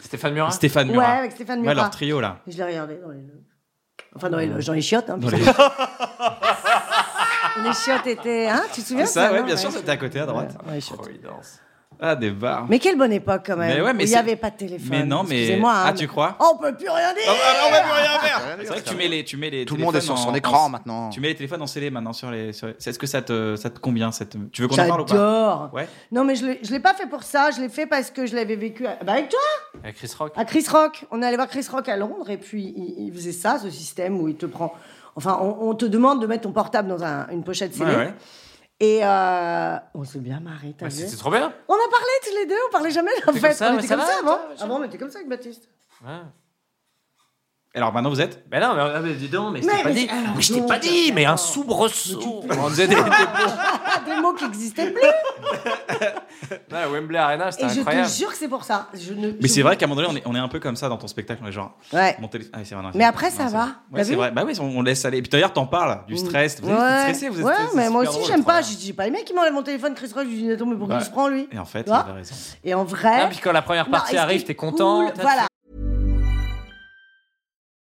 Speaker 2: Stéphane Murat
Speaker 1: Stéphane
Speaker 3: Ouais,
Speaker 1: Murat.
Speaker 3: avec Stéphane
Speaker 1: Ouais,
Speaker 3: Murat.
Speaker 1: leur trio là.
Speaker 3: Et je les regardais dans les loges. Enfin, dans les loges, dans les chiottes. Hein,
Speaker 1: Dans
Speaker 3: puisque
Speaker 1: les-
Speaker 3: les... chiottes étaient. Hein, tu te souviens
Speaker 1: C'est
Speaker 3: de
Speaker 1: ça, ouais,
Speaker 3: non
Speaker 1: bien sûr, c'était à côté à droite.
Speaker 3: Ouais, les chiottes.
Speaker 2: Providence.
Speaker 1: Ah, des bars.
Speaker 3: Mais quelle bonne époque quand même.
Speaker 1: Mais ouais, mais
Speaker 3: où il n'y
Speaker 1: c'est-
Speaker 3: avait pas de téléphone.
Speaker 1: Mais non, mais.
Speaker 3: Excusez-moi. hein,
Speaker 1: Ah,
Speaker 3: mais-
Speaker 1: tu crois
Speaker 3: Oh, on peut plus rien dire.
Speaker 1: Ah, bah, on va plus rien faire.
Speaker 4: Ouais,
Speaker 1: C'est vrai que tu
Speaker 4: ça.
Speaker 1: mets les, tu mets les
Speaker 4: Tout le monde est sur
Speaker 1: téléphones
Speaker 4: son
Speaker 1: en-
Speaker 4: écran
Speaker 1: en-
Speaker 4: maintenant.
Speaker 1: Tu mets les téléphones en scellé maintenant sur les. sur les- c'est- Est-ce que ça te, ça te convient cette... Tu veux qu'on en parle ou pas
Speaker 3: J'adore.
Speaker 1: Ouais.
Speaker 3: Non, mais je l'ai- je l'ai pas fait pour ça. Je l'ai fait parce que je l'avais vécu à- bah, avec toi,
Speaker 2: Avec Chris Rock.
Speaker 3: à Chris Rock. On est allé voir Chris Rock à Londres et puis il, il faisait ça, ce système où il te prend. Enfin, on, on te demande de mettre ton portable dans un- une pochette
Speaker 1: Ouais,
Speaker 3: scellée.
Speaker 1: ouais.
Speaker 3: Et euh, on s'est bien marré, t'as
Speaker 2: Ouais,
Speaker 3: vu
Speaker 2: Bah, C'était trop bien.
Speaker 3: On a parlé tous les deux, on parlait jamais en
Speaker 2: T'es
Speaker 3: fait.
Speaker 2: comme ça,
Speaker 3: on
Speaker 2: ouais,
Speaker 3: était
Speaker 2: ça
Speaker 3: comme
Speaker 2: va,
Speaker 3: ça avant.
Speaker 2: toi, ça
Speaker 3: Avant, on était comme ça avec Baptiste.
Speaker 2: Ouais.
Speaker 1: Alors maintenant vous êtes
Speaker 2: Mais non, mais, ah, mais dis donc, mais je
Speaker 3: Mais-
Speaker 2: t'ai pas
Speaker 3: mais-
Speaker 2: dit. Ah,
Speaker 3: alors,
Speaker 2: Mais je t'ai
Speaker 3: non,
Speaker 2: pas dit, mais un
Speaker 3: d'accord.
Speaker 2: soubresaut. On faisait des. des-
Speaker 3: Ah, des mots qui existaient plus.
Speaker 2: Ouais, la Wembley Arena, c'était
Speaker 3: Et je te
Speaker 2: incroyable.
Speaker 3: jure que c'est pour ça. Je ne,
Speaker 1: Mais
Speaker 3: je-
Speaker 1: c'est vrai qu'à un moment donné, on est, on est un peu comme ça dans ton spectacle. On est genre.
Speaker 3: Ouais.
Speaker 1: Mon télé- ah, c'est vrai, non,
Speaker 3: Mais
Speaker 1: c'est-
Speaker 3: après,
Speaker 1: non,
Speaker 3: ça
Speaker 1: c'est
Speaker 3: va.
Speaker 1: vrai.
Speaker 3: T'as
Speaker 1: Ouais, c'est
Speaker 3: vu Mm.
Speaker 1: vrai. Bah oui, on, on laisse aller. Et puis d'ailleurs, t'en parles du stress. Vous êtes stressé, vous êtes
Speaker 3: ouais,
Speaker 1: stressé,
Speaker 3: mais
Speaker 1: c'est
Speaker 3: moi
Speaker 1: super
Speaker 3: aussi,
Speaker 1: drôle,
Speaker 3: j'aime
Speaker 1: trop
Speaker 3: pas.
Speaker 1: bien.
Speaker 3: Je dis, j'ai pas aimé qui m'enlève mon téléphone, Chris Rock. Je dis, attends, mais pourquoi
Speaker 1: Ouais.
Speaker 3: il se prend lui
Speaker 1: Et en fait, il
Speaker 3: Tu vois
Speaker 1: avait raison.
Speaker 3: Et en vrai.
Speaker 2: Non, puis quand la première
Speaker 3: non,
Speaker 2: partie
Speaker 3: est-ce
Speaker 2: arrive,
Speaker 3: qu'il
Speaker 2: t'es
Speaker 3: est
Speaker 2: content.
Speaker 3: cool
Speaker 2: t'as-
Speaker 3: Voilà.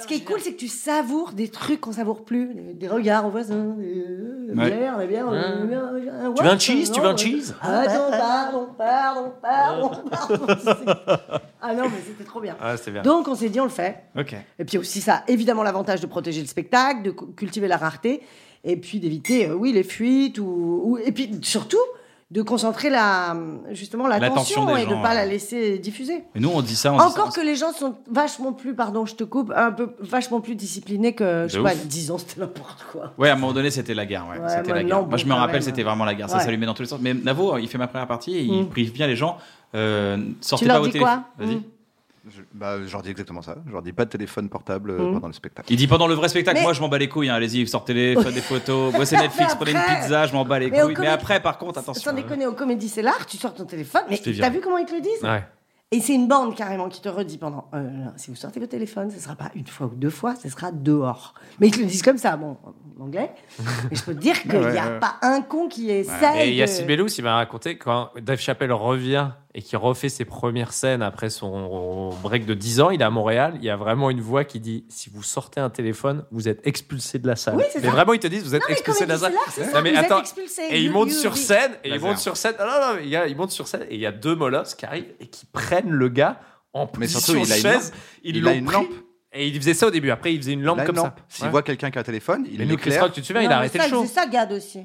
Speaker 3: Ce qui est cool, c'est que tu savoures des trucs qu'on savoure plus. Des, des regards aux voisins, des, euh, la
Speaker 1: Ouais.
Speaker 3: bière, la bière. euh,
Speaker 2: Ouais.
Speaker 3: euh, euh,
Speaker 2: Tu veux un
Speaker 3: what,
Speaker 2: cheese
Speaker 3: euh,
Speaker 2: Tu veux un
Speaker 3: non,
Speaker 2: cheese
Speaker 3: euh, Attends, pardon, pardon, pardon, pardon. C'est- ah non, mais c'était trop bien.
Speaker 2: Ah, c'était bien.
Speaker 3: Donc on s'est dit, on le fait.
Speaker 1: Ok.
Speaker 3: Et puis aussi, ça a évidemment l'avantage de protéger le spectacle, de cu- cultiver la rareté, et puis d'éviter, euh, oui, les fuites, ou, ou- et puis surtout de concentrer la, justement
Speaker 1: L'attention
Speaker 3: l'attention
Speaker 1: des
Speaker 3: et de
Speaker 1: gens,
Speaker 3: ne pas
Speaker 1: ouais.
Speaker 3: la laisser diffuser.
Speaker 1: Mais nous, on dit ça. On dit ça,
Speaker 3: Encore
Speaker 1: on-
Speaker 3: que les gens sont vachement plus, pardon, je te coupe, un peu vachement plus disciplinés que, je sais
Speaker 1: De
Speaker 3: pas,
Speaker 1: ouf.
Speaker 3: 10 ans, c'était n'importe quoi.
Speaker 1: Ouais, à un moment donné, c'était la guerre. Ouais,
Speaker 3: Ouais,
Speaker 1: c'était la
Speaker 3: maintenant,
Speaker 1: guerre.
Speaker 3: bon,
Speaker 1: Moi, je me
Speaker 3: quand
Speaker 1: rappelle,
Speaker 3: même.
Speaker 1: c'était vraiment la guerre. Ça,
Speaker 3: Ouais. Mm.
Speaker 1: ça lui met dans tous les sens. Mais Navo, il fait ma première partie et il prive bien les gens. Euh, sortez
Speaker 3: leur
Speaker 1: pas vos
Speaker 3: dis
Speaker 1: téléphones.
Speaker 3: quoi
Speaker 1: Vas-y.
Speaker 3: Mm.
Speaker 4: Je, bah, je leur dis exactement ça. Je leur dis pas de téléphone portable
Speaker 3: Mmh.
Speaker 4: euh, pendant le spectacle.
Speaker 1: Il dit pendant le vrai spectacle,
Speaker 3: Mais-
Speaker 1: moi je m'en bats les couilles, hein, allez-y, sortez-les, faites des photos, bossez Netflix,
Speaker 3: Mais
Speaker 1: prenez une
Speaker 3: après-
Speaker 1: pizza, je m'en bats les
Speaker 3: Mais au
Speaker 1: couilles. Mais
Speaker 3: comé-
Speaker 1: après, par contre, attention. hein.
Speaker 3: Sans déconner, au comédie, c'est l'art, tu sors ton téléphone, mais
Speaker 1: Je t'ai
Speaker 3: t'as
Speaker 1: viré.
Speaker 3: vu comment ils te le disent
Speaker 2: Ouais.
Speaker 3: Et c'est une bande carrément qui te redit pendant euh, non, si vous sortez vos téléphones, ce sera pas une fois ou deux fois, ce sera dehors. Mais ils te le disent comme ça, bon, en anglais. Mais je peux te dire qu'il n'y a pas un con qui essaye.
Speaker 2: Et
Speaker 3: de-
Speaker 2: Yacine Bellous, il m'a raconté quand Dave Chappelle revient et qu'il refait ses premières scènes après son break de 10 ans, il est à Montréal, il y a vraiment une voix qui dit si vous sortez un téléphone, vous êtes expulsé de la salle.
Speaker 3: Oui, c'est
Speaker 2: mais
Speaker 3: ça.
Speaker 2: vraiment, ils te disent vous êtes
Speaker 3: Non, Ah, mais
Speaker 2: expulsé de la salle.
Speaker 3: comédie, c'est l'art, c'est
Speaker 2: Non,
Speaker 3: ça,
Speaker 2: mais
Speaker 3: vous êtes
Speaker 2: attends,
Speaker 3: expulsé,
Speaker 2: Et ils
Speaker 3: you-
Speaker 2: montent
Speaker 3: you-
Speaker 2: sur
Speaker 3: you-
Speaker 2: scène, et ils
Speaker 1: Laser.
Speaker 4: hein.
Speaker 2: montent sur scène. Non, non, non, mais il y a- ils montent sur scène et il y a deux molosses qui arrivent et qui prennent le gars en
Speaker 4: Mais
Speaker 2: position
Speaker 4: surtout, il a une
Speaker 2: chaise.
Speaker 4: lampe.
Speaker 2: Ils
Speaker 4: Il
Speaker 2: l'ont
Speaker 4: a une
Speaker 2: pris.
Speaker 4: lampe.
Speaker 2: Et il faisait ça au début. Après, il faisait une lampe
Speaker 4: Là, une
Speaker 2: comme
Speaker 4: lampe.
Speaker 2: ça.
Speaker 4: S'il
Speaker 2: Ouais.
Speaker 4: voit quelqu'un qui a un téléphone, il
Speaker 2: Et nous, Chris
Speaker 4: l'éclaire.
Speaker 2: Rock, tu te souviens,
Speaker 3: Non,
Speaker 2: il a
Speaker 3: mais
Speaker 2: arrêté
Speaker 3: ça,
Speaker 2: le show. Ah,
Speaker 3: C'est ça, Gad aussi.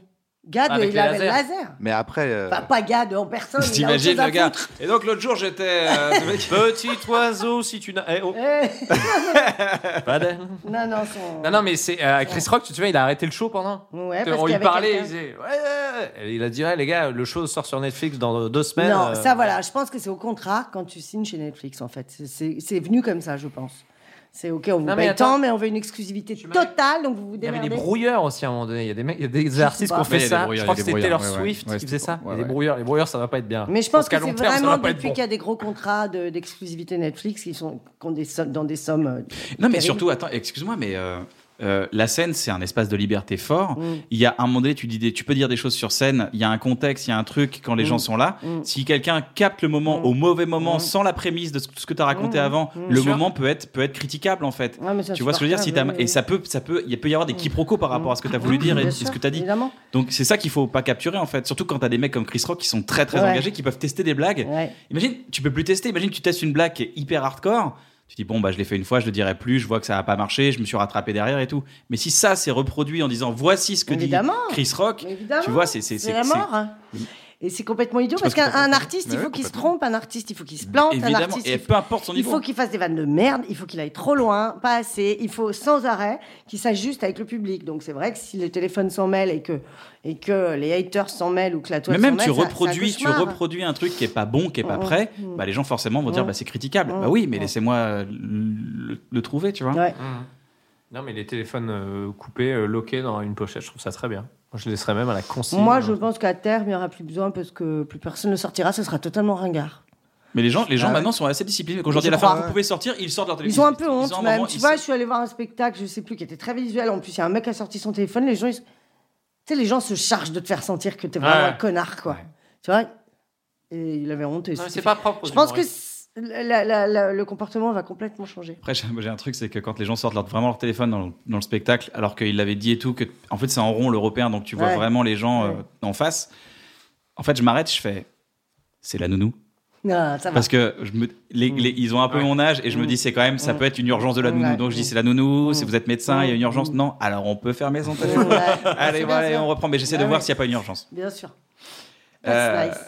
Speaker 3: Gad,
Speaker 2: Avec
Speaker 3: il
Speaker 2: les
Speaker 3: avait le
Speaker 2: lasers.
Speaker 3: laser.
Speaker 4: Mais après, euh,
Speaker 3: Enfin, pas Gad, en personne. il a autre
Speaker 1: T'imagines
Speaker 3: chose à
Speaker 1: le gars.
Speaker 3: foutre.
Speaker 1: Et donc l'autre jour, j'étais. euh, ce mec-
Speaker 2: Petit oiseau, si tu n'as. Eh, oh,
Speaker 3: Eh,
Speaker 2: pas d'aile.
Speaker 3: non, non, son...
Speaker 2: Non, non, mais c'est euh, Chris Rock, tu te souviens, il a arrêté le show pendant.
Speaker 3: Ouais, parce
Speaker 2: on
Speaker 3: qu'il y
Speaker 2: lui
Speaker 3: avait
Speaker 2: parlait, il
Speaker 3: quelqu'un.
Speaker 2: disait, ouais, ouais, ouais. Et il a dit, ouais, les gars, le show sort sur Netflix dans deux semaines.
Speaker 3: Non,
Speaker 2: euh,
Speaker 3: ça voilà, je pense que c'est au contrat quand tu signes chez Netflix en fait. C'est- C'est c'est venu comme ça, je pense. C'est ok, on vous
Speaker 2: Non, mais
Speaker 3: paye
Speaker 2: attends.
Speaker 3: tant, mais on veut une exclusivité
Speaker 2: m'avais-
Speaker 3: totale, donc vous vous
Speaker 2: Il y avait
Speaker 3: démerdez.
Speaker 2: des brouilleurs aussi à un moment donné. Il y a des, mecs- il y a des artistes
Speaker 3: pas.
Speaker 2: qui ont
Speaker 3: Ouais,
Speaker 2: fait
Speaker 1: il y a des
Speaker 2: ça.
Speaker 1: brouilleurs,
Speaker 2: Je
Speaker 1: il y a
Speaker 2: crois que
Speaker 1: des
Speaker 2: c'était Taylor
Speaker 1: brouilleurs, ouais,
Speaker 2: Swift
Speaker 1: ouais. Ouais,
Speaker 2: qui faisait
Speaker 1: c'est
Speaker 2: ça.
Speaker 1: pour-
Speaker 2: Il y a
Speaker 1: ouais,
Speaker 2: des brouilleurs. Les brouilleurs, ça va pas être bien.
Speaker 3: Mais je pense
Speaker 2: qu'à
Speaker 3: que
Speaker 2: long
Speaker 3: c'est
Speaker 2: terme, ça
Speaker 3: vraiment
Speaker 2: va pas être
Speaker 3: depuis
Speaker 2: bon.
Speaker 3: qu'il y a des gros contrats de- d'exclusivité Netflix qui sont qui ont des sommes- dans des sommes. euh,
Speaker 1: Non, mais
Speaker 3: terribles.
Speaker 1: surtout, attends, excuse-moi, mais euh, euh, la scène, c'est un espace de liberté fort.
Speaker 3: Mm.
Speaker 1: Il y a un moment donné, tu, dis des- tu peux dire des choses sur scène, il y a un contexte, il y a un truc
Speaker 3: Mm.
Speaker 1: quand les gens sont là. Si quelqu'un capte le moment au mauvais moment, sans la prémisse de ce- tout ce que tu as raconté
Speaker 3: Mm.
Speaker 1: avant, le moment peut être, peut être critiquable en fait.
Speaker 3: Ouais, mais ça,
Speaker 1: tu vois ce que je veux dire si t'as-
Speaker 3: supportable, oui, Mm.
Speaker 1: Et ça peut, ça peut, il peut y avoir des quiproquos par rapport à ce que tu as voulu dire et
Speaker 3: Bien
Speaker 1: et ce
Speaker 3: sûr,
Speaker 1: que tu as dit.
Speaker 3: Évidemment.
Speaker 1: Donc c'est ça qu'il faut pas capturer en fait, surtout quand t'as des mecs comme Chris Rock qui sont très très
Speaker 3: Ouais.
Speaker 1: engagés, qui peuvent tester des blagues.
Speaker 3: Ouais.
Speaker 1: Imagine, tu peux plus tester, imagine tu testes une blague qui est hyper hardcore, tu dis bon bah je l'ai fait une fois, je le dirai plus, je vois que ça a pas marché, je me suis rattrapé derrière et tout. Mais si ça c'est reproduit en disant voici ce que
Speaker 3: Évidemment.
Speaker 1: dit Chris Rock,
Speaker 3: Évidemment.
Speaker 1: tu vois c'est c'est
Speaker 3: C'est
Speaker 1: c'est
Speaker 3: la
Speaker 1: c'est-
Speaker 3: mort. hein. Et c'est complètement idiot
Speaker 1: sais pas ce
Speaker 3: parce
Speaker 1: que
Speaker 3: qu'un
Speaker 1: t'en
Speaker 3: un
Speaker 1: penses.
Speaker 3: artiste, il
Speaker 4: Mais
Speaker 3: faut
Speaker 4: ouais,
Speaker 3: qu'il se trompe, un artiste, il faut qu'il se plante, un
Speaker 1: évidemment
Speaker 3: artiste.
Speaker 1: et
Speaker 3: il
Speaker 1: peu importe son
Speaker 3: il
Speaker 1: niveau.
Speaker 3: faut qu'il fasse des vannes de merde, il faut qu'il aille trop loin, pas assez, il faut sans arrêt qu'il s'ajuste avec le public. Donc c'est vrai que si le téléphone s'en mêle et que, et que les haters s'en mêlent ou que la toile
Speaker 1: Mais
Speaker 3: s'en
Speaker 1: même
Speaker 3: mêle,
Speaker 1: tu
Speaker 3: ça- c'est un
Speaker 1: reproduis, tu
Speaker 3: cauchemar. Mm,
Speaker 1: reproduis un truc qui est pas bon, qui est pas prêt, bah les gens forcément vont dire bah c'est critiquable. Bah oui, mais laissez-moi euh, le, le trouver, tu vois.
Speaker 3: Ouais.
Speaker 2: Mmh. Non, mais les téléphones euh, coupés, euh, loqués dans une pochette, je trouve ça très bien. Moi, je laisserais même à la consigne.
Speaker 3: Moi, je pense qu'à terme, il n'y aura plus besoin parce que plus personne ne sortira, ce sera totalement ringard.
Speaker 1: Mais les gens, les gens
Speaker 4: Ah ouais.
Speaker 1: maintenant sont assez disciplinés. Quand je
Speaker 3: Bah
Speaker 1: dis
Speaker 3: Je
Speaker 1: à la
Speaker 3: crois,
Speaker 1: fin, vous
Speaker 4: ouais.
Speaker 1: pouvez sortir, ils sortent leur téléphone.
Speaker 3: Ils ont un peu honte
Speaker 1: ont un
Speaker 3: même.
Speaker 1: moment,
Speaker 3: tu
Speaker 1: ils
Speaker 3: vois, je
Speaker 1: sortent.
Speaker 3: suis allée voir un spectacle, je sais plus, qui était très visuel. En plus, il y a un mec qui a sorti son téléphone. Les gens, ils... se- tu sais, les gens se chargent de te faire sentir que t'es vraiment
Speaker 2: Ouais.
Speaker 3: un connard, quoi. Tu vois Et il avait honte. et
Speaker 2: Non, mais
Speaker 3: c'était
Speaker 2: c'est pas propre. aux
Speaker 3: Je pense que
Speaker 2: humoristes.
Speaker 3: c- la- la- la- le comportement va complètement changer.
Speaker 1: Après, j'ai j'ai un truc, c'est que quand les gens sortent leur- vraiment leur téléphone dans le, dans le spectacle, alors qu'ils l'avaient dit et tout, que en fait c'est en rond l'européen, donc tu vois
Speaker 3: Ouais.
Speaker 1: vraiment les gens euh,
Speaker 3: Ouais.
Speaker 1: en face. En fait, je m'arrête, je fais, c'est la nounou.
Speaker 3: Non, ça va.
Speaker 1: Parce que je me, les,
Speaker 3: Mm.
Speaker 1: les- ils ont un peu
Speaker 2: Ouais.
Speaker 1: mon âge et je me dis, c'est quand même, ça peut être une urgence de la nounou.
Speaker 3: Ouais.
Speaker 1: Donc je dis, c'est la nounou, si vous êtes médecin, il y a une
Speaker 3: Mm.
Speaker 1: urgence. Non, alors on peut fermer son téléphone.
Speaker 3: Ouais,
Speaker 1: allez,
Speaker 3: c'est
Speaker 1: bon,
Speaker 3: bien
Speaker 1: allez,
Speaker 3: sûr.
Speaker 1: on reprend, mais j'essaie de
Speaker 3: Ouais,
Speaker 1: voir
Speaker 3: ouais.
Speaker 1: s'il n'y a pas une urgence.
Speaker 3: Bien sûr.
Speaker 1: Euh,
Speaker 3: That's nice.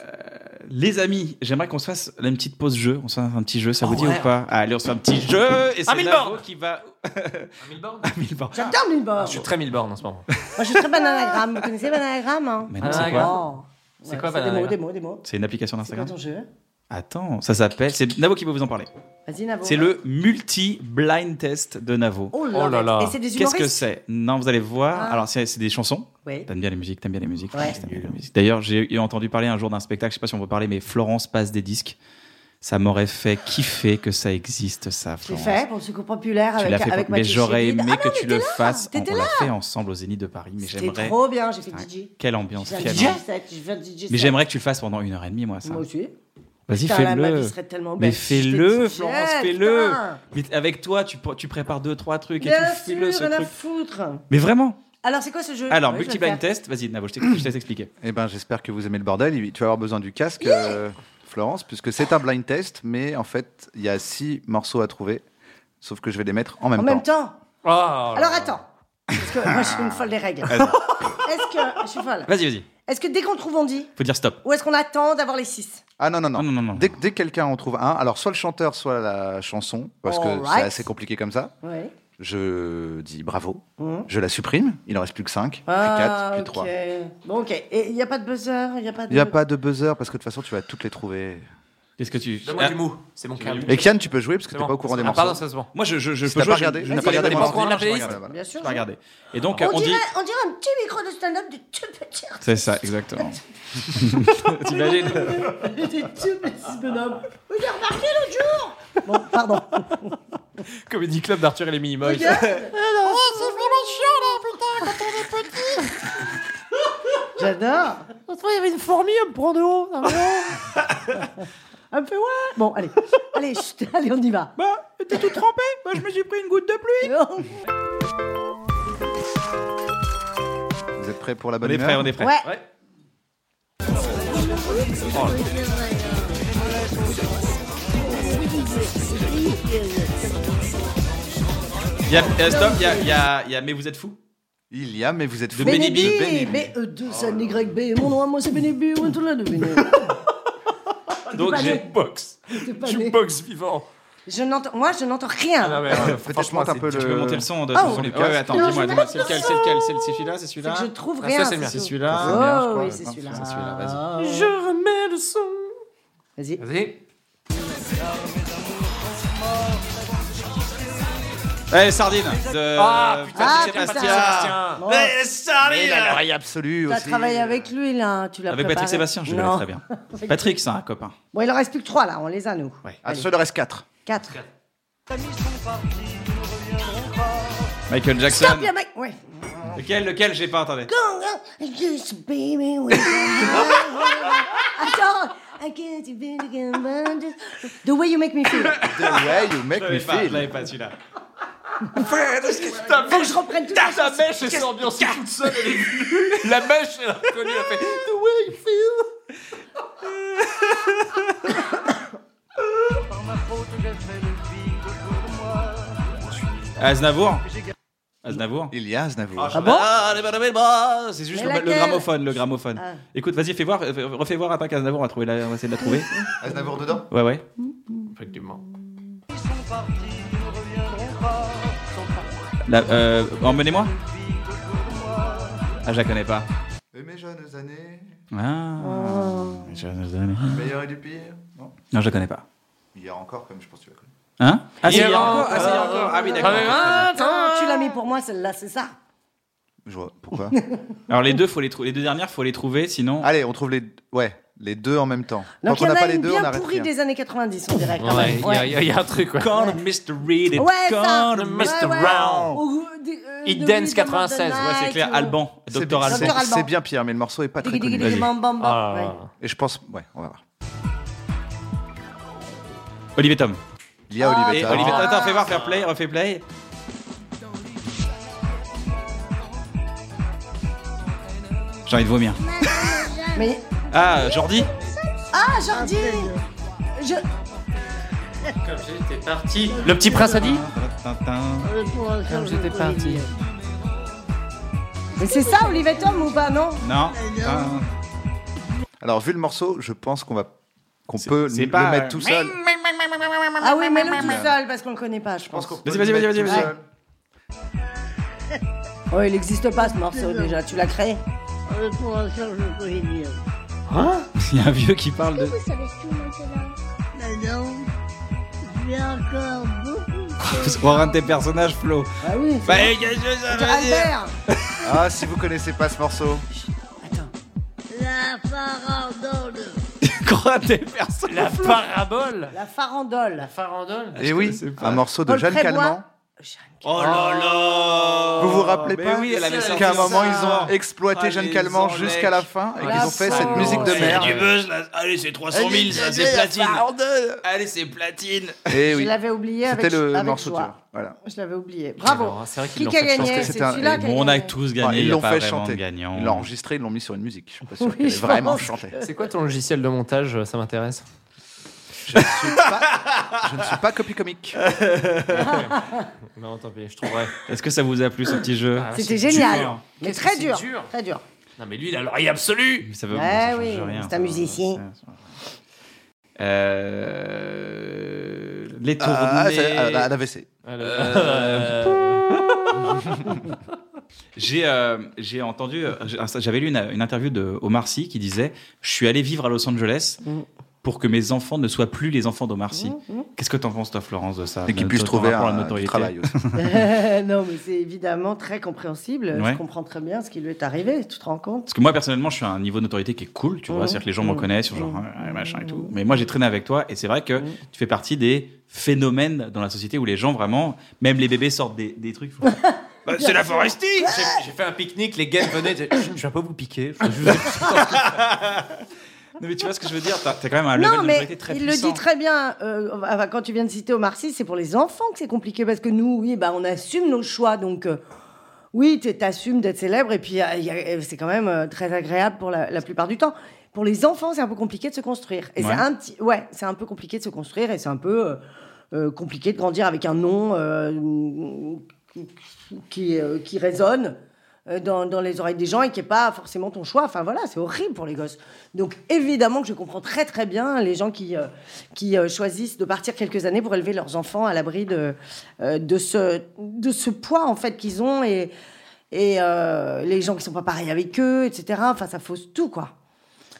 Speaker 1: Les amis, j'aimerais qu'on se fasse là, une petite pause jeu. On se fasse un petit jeu,
Speaker 3: Oh,
Speaker 1: ça vous dit
Speaker 2: ouais.
Speaker 1: ou pas Allez, on se fait un petit jeu et c'est
Speaker 2: Ah, mille
Speaker 1: Navo
Speaker 2: bornes
Speaker 1: qui va.
Speaker 2: Un mille bornes
Speaker 1: à mille bornes.
Speaker 3: J'adore le
Speaker 2: Ah, Je
Speaker 3: bord.
Speaker 2: suis très mille bornes en ce moment.
Speaker 3: Moi, je suis très bananagramme. Vous connaissez bananagramme hein
Speaker 1: Mais non, c'est
Speaker 2: Bananagramme.
Speaker 1: quoi
Speaker 3: Oh.
Speaker 2: C'est quoi,
Speaker 3: Des
Speaker 2: bananagramme
Speaker 3: mots, des mots, des mots.
Speaker 1: C'est une application
Speaker 3: C'est quoi
Speaker 1: d'Instagram
Speaker 3: ton jeu
Speaker 1: Attends, ça s'appelle. C'est Navo qui va vous en parler.
Speaker 3: Vas-y, Navo.
Speaker 1: C'est le multi-blind test de Navo.
Speaker 3: Oh là,
Speaker 2: Oh là là.
Speaker 3: Et c'est des
Speaker 1: Qu'est-ce
Speaker 3: humoristes.
Speaker 1: que c'est Non, vous allez voir.
Speaker 3: Ah.
Speaker 1: Alors, c'est c'est des chansons.
Speaker 3: Oui.
Speaker 1: T'aimes bien les musiques, t'aimes bien les musiques.
Speaker 3: Ouais.
Speaker 1: t'aimes bien les musiques. D'ailleurs, j'ai eu- entendu parler un jour d'un spectacle, je sais pas si on peut parler, mais Florence passe des disques. Ça m'aurait fait kiffer que ça existe, ça,
Speaker 3: J'ai
Speaker 1: Florence.
Speaker 3: fait pour le secours populaire
Speaker 1: Tu
Speaker 3: Ah, avec,
Speaker 1: l'as fait,
Speaker 3: avec
Speaker 1: pour- mais
Speaker 3: Mathieu
Speaker 1: j'aurais
Speaker 3: Chédid.
Speaker 1: aimé
Speaker 3: Ah non,
Speaker 1: que
Speaker 3: mais
Speaker 1: tu le
Speaker 3: t'es là
Speaker 1: fasses. On
Speaker 3: T'étais
Speaker 1: on
Speaker 3: là
Speaker 1: l'a fait ensemble au Zénith de Paris, mais
Speaker 3: C'était
Speaker 1: j'aimerais.
Speaker 3: trop bien, j'ai fait
Speaker 1: Putain,
Speaker 3: DJ.
Speaker 1: Quelle ambiance,
Speaker 3: J'ai fait
Speaker 1: quelle
Speaker 3: un DJ
Speaker 1: ambiance.
Speaker 3: set, J'ai fait un DJ set.
Speaker 1: Mais j'aimerais que tu le fasses pendant une heure et demie, moi, ça.
Speaker 3: Moi aussi.
Speaker 1: Vas-y,
Speaker 3: Putain, là, ma vie
Speaker 1: fais-le.
Speaker 3: serait tellement
Speaker 1: Mais
Speaker 3: belle si
Speaker 1: fais-le,
Speaker 3: j'étais
Speaker 1: Florence,
Speaker 3: DJ,
Speaker 1: fais-le.
Speaker 3: putain.
Speaker 1: Mais avec toi, tu, pr- tu prépares deux, trois trucs et
Speaker 3: Bien
Speaker 1: tout. Fais-le, ce
Speaker 3: sûr, rien à
Speaker 1: truc.
Speaker 3: foutre.
Speaker 1: Mais vraiment.
Speaker 3: Alors, c'est quoi ce jeu
Speaker 1: Alors,
Speaker 3: Oui, je vais le
Speaker 1: multi-blind
Speaker 3: faire.
Speaker 1: test. Vas-y, Navo, je t'ex- je t'ai expliqué.
Speaker 4: Eh ben, j'espère que vous aimez le bordel. Il- Tu vas avoir besoin du casque, euh, Florence, puisque c'est un blind test, mais en fait, il y a six morceaux à trouver. Sauf que je vais les mettre en même
Speaker 3: En
Speaker 4: temps.
Speaker 3: même temps.
Speaker 2: Oh là
Speaker 3: Alors
Speaker 2: là.
Speaker 3: attends. Parce que moi je suis une folle des règles.
Speaker 1: Vas-y.
Speaker 3: Est-ce que je suis folle
Speaker 1: Vas-y, vas-y.
Speaker 3: Est-ce que dès qu'on trouve on dit
Speaker 1: Faut dire stop.
Speaker 3: ou est-ce qu'on attend d'avoir les six
Speaker 4: Ah non, non, non.
Speaker 2: Mmh.
Speaker 1: Non, non, non, non.
Speaker 4: Dès, dès que quelqu'un en trouve un, alors soit le chanteur, soit la chanson, parce que
Speaker 3: Alright.
Speaker 4: c'est assez compliqué comme ça,
Speaker 3: Oui.
Speaker 4: je dis bravo,
Speaker 3: Mhm.
Speaker 4: je la supprime, il en reste plus que 5, puis 4, puis 3.
Speaker 3: Bon Ah, ok. Et il n'y a pas de buzzer, il n'y a pas de.
Speaker 4: Il n'y a pas de buzzer, parce que de toute façon, tu vas toutes les trouver.
Speaker 1: Qu'est-ce que tu.
Speaker 2: Donne-moi
Speaker 1: Ah,
Speaker 2: du mou. C'est mon câble.
Speaker 4: Et Kian, tu peux jouer, parce que
Speaker 2: C'est
Speaker 4: tu
Speaker 2: bon.
Speaker 4: n'es pas au courant des
Speaker 2: ah,
Speaker 4: morceaux.
Speaker 2: Pardon, ça se vend.
Speaker 1: Moi, je, je, je
Speaker 4: Si
Speaker 1: peux
Speaker 4: t'as
Speaker 1: jouer,
Speaker 4: pas regardé,
Speaker 1: je-
Speaker 4: tu
Speaker 1: je
Speaker 4: n'as
Speaker 1: n'ai
Speaker 4: pas regardé
Speaker 1: les
Speaker 4: mon
Speaker 1: morceaux.
Speaker 2: morceaux.
Speaker 4: ordinateur,
Speaker 2: la
Speaker 4: je
Speaker 2: playlist.
Speaker 4: regarde, voilà.
Speaker 3: Bien sûr.
Speaker 1: Je vais regarder. Et donc,
Speaker 3: On,
Speaker 1: on dit.
Speaker 3: dirait, on dirait un petit micro de stand-up de tout petit.
Speaker 1: C'est ça, exactement. T'imagines
Speaker 3: Des tout petits bonhommes. Oui, j'ai remarqué l'autre jour. Bon, pardon.
Speaker 2: Comédie Club d'Arthur et les Minimoys.
Speaker 3: Regarde. J'adore.
Speaker 7: il y avait une fourmi à me prendre de haut.
Speaker 3: Un peu ouais. Bon, allez. Allez, chut, allez, on y va. Euh,
Speaker 1: Bah, t'es tout trempé Bah, je me suis pris une goutte de pluie
Speaker 4: Vous êtes prêts pour la
Speaker 1: On
Speaker 4: bonne
Speaker 1: est
Speaker 4: humeur
Speaker 1: prêts, on est prêts.
Speaker 3: Ouais.
Speaker 1: Y a- euh, stop, y a, y a- y a- mais vous êtes fous
Speaker 4: Il y a, mais vous êtes fous.
Speaker 1: Benny
Speaker 3: Benny
Speaker 1: B.
Speaker 3: B, B-E-2,
Speaker 2: Oh
Speaker 3: ça, YB. Mon nom à moi, c'est Benny B. On est tous là de Benny.
Speaker 1: Donc
Speaker 3: pas
Speaker 1: j'ai.
Speaker 3: né.
Speaker 2: Box.
Speaker 3: T'es pas né.
Speaker 2: Jukebox vivant.
Speaker 3: Je n'entends, moi, je n'entends
Speaker 2: Ah,
Speaker 3: rien.
Speaker 2: mais, euh,
Speaker 4: Peut-être
Speaker 2: franchement,
Speaker 4: monte un peu
Speaker 1: Tu peux
Speaker 4: le-
Speaker 1: monter le son de
Speaker 3: Ah,
Speaker 1: de-
Speaker 3: ouais.
Speaker 1: Ouais, ouais, attends,
Speaker 3: Non,
Speaker 1: dis-moi,
Speaker 3: je
Speaker 1: dis-moi.
Speaker 3: vais
Speaker 1: C'est lequel
Speaker 3: mettre
Speaker 1: C'est
Speaker 3: le
Speaker 1: lequel C'est c'est celui-là C'est
Speaker 3: C'est
Speaker 1: celui-là
Speaker 3: que je trouve
Speaker 2: Ah,
Speaker 3: rien.
Speaker 2: ça, c'est le mien.
Speaker 3: tout.
Speaker 1: C'est celui-là.
Speaker 4: le mien, je
Speaker 3: Oh,
Speaker 4: crois.
Speaker 3: oui, c'est
Speaker 4: Non,
Speaker 3: celui-là. Ah, Oh.
Speaker 1: c'est celui-là,
Speaker 2: c'est- Je remets le son.
Speaker 3: Vas-y.
Speaker 2: Vas-y.
Speaker 1: Eh, Sardine de-
Speaker 2: Ah putain,
Speaker 3: Ah,
Speaker 2: c'est
Speaker 3: putain.
Speaker 2: Patrick Sébastien.
Speaker 3: Bon,
Speaker 1: Eh, Sardine
Speaker 4: L'oreille absolue
Speaker 3: T'as
Speaker 4: aussi.
Speaker 3: travaillé avec lui, là. hein, Tu l'as
Speaker 1: Avec
Speaker 3: préparé.
Speaker 1: Patrick Sébastien, je le connais
Speaker 3: Non.
Speaker 1: très bien. Patrick, c'est un copain.
Speaker 3: Bon, il en reste plus que trois, là. On les a, nous.
Speaker 4: Ah, seul reste 4.
Speaker 3: Quatre.
Speaker 1: Michael Jackson.
Speaker 3: Stop, il y a mec. Ouais.
Speaker 1: Lequel, lequel, j'ai pas entendu.
Speaker 3: Just baby with Attends. I can't be again, but just- The way you make me feel.
Speaker 4: The way you make
Speaker 1: Je
Speaker 4: me
Speaker 1: l'avais pas, je
Speaker 4: feel.
Speaker 1: l'avais pas celui-là.
Speaker 3: Faut que je reprenne tout ça.
Speaker 6: Ta mèche, elle s'est ambiancée toute seule. Elle est venue. La mèche, elle a reconnu, elle a fait The way you feel.
Speaker 1: Aznavour. Aznavour.
Speaker 4: Il y a Aznavour.
Speaker 3: Ah bon
Speaker 1: Ah, les bonnes, les bonnes. C'est juste le,
Speaker 3: Mais
Speaker 1: le
Speaker 3: laquelle
Speaker 1: gramophone, le gramophone.
Speaker 3: Ah.
Speaker 1: Écoute, vas-y, fais voir, euh, refais voir à Pâques Aznavour, on va trouver la- on va essayer de la trouver.
Speaker 4: Aznavour dedans
Speaker 1: Ouais, ouais.
Speaker 2: Effectivement.
Speaker 1: La- euh, Emmenez-moi. Ah, je la connais pas.
Speaker 4: Et mes jeunes années,
Speaker 1: Ah.
Speaker 3: Oh.
Speaker 1: Non,
Speaker 4: meilleur et du pire. Non.
Speaker 1: je la connais pas.
Speaker 4: Il y a encore, comme je pense que tu la connais.
Speaker 1: Hein Ah, si,
Speaker 2: Hier
Speaker 1: il y a
Speaker 2: encore.
Speaker 1: encore. Ah, si, il y a encore. Ah, oui, d'accord.
Speaker 3: Attends, Hein, tu l'as mis pour moi celle-là, c'est ça.
Speaker 4: Je vois. Pourquoi
Speaker 1: Alors, les deux, faut les, trou- les deux dernières, faut les trouver, sinon.
Speaker 3: Ah,
Speaker 4: Allez, on trouve les, ouais, les deux en même temps.
Speaker 3: Donc il y
Speaker 4: Quand on
Speaker 3: en
Speaker 4: n'a
Speaker 3: a
Speaker 4: pas les
Speaker 3: une
Speaker 4: deux, on
Speaker 3: bien
Speaker 4: arrête.
Speaker 3: pourrie
Speaker 4: rien.
Speaker 3: des années 90, on dirait. quand
Speaker 2: Ouais,
Speaker 3: même.
Speaker 2: Eh, il
Speaker 3: Ouais.
Speaker 2: y, a- il y a un truc, quoi.
Speaker 1: Call Mr. Reed et
Speaker 3: Ouais, ça.
Speaker 1: Call
Speaker 3: Ouais,
Speaker 1: Mr.
Speaker 3: ouais.
Speaker 2: Brown.
Speaker 3: Au- des- euh,
Speaker 2: It
Speaker 3: de
Speaker 2: Dance
Speaker 3: Rhythm of the
Speaker 2: 96, ouais,
Speaker 1: C'est
Speaker 3: Night,
Speaker 1: clair,
Speaker 3: ou-
Speaker 1: Alban,
Speaker 4: C'est-
Speaker 1: Dr.
Speaker 4: c'est-
Speaker 1: Alban.
Speaker 3: Dr. Alban.
Speaker 4: C'est bien Pierre, mais le morceau est pas très
Speaker 3: Digi, digi,
Speaker 4: connu.
Speaker 3: digi,
Speaker 1: Vas-y.
Speaker 3: bam, bam, bam.
Speaker 2: Ah,
Speaker 3: Ouais.
Speaker 4: Et je pense, ouais, on va voir.
Speaker 1: Olivier Tom.
Speaker 4: Il y a
Speaker 3: Ah,
Speaker 4: Olivier
Speaker 1: Et
Speaker 4: Tarr.
Speaker 1: Olivier, attends, fais voir, faire play, refais play. J'ai envie de vomir.
Speaker 3: Mais
Speaker 1: Ah, Jordi
Speaker 3: ah Jordi, je
Speaker 2: Comme j'étais parti. Le petit prince a dit Comme j'étais parti.
Speaker 3: mais c'est ça Olivier Tom ou pas non
Speaker 1: Non.
Speaker 4: Alors, vu le morceau, je pense qu'on va qu'on
Speaker 1: C'est-
Speaker 4: peut
Speaker 1: c'est
Speaker 4: le
Speaker 1: pas-
Speaker 4: mettre tout seul.
Speaker 3: Ah oui, mets-le tout seul parce qu'on le connaît pas, je pense.
Speaker 1: Vas-y, vas-y, vas-y, vas-y, vas-y.
Speaker 3: Oh, il n'existe pas ce morceau déjà, tu l'as créé.
Speaker 1: Il y a un vieux qui parle de. C'est pour un de tes personnages, Flo.
Speaker 3: Ah oui.
Speaker 1: Bah, eh, qu'est-ce que ça veut dire
Speaker 3: Albert.
Speaker 4: Ah, si vous connaissez pas ce morceau,
Speaker 1: Pour un de tes personnages.
Speaker 2: La parabole
Speaker 3: La farandole.
Speaker 2: Farandole
Speaker 4: et Eh oui,
Speaker 1: Ah,
Speaker 4: Ah,
Speaker 1: connaissais pas.
Speaker 4: un morceau de
Speaker 3: Paul
Speaker 4: Jeanne
Speaker 3: Prébois.
Speaker 4: Calment.
Speaker 1: Oh là là
Speaker 4: Vous vous rappelez
Speaker 1: Oh, Mais
Speaker 4: pas
Speaker 1: oui, elle avait sorti
Speaker 4: qu'à un moment
Speaker 1: ça.
Speaker 4: ils ont exploité
Speaker 1: Ah,
Speaker 4: Jeanne
Speaker 1: les
Speaker 4: Calment
Speaker 1: Anglais.
Speaker 4: jusqu'à la fin et qu'ils ont fait cette
Speaker 3: faute.
Speaker 4: musique de
Speaker 1: Eh,
Speaker 3: Ouais.
Speaker 4: merde.
Speaker 1: buzz là. Allez, c'est 300 000, ça c'est platine. Allez, c'est platine.
Speaker 4: Et Eh oui,
Speaker 3: Je l'avais oublié
Speaker 4: c'était
Speaker 3: avec,
Speaker 4: le
Speaker 3: avec
Speaker 4: morceau
Speaker 3: joie.
Speaker 4: dur. Voilà.
Speaker 3: Je l'avais oublié. Bravo.
Speaker 2: Alors, c'est vrai qu'ils
Speaker 3: Qui
Speaker 2: l'ont
Speaker 3: a
Speaker 2: fait
Speaker 3: gagné
Speaker 2: chanter.
Speaker 4: Je pense que
Speaker 3: C'est
Speaker 4: c'était un-
Speaker 3: celui-là qui a
Speaker 1: Bon, on a
Speaker 3: gagné.
Speaker 1: tous
Speaker 4: Enfin,
Speaker 1: gagné.
Speaker 4: ils
Speaker 1: il y a
Speaker 4: l'ont
Speaker 1: pas
Speaker 4: fait
Speaker 1: vraiment de
Speaker 4: chanter.
Speaker 1: gagnant.
Speaker 4: Ils l'ont enregistré, ils l'ont mis sur une musique. Je suis pas sûr
Speaker 3: Oui,
Speaker 4: qu'elle ait
Speaker 3: je
Speaker 4: vraiment
Speaker 3: pense.
Speaker 4: chanté.
Speaker 2: C'est quoi ton logiciel de montage euh, Ça m'intéresse.
Speaker 4: Je ne suis pas, je ne suis pas copie comique.
Speaker 2: Non, tant pis, je trouverai.
Speaker 1: Est-ce que ça vous a plu ce petit jeu
Speaker 3: C'était génial.
Speaker 2: dur.
Speaker 3: Mais
Speaker 2: Qu'est-ce
Speaker 3: très
Speaker 2: que
Speaker 3: dur,
Speaker 2: c'est dur
Speaker 3: Très dur.
Speaker 2: Non, mais lui, il a l'oreille absolue
Speaker 1: Ça veut-
Speaker 3: Ouais,
Speaker 1: ça change
Speaker 3: Ah oui,
Speaker 1: rien,
Speaker 3: c'est
Speaker 1: ça.
Speaker 3: un musicien.
Speaker 1: Euh, Les tournées.
Speaker 4: Ah, c'est- à la- à l'AVC.
Speaker 2: Euh,
Speaker 1: J'ai euh, j'ai entendu, euh, j'ai- j'avais lu une, une interview de Omar Sy qui disait Je suis allé vivre à Los Angeles
Speaker 3: Mm.
Speaker 1: pour que mes enfants ne soient plus les enfants d'Omar Sy. Qu'est-ce que t'en penses, Ah, toi, Florence, de ça
Speaker 4: Et qu'ils
Speaker 1: De-
Speaker 4: puissent
Speaker 1: de ton
Speaker 4: trouver
Speaker 1: rapport à la
Speaker 4: un du
Speaker 1: notoriété
Speaker 4: travail aussi.
Speaker 3: non, mais c'est évidemment très compréhensible.
Speaker 1: Ouais.
Speaker 3: Je comprends très bien ce qui lui est arrivé. Tu te rends compte
Speaker 1: Parce que moi, personnellement, je suis à un niveau de notoriété qui est cool, tu vois.
Speaker 3: Mhm.
Speaker 1: C'est-à-dire que les gens me
Speaker 3: Mhm.
Speaker 1: connaissent, ils sont genre,
Speaker 3: Mhm.
Speaker 1: ah, ouais, machin et tout. Mais moi, j'ai traîné avec toi, et c'est vrai que tu fais partie des phénomènes dans la société où les gens, vraiment, même les bébés sortent des, des trucs. font, Bah, c'est la Foresti
Speaker 2: J'ai fait un pique-nique, les gars venaient. Je je viens pas vous piquer. je veux juste-
Speaker 1: Non, mais tu vois ce que je veux dire T'as t'as quand même un level
Speaker 3: Non,
Speaker 1: de
Speaker 3: mais
Speaker 1: notoriété très
Speaker 3: il
Speaker 1: puissant.
Speaker 3: le dit très bien. euh, enfin, quand tu viens de citer Omar Sy, c'est pour les enfants que c'est compliqué parce que nous, oui, bah, on assume nos choix. Donc, euh, oui, tu t'assumes d'être célèbre et puis euh, il y a- c'est quand même euh, très agréable pour la, la plupart du temps. Pour les enfants, c'est un peu compliqué de se construire. Et
Speaker 1: Ouais.
Speaker 3: c'est un petit, ouais, c'est un peu compliqué de se construire et c'est un peu euh, euh, compliqué de grandir avec un nom euh, qui- qui, euh, qui résonne euh, dans, dans les oreilles des gens et qui n'est pas forcément ton choix. Enfin voilà, c'est horrible pour les gosses. Donc évidemment que je comprends très très bien les gens qui, euh, qui euh, choisissent de partir quelques années pour élever leurs enfants à l'abri de, euh, de, ce, de ce poids en fait qu'ils ont et, et euh, les gens qui sont pas pareils avec eux, etc. Enfin ça fausse tout quoi.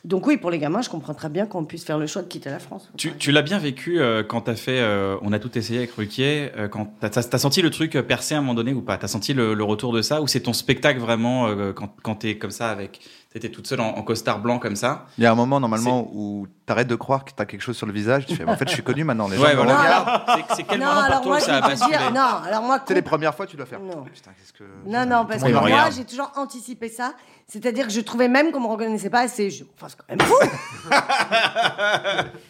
Speaker 3: Donc oui, pour les gamins, je comprends très bien qu'on puisse faire le choix de quitter la France.
Speaker 1: Tu, tu l'as bien vécu euh, quand t'as fait. euh, on a tout essayé avec Ruquier. euh, quand t'as, t'as- t'as senti le truc euh, percer à un moment donné ou pas T'as senti le, le retour de ça Ou c'est ton spectacle vraiment euh, quand, quand t'es comme ça avec. T'étais toute seule en, en costard blanc comme ça
Speaker 4: Il y a un moment normalement où t'arrêtes de croire que t'as quelque chose sur le visage. Tu fais, en fait, je suis connu maintenant. Les gens
Speaker 1: Ouais,
Speaker 4: me
Speaker 1: voilà.
Speaker 4: regardent.
Speaker 1: C'est, c'est quel moment pour toi
Speaker 3: moi,
Speaker 1: que
Speaker 3: je
Speaker 1: ça a
Speaker 3: vais te
Speaker 1: basculé
Speaker 3: dire, non, alors moi,
Speaker 4: C'est les premières fois, tu dois faire.
Speaker 3: Non.
Speaker 4: Putain, qu'est-ce que.
Speaker 3: Non, non, parce que
Speaker 4: monde me
Speaker 3: moi,
Speaker 4: regarde.
Speaker 3: j'ai toujours anticipé ça. C'est-à-dire que je trouvais même qu'on me reconnaissait pas assez. Je... Enfin, c'est quand même fou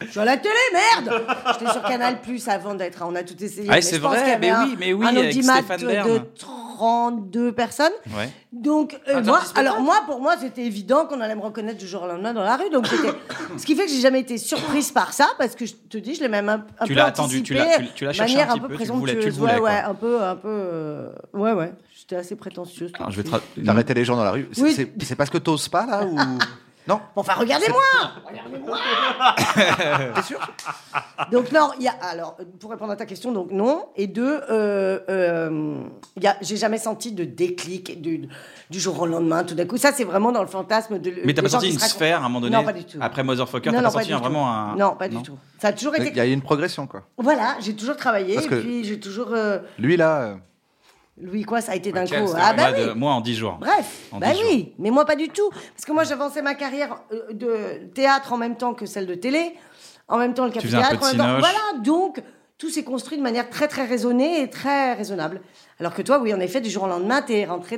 Speaker 3: Je suis à la télé, merde J'étais sur Canal Plus avant d'être. à On a tout essayé.
Speaker 1: Ah,
Speaker 3: mais
Speaker 1: c'est
Speaker 3: je pense
Speaker 1: vrai,
Speaker 3: qu'il y avait
Speaker 1: mais
Speaker 3: un-
Speaker 1: oui, mais oui,
Speaker 3: Un
Speaker 1: avec
Speaker 3: audimat
Speaker 1: Stéphane
Speaker 3: de
Speaker 1: Bern.
Speaker 3: 32 personnes.
Speaker 1: Ouais.
Speaker 3: Donc, euh,
Speaker 2: Attends,
Speaker 3: moi,
Speaker 2: dis-moi.
Speaker 3: alors moi, pour moi, c'était évident qu'on allait me reconnaître du jour au lendemain dans la rue. Donc, j'étais- ce qui fait que j'ai jamais été surprise par ça, parce que je te dis, je l'ai même un, un
Speaker 1: Tu
Speaker 3: peu
Speaker 1: l'as attendu,
Speaker 3: anticipé,
Speaker 1: tu l'as- tu- tu l'as
Speaker 3: de
Speaker 1: cherché
Speaker 3: manière
Speaker 1: un
Speaker 3: un,
Speaker 1: petit
Speaker 3: peu
Speaker 1: peu, tu le voulais, tu le
Speaker 3: présomptueuse,
Speaker 1: voulais,
Speaker 3: ouais,
Speaker 1: quoi.
Speaker 3: ouais, un peu, un peu, euh, ouais, ouais. J'étais assez prétentieuse.
Speaker 1: Alors, je vais te
Speaker 3: là-dessus.
Speaker 1: ra-
Speaker 4: D'arrêter les gens dans la rue. C'est-
Speaker 3: Oui.
Speaker 4: C'est c'est parce que t'oses pas là ou. Non
Speaker 3: Enfin, Ah, regardez-moi
Speaker 4: T'es sûr
Speaker 3: Donc non, il y a alors pour répondre à ta question, donc non et deux, euh, euh, il y a- j'ai jamais senti de déclic du, du jour au lendemain tout d'un coup. Ça c'est vraiment dans le fantasme de.
Speaker 1: Mais t'as
Speaker 3: des
Speaker 1: pas
Speaker 3: gens
Speaker 1: senti
Speaker 3: qui
Speaker 1: une
Speaker 3: se racontent-
Speaker 1: sphère à un moment donné
Speaker 3: Non, pas du tout.
Speaker 1: Après Motherfucker,
Speaker 3: Non,
Speaker 1: t'as pas
Speaker 3: non, pas
Speaker 1: senti
Speaker 3: du tout.
Speaker 1: vraiment un.
Speaker 3: Non, pas du tout. Ça a toujours
Speaker 4: Il y
Speaker 3: été.
Speaker 4: a une progression quoi.
Speaker 3: Voilà, j'ai toujours travaillé
Speaker 4: Parce
Speaker 3: et
Speaker 4: que-
Speaker 3: puis j'ai toujours. euh,
Speaker 4: Lui là. euh,
Speaker 3: Louis quoi, ça a été d'un
Speaker 6: Ok,
Speaker 3: coup.
Speaker 6: c'est
Speaker 3: Ah bah
Speaker 1: moi,
Speaker 3: oui.
Speaker 1: de- moi, en 10 jours.
Speaker 3: Bref,
Speaker 1: En
Speaker 3: bah
Speaker 1: dix
Speaker 3: oui, mais moi pas du tout. Parce que moi j'avançais ma carrière euh, de théâtre en même temps que celle de télé, en même temps le
Speaker 1: faisais un
Speaker 3: café-théâtre,
Speaker 1: peu
Speaker 3: en
Speaker 1: de
Speaker 3: même temps.
Speaker 1: cinoche.
Speaker 3: Voilà, donc tout s'est construit de manière très très raisonnée et très raisonnable. Alors que toi, oui, en effet, du jour au lendemain, t'es rentré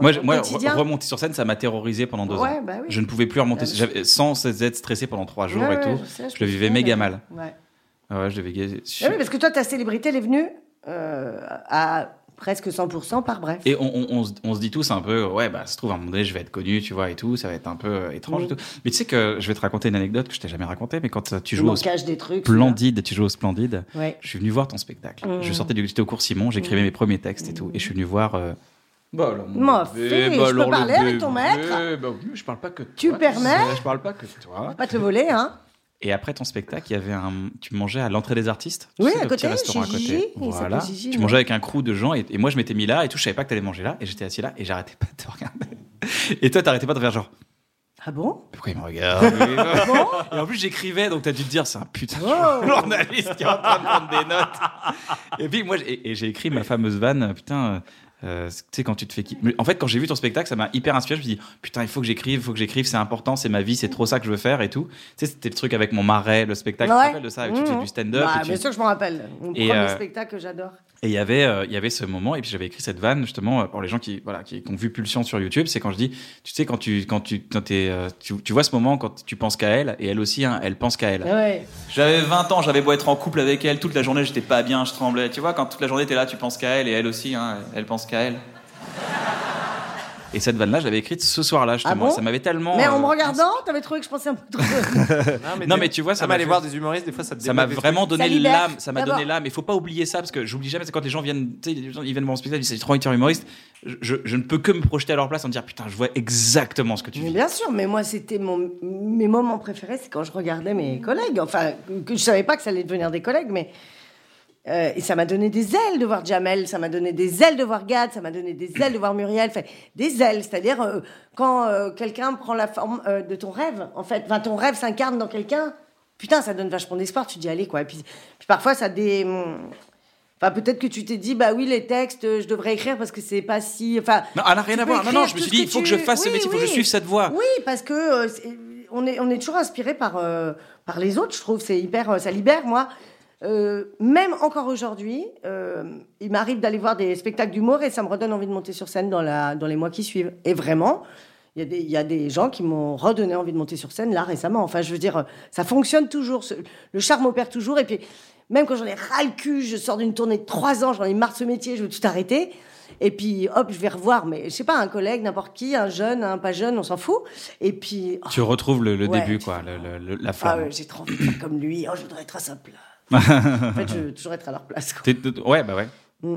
Speaker 1: Moi,
Speaker 3: dans
Speaker 1: je-
Speaker 3: le
Speaker 1: moi,
Speaker 3: quotidien.
Speaker 1: re- remonter sur scène, ça m'a terrorisé pendant deux
Speaker 3: Ouais,
Speaker 1: ans.
Speaker 3: bah oui.
Speaker 1: Je ne pouvais plus remonter
Speaker 3: Ah, mais-
Speaker 1: j'avais- sans cesse être stressé pendant trois jours
Speaker 3: Ouais,
Speaker 1: et
Speaker 3: ouais,
Speaker 1: tout.
Speaker 3: je sais, je
Speaker 1: je le
Speaker 3: me
Speaker 1: vivais
Speaker 3: souviens,
Speaker 1: méga
Speaker 3: mais-
Speaker 1: mal.
Speaker 3: Ouais.
Speaker 1: Ah Ouais, je devais gazer.
Speaker 3: Ah oui, parce que toi, ta célébrité, elle est venue euh, à presque 100% par bref.
Speaker 1: Et on, on- on se- on se dit tous un peu, ouais, bah, ça se trouve, à un moment donné, je vais être connu, tu vois, et tout, ça va être un peu euh, étrange et tout. Mais tu sais que je vais te raconter une anecdote que je t'ai jamais racontée, mais quand euh, tu
Speaker 3: Tu
Speaker 1: joues au
Speaker 3: m'en caches des trucs.
Speaker 1: Splendide, tu joues au Splendide,
Speaker 3: celui-là. Ouais.
Speaker 1: je suis venu voir ton spectacle.
Speaker 3: Mm.
Speaker 1: Je sortais du, j'étais au cours Simon, j'écrivais mes premiers textes et tout, et je suis venu voir. euh, bah alors, mon
Speaker 3: Ma
Speaker 1: bébé,
Speaker 3: fille, je
Speaker 1: alors
Speaker 3: peux
Speaker 1: le
Speaker 3: parler avec ton
Speaker 1: bébé,
Speaker 3: maître
Speaker 1: bah oui, je parle pas que de
Speaker 3: Tu
Speaker 1: toi,
Speaker 3: permets
Speaker 1: Je parle pas que de toi.
Speaker 3: Pas te le voler, hein
Speaker 1: Et après ton spectacle, il y avait un, tu mangeais à l'entrée des artistes. tu
Speaker 3: Oui,
Speaker 1: sais,
Speaker 3: à
Speaker 1: le
Speaker 3: côté,
Speaker 1: petit restaurant
Speaker 3: chez
Speaker 1: à côté.
Speaker 3: Gigi, il s'appelait
Speaker 1: voilà.
Speaker 3: Gigi,
Speaker 1: tu
Speaker 3: non
Speaker 1: mangeais avec un crew de gens et, et moi je m'étais mis là et tout. Je savais pas que t'allais manger là et j'étais assis là et j'arrêtais pas de te regarder. Et toi, t'arrêtais pas de faire genre.
Speaker 3: Ah bon
Speaker 1: Pourquoi il me regarde lui
Speaker 3: Ah
Speaker 1: Et en plus, j'écrivais, donc t'as dû te dire, c'est un putain de journaliste qui est en train de prendre des notes. Et puis, moi, j'ai- et j'ai écrit ma fameuse vanne, putain, euh, tu sais, quand tu te fais. qui- Mais En fait, quand j'ai vu ton spectacle, ça m'a hyper inspiré. Je me suis dit, putain, il faut que j'écrive, il faut que j'écrive, c'est important, c'est ma vie, c'est trop ça que je veux faire et tout. Tu sais, c'était le truc avec mon marais, le spectacle, tu te
Speaker 3: Ouais.
Speaker 1: rappelles de ça, où tu
Speaker 3: Mmh.
Speaker 1: fais du stand-up.
Speaker 3: Bah,
Speaker 1: et tu-
Speaker 3: Bien sûr, que je m'en rappelle. Mon
Speaker 1: Et,
Speaker 3: premier
Speaker 1: euh,
Speaker 3: spectacle que j'adore.
Speaker 1: et il y avait, euh, il y avait ce moment, et puis j'avais écrit cette vanne justement euh, pour les gens qui, voilà, qui, qui ont vu Pulsion sur YouTube, c'est quand je dis, tu sais, quand tu, quand tu, quand t'es, euh, tu, tu vois ce moment quand tu penses qu'à elle, et elle aussi, hein, elle pense qu'à elle.
Speaker 3: Ouais.
Speaker 1: J'avais 20 ans, j'avais beau être en couple avec elle, toute la journée j'étais pas bien, je tremblais. Tu vois, quand toute la journée t'es là, tu penses qu'à elle, et elle aussi, hein, elle pense qu'à elle. Et cette vanne-là, je l'avais écrite ce soir-là, justement.
Speaker 3: Ah bon
Speaker 1: ça m'avait tellement.
Speaker 3: Mais en
Speaker 1: euh,
Speaker 3: me regardant, t'avais trouvé que je pensais un peu trop.
Speaker 1: Non, mais tu vois, ça
Speaker 2: Ah, mais
Speaker 1: m'a
Speaker 2: aller
Speaker 1: fait-
Speaker 2: voir des humoristes, des fois, ça te
Speaker 1: Ça m'a
Speaker 2: débloque des
Speaker 1: vraiment
Speaker 2: trucs.
Speaker 1: donné
Speaker 3: Ça libère,
Speaker 1: l'âme, ça m'a
Speaker 3: d'abord.
Speaker 1: donné l'âme. Il faut pas oublier ça parce que j'oublie jamais. C'est quand les gens viennent, tu sais, les gens, ils viennent voir mon spectacle, ils disent c'est trop intéressant humoriste. Je, je- je ne peux que me projeter à leur place en dire putain, je vois exactement ce que tu
Speaker 3: mais
Speaker 1: vis.
Speaker 3: bien sûr, mais moi, c'était mon... mes moments préférés, c'est quand je regardais
Speaker 1: Mmh.
Speaker 3: mes collègues. Enfin, que je savais pas que ça allait devenir des collègues, mais. euh, et ça m'a donné des ailes de voir Jamel, ça m'a donné des ailes de voir Gad, ça m'a donné des ailes de voir Muriel. Enfin, des ailes, c'est-à-dire euh, quand euh, quelqu'un prend la forme euh, de ton rêve, en fait. Enfin, ton rêve s'incarne dans quelqu'un. Putain, ça donne vachement d'espoir, tu te dis allez quoi. Et puis, puis parfois, ça des. Enfin, peut-être que tu t'es dit, bah oui, les textes, euh, je devrais écrire parce que c'est pas si. Enfin,
Speaker 1: Non, ah, n'a rien
Speaker 3: tu
Speaker 1: à
Speaker 3: peux
Speaker 1: voir. Non,
Speaker 3: écrire
Speaker 1: non, je me
Speaker 3: tout
Speaker 1: suis dit,
Speaker 3: ce
Speaker 1: il faut que
Speaker 3: tu-
Speaker 1: je fasse ce
Speaker 3: Oui,
Speaker 1: métier, il faut que
Speaker 3: oui.
Speaker 1: je suive cette voie.
Speaker 3: Oui, parce que euh, c'est- on, est, on est toujours inspiré par, euh, par les autres, je trouve. C'est hyper. euh, ça libère, moi. Euh, même encore aujourd'hui, euh, il m'arrive d'aller voir des spectacles d'humour et ça me redonne envie de monter sur scène dans, la, dans les mois qui suivent. Et vraiment, il y, a des- il y a des gens qui m'ont redonné envie de monter sur scène là récemment. Enfin, je veux dire, euh, ça fonctionne toujours. ce- Le charme opère toujours. Et puis, même quand j'en ai ras le cul, je sors d'une tournée de trois ans, j'en ai marre de ce métier, je veux tout arrêter. Et puis, hop, je vais revoir, mais je sais pas, un collègue, n'importe qui, un jeune, un pas jeune, on s'en fout. Et puis, oh,
Speaker 1: Tu retrouves le, le
Speaker 3: Ouais,
Speaker 1: début,
Speaker 3: tu
Speaker 1: quoi,
Speaker 3: fais-
Speaker 1: le- le- le- la
Speaker 3: ah
Speaker 1: flamme.
Speaker 3: ouais, j'ai trop envie de faire comme lui, oh, je voudrais être à sa place. en fait, je veux toujours être à leur place. quoi.
Speaker 1: T'es- t'es- ouais, bah ouais.
Speaker 3: Mm.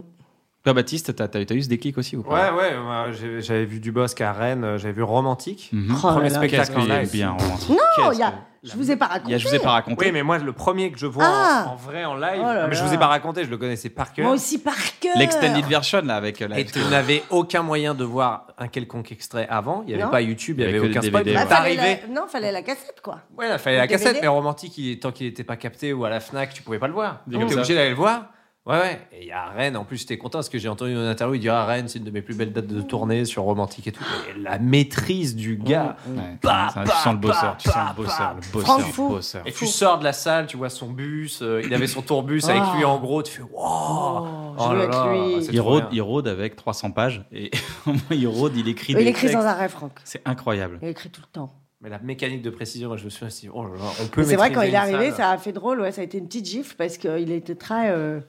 Speaker 1: Bah, Toi, Baptiste, t'as as, eu ce déclic aussi ou
Speaker 2: Ouais,
Speaker 1: pas
Speaker 2: ouais, moi, j'ai- j'avais vu Dubosc à Rennes, euh, j'avais vu Romantique.
Speaker 1: Mhm.
Speaker 3: Oh là
Speaker 2: Premier
Speaker 3: là.
Speaker 1: Qu'est-ce
Speaker 2: spectacle en
Speaker 1: qu'il est
Speaker 2: live.
Speaker 1: bien romantique.
Speaker 3: Non,
Speaker 1: Qu'est-ce
Speaker 3: Oh, il y a.
Speaker 1: que-
Speaker 3: Je vous ai pas
Speaker 1: il
Speaker 3: raconté.
Speaker 1: y a- je vous ai pas raconté.
Speaker 2: Oui, mais moi, le premier que je vois
Speaker 3: Ah.
Speaker 2: en, en vrai en live,
Speaker 3: Oh là
Speaker 2: non, mais je
Speaker 3: là.
Speaker 2: vous ai pas raconté, je le connaissais par cœur.
Speaker 3: Moi aussi par cœur.
Speaker 1: L'extended version, là, avec euh, la.
Speaker 2: Et tu n'avais aucun moyen de voir un quelconque extrait avant. Il n'y avait
Speaker 3: Non.
Speaker 2: pas YouTube, il n'y
Speaker 1: Il y
Speaker 2: avait
Speaker 1: avait que
Speaker 2: aucun
Speaker 1: des
Speaker 2: spot.
Speaker 1: DVD,
Speaker 3: Bah,
Speaker 1: ouais.
Speaker 2: Donc,
Speaker 3: fallait
Speaker 2: t'arrivais-
Speaker 3: la- Non, fallait la cassette, quoi.
Speaker 2: Ouais, il fallait la
Speaker 3: DVD.
Speaker 2: cassette, mais romantique, il- tant qu'il n'était pas capté ou à la Fnac, tu pouvais pas le voir.
Speaker 1: Dis
Speaker 2: Donc
Speaker 1: comme
Speaker 2: t'es
Speaker 1: ça.
Speaker 2: obligé d'aller le voir. Ouais, ouais. Et il y a Rennes, en plus, j'étais content parce que j'ai entendu dans une interview, il dit Ah, Rennes, c'est une de mes plus belles dates de tournée sur romantique et tout. Et la maîtrise du gars.
Speaker 1: Ouais,
Speaker 2: Bah,
Speaker 1: ça, tu sens le bosseur, tu sens le bosseur, le bosseur,
Speaker 3: Franck Fou.
Speaker 1: le bosseur.
Speaker 2: Et tu sors de la salle, tu vois son bus, euh, il avait son tourbus avec lui en gros, tu fais Wow
Speaker 3: Ah. Oh, je veux avec lui.
Speaker 2: c'est
Speaker 1: Il
Speaker 2: trop
Speaker 1: rôde,
Speaker 2: bien.
Speaker 1: il rôde avec 300 pages et il rôde, il écrit
Speaker 3: Il
Speaker 1: des
Speaker 3: écrit sans
Speaker 1: textes.
Speaker 3: arrêt, Franck.
Speaker 1: C'est incroyable.
Speaker 3: Il écrit tout le temps.
Speaker 2: Mais la mécanique de précision, je me suis dit, oh là là, on peut
Speaker 3: Mais C'est vrai,
Speaker 2: maîtriser
Speaker 3: quand il est
Speaker 2: une
Speaker 3: arrivé,
Speaker 2: salle.
Speaker 3: ça a fait drôle. Ouais, ça a été une petite gifle parce qu'il était très, euh,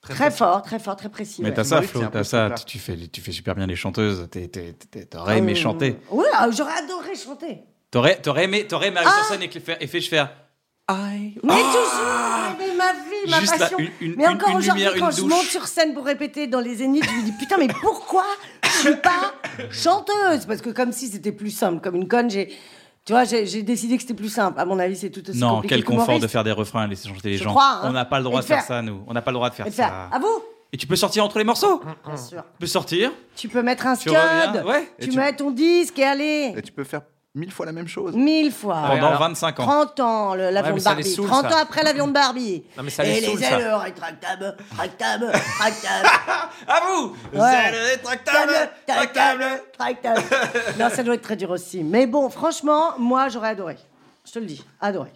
Speaker 3: très, fort, très fort, très précis.
Speaker 1: Mais
Speaker 3: ouais.
Speaker 1: t'as ça,
Speaker 4: humoriste,
Speaker 1: Flo,
Speaker 4: c'est un peu
Speaker 1: t'as ça.
Speaker 4: super.
Speaker 1: Tu, tu fais, tu fais super bien les chanteuses. T'es- t'es- t'es- T'aurais aimé
Speaker 3: Euh,
Speaker 1: chanter.
Speaker 3: Oui, ah, j'aurais adoré chanter.
Speaker 1: T'aurais, t'aurais aimé, t'aurais aimé arriver
Speaker 3: Ah
Speaker 1: sur scène et, que- faire- et fait, je faire
Speaker 3: Mais toujours, mais ma vie, ma
Speaker 1: Ah Juste là,
Speaker 3: passion.
Speaker 1: une- une-
Speaker 3: mais
Speaker 1: une-
Speaker 3: encore
Speaker 1: une
Speaker 3: aujourd'hui,
Speaker 1: lumière,
Speaker 3: quand
Speaker 1: une
Speaker 3: je
Speaker 1: douche.
Speaker 3: monte sur scène pour répéter dans les zéniths, je me dis putain, mais pourquoi je suis pas chanteuse Parce que comme si c'était plus simple, comme une conne, j'ai, tu vois, j'ai j'ai décidé que c'était plus simple. À mon avis, c'est tout aussi
Speaker 1: Non,
Speaker 3: compliqué
Speaker 1: quel confort
Speaker 3: qu'humoriste.
Speaker 1: de faire des refrains et laisser chanter les
Speaker 3: Je
Speaker 1: gens.
Speaker 3: crois, hein.
Speaker 1: On n'a pas le droit
Speaker 3: Et
Speaker 1: de
Speaker 3: de faire-
Speaker 1: faire ça, nous. On n'a pas le droit de faire
Speaker 3: Et de
Speaker 1: ça.
Speaker 3: faire, Ah. à vous,
Speaker 1: Et tu peux sortir entre les morceaux. Tu
Speaker 3: bien sûr.
Speaker 1: peux sortir.
Speaker 3: Tu peux mettre un
Speaker 1: Tu
Speaker 3: scud,
Speaker 1: reviens. Ouais.
Speaker 4: Et
Speaker 3: tu
Speaker 4: tu-
Speaker 3: mets ton disque et allez,
Speaker 4: Et tu peux faire mille fois la même chose.
Speaker 3: mille fois.
Speaker 1: Pendant
Speaker 2: Ah, alors-
Speaker 1: 25 ans.
Speaker 3: 30 ans, le- l'avion
Speaker 2: Ouais, mais
Speaker 3: de
Speaker 2: ça les
Speaker 3: Barbie.
Speaker 2: saoule,
Speaker 3: 30
Speaker 2: ça.
Speaker 3: ans après l'avion de Barbie.
Speaker 2: Non, mais ça
Speaker 3: Et
Speaker 2: les saoule,
Speaker 3: les
Speaker 2: ça.
Speaker 3: ailes rétractables, rétractables, rétractables.
Speaker 2: Ah,
Speaker 1: À vous.
Speaker 3: Ouais.
Speaker 1: C'est le tractable,
Speaker 3: Tractable,
Speaker 1: tractable.
Speaker 3: tractable, tractable. Non, ça doit être très dur aussi. Mais bon, franchement, moi, j'aurais adoré. Je te le dis, adoré.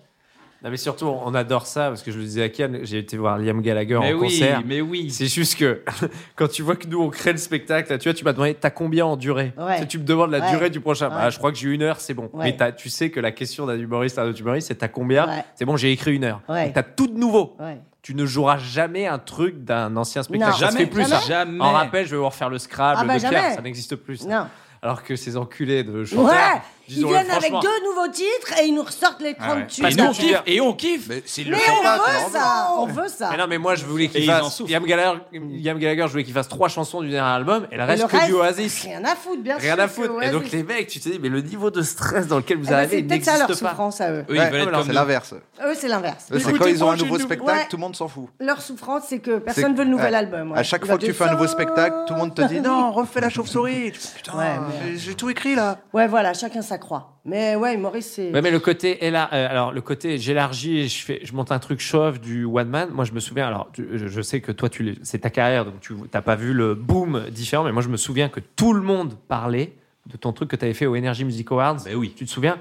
Speaker 2: Non, mais surtout, on adore ça parce que je le disais à Kian, j'ai été voir Liam Gallagher
Speaker 1: Mais
Speaker 2: en
Speaker 1: oui,
Speaker 2: concert.
Speaker 1: mais oui.
Speaker 2: C'est juste que quand tu vois que nous on crée le spectacle, là, tu vois, tu m'as demandé t'as combien en durée
Speaker 3: Ouais.
Speaker 2: Tu sais, Tu me demandes la
Speaker 3: Ouais.
Speaker 2: durée du prochain. Bah,
Speaker 3: Ouais.
Speaker 2: je crois que j'ai une heure, c'est bon.
Speaker 3: Ouais.
Speaker 2: Mais t'as- tu sais que la question d'un humoriste à un autre humoriste, c'est t'as combien
Speaker 3: Ouais.
Speaker 2: C'est bon, j'ai écrit une heure.
Speaker 3: Ouais.
Speaker 2: Donc, T'as tout de nouveau.
Speaker 3: Ouais.
Speaker 2: Tu ne joueras jamais un truc d'un ancien spectacle.
Speaker 3: Non.
Speaker 2: ça se fait
Speaker 1: Jamais,
Speaker 2: plus. ça.
Speaker 1: hein. jamais.
Speaker 2: En rappel, je vais voir faire le Scrabble
Speaker 3: Ah bah,
Speaker 2: de
Speaker 3: jamais.
Speaker 2: Pierre. Ça n'existe plus. ça.
Speaker 3: Non.
Speaker 2: Alors que ces enculés de chanteurs.
Speaker 3: Ouais, ils
Speaker 2: disons-le
Speaker 3: viennent avec
Speaker 2: franchement,
Speaker 3: deux nouveaux titres et ils nous ressortent les
Speaker 1: Ah ouais.
Speaker 3: 30 tuiles.
Speaker 2: Parce
Speaker 1: Et nous,
Speaker 2: que
Speaker 1: on
Speaker 2: tu
Speaker 1: kiffe.
Speaker 2: viens-
Speaker 1: Et on kiffe.
Speaker 4: Mais c'est
Speaker 3: Mais
Speaker 4: le
Speaker 3: on
Speaker 4: spectacle,
Speaker 3: veut
Speaker 4: normal.
Speaker 3: ça, on veut ça.
Speaker 2: Mais non, mais moi je voulais
Speaker 1: Et
Speaker 2: qu'il
Speaker 1: ils en
Speaker 2: fasse.
Speaker 1: souffrent.
Speaker 2: Liam Gallagher, Liam Gallagher, je voulais qu'il fasse trois chansons du dernier album et le
Speaker 3: Et
Speaker 2: reste
Speaker 3: le
Speaker 2: que du Oasis.
Speaker 3: Rien à foutre, bien sûr.
Speaker 2: Rien à
Speaker 3: que
Speaker 2: foutre. Et
Speaker 3: Oasis.
Speaker 2: donc les mecs, tu te dis, mais le niveau de stress dans lequel
Speaker 3: Eh
Speaker 2: vous
Speaker 3: ben,
Speaker 2: arrivez,
Speaker 3: c'est
Speaker 2: il
Speaker 3: peut-être ça
Speaker 2: n'existe
Speaker 3: leur
Speaker 2: pas.
Speaker 3: souffrance à eux.
Speaker 1: Eux, ils
Speaker 4: Ouais,
Speaker 1: veulent
Speaker 4: non,
Speaker 1: être
Speaker 4: mais
Speaker 1: comme
Speaker 4: c'est
Speaker 1: nous.
Speaker 4: l'inverse.
Speaker 3: Eux, c'est l'inverse.
Speaker 4: Eux, C'est quand ils ont un nouveau spectacle,
Speaker 3: Ouais.
Speaker 4: tout le monde s'en fout.
Speaker 3: Leur souffrance, c'est que
Speaker 4: C'est-
Speaker 3: personne veut le nouvel
Speaker 4: ouais.
Speaker 3: album. ouais.
Speaker 4: À chaque
Speaker 3: Tu
Speaker 4: fois
Speaker 3: vas
Speaker 4: que tu fais un nouveau
Speaker 3: descendre.
Speaker 4: spectacle, tout le monde te dit non, refais la chauve-souris. Tu fais, Putain,
Speaker 3: Ouais, mais-
Speaker 4: mais j'ai tout écrit là.
Speaker 3: Ouais, voilà, chacun sa croix. Mais ouais, Maurice, c'est.
Speaker 2: Ouais, mais le côté est là. euh, alors le côté j'élargis, et je fais, je monte un truc chauve du one man. Moi je me souviens. Alors tu- je, je sais que toi tu l'es- c'est ta carrière donc tu t'as pas vu le boom différent. Mais moi je me souviens que tout le monde parlait de ton truc que t'avais fait au Energy Music Awards.
Speaker 1: Ben oui.
Speaker 3: Ah
Speaker 2: Tu te souviens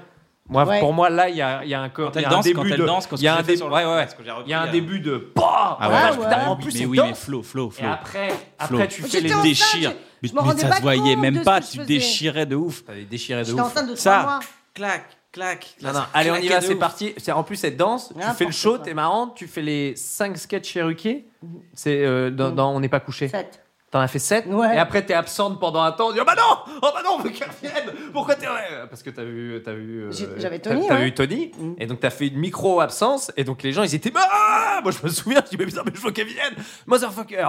Speaker 2: Moi
Speaker 3: Ouais.
Speaker 2: pour moi là il y a, il y a un co-
Speaker 1: Quand
Speaker 2: il
Speaker 1: elle
Speaker 2: y a un
Speaker 1: danse,
Speaker 2: début
Speaker 1: quand elle
Speaker 2: de-
Speaker 1: danse, quand ce
Speaker 2: il y a
Speaker 1: que
Speaker 2: un
Speaker 1: j'ai fait
Speaker 2: début.
Speaker 1: sur le-
Speaker 2: Ouais ouais.
Speaker 1: parce que j'ai
Speaker 2: Il y a un
Speaker 1: repris, euh.
Speaker 2: début de. Bah,
Speaker 1: Ah
Speaker 3: Ah
Speaker 1: ouais,
Speaker 3: ouais.
Speaker 2: putain, en
Speaker 1: Mais
Speaker 2: plus,
Speaker 1: oui,
Speaker 2: c'est
Speaker 1: mais oui,
Speaker 2: dense.
Speaker 1: mais Flo, Flo,
Speaker 2: Et
Speaker 1: Flo.
Speaker 2: après,
Speaker 1: Flo.
Speaker 2: après tu fais
Speaker 3: J'étais
Speaker 2: les
Speaker 3: enceinte,
Speaker 1: déchires.
Speaker 3: je-
Speaker 1: Mais,
Speaker 3: je m'en
Speaker 1: mais
Speaker 3: rendais
Speaker 1: ça
Speaker 3: pas
Speaker 1: se voyait
Speaker 3: compte de
Speaker 1: même
Speaker 3: ce
Speaker 1: pas,
Speaker 3: que je
Speaker 1: tu
Speaker 3: faisais.
Speaker 1: déchirais de ouf.
Speaker 2: T'avais déchiré de
Speaker 3: J'étais
Speaker 2: ouf.
Speaker 3: enceinte de trois mois.
Speaker 1: Ça, clac, clac.
Speaker 2: Non, non, allez, on y va, c'est
Speaker 1: parti.
Speaker 2: parti. C'est- En plus, c'est danse. Tu
Speaker 3: N'importe
Speaker 2: fais le show,
Speaker 3: quoi. Mhm.
Speaker 2: t'es marrant. Tu fais les 5 sketchs Cherokee. C'est euh, dans, dans On n'est pas couché.
Speaker 3: Sept.
Speaker 2: T'en as fait 7.
Speaker 3: Ouais.
Speaker 2: Et après, t'es absente pendant un temps. On dit Oh bah non Oh bah non, on veut qu'elle vienne Pourquoi t'es. Ouais, Parce que t'as vu. T'as vu
Speaker 3: J'ai- j'avais
Speaker 2: t'as-
Speaker 3: Tony,
Speaker 2: T'as
Speaker 3: ouais. Mhm.
Speaker 2: vu Tony. Et donc, t'as fait une micro-absence. Et donc, les gens, ils étaient. Ah Moi, je me souviens, je dis Mais putain, mais je veux qu'elle vienne Motherfucker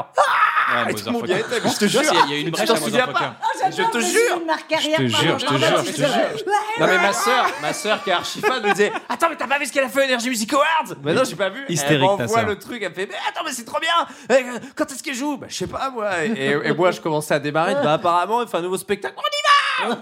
Speaker 2: Ah Et tout le monde y
Speaker 1: Motherfucker.
Speaker 2: était, mais Je te jure.
Speaker 1: pense qu'il y a- il y a eu une
Speaker 2: tu
Speaker 1: brèche
Speaker 2: t'en
Speaker 1: à
Speaker 2: souviens
Speaker 1: Motherfucker.
Speaker 2: pas.
Speaker 3: Oh, j'adore
Speaker 2: Je te
Speaker 3: le
Speaker 2: jure.
Speaker 3: résumé de ma carrière,
Speaker 1: Je te
Speaker 3: pardon,
Speaker 1: jure, je te
Speaker 3: pardon,
Speaker 1: jure, je te jure.
Speaker 2: Non mais ma sœur, ma sœur qui est archi fan me disait "Attends mais t'as pas vu ce qu'elle a fait au Energy Music Awards Mais non, j'ai pas vu.
Speaker 1: Hystérique,
Speaker 2: elle
Speaker 1: ta
Speaker 2: m'envoie
Speaker 1: sœur.
Speaker 2: le truc, elle me fait "Mais attends mais c'est trop bien. Euh, Quand est-ce qu'elle joue Bah je sais pas moi." Et, et- et moi je commençais à démarrer, bah apparemment il fait un nouveau spectacle. On y va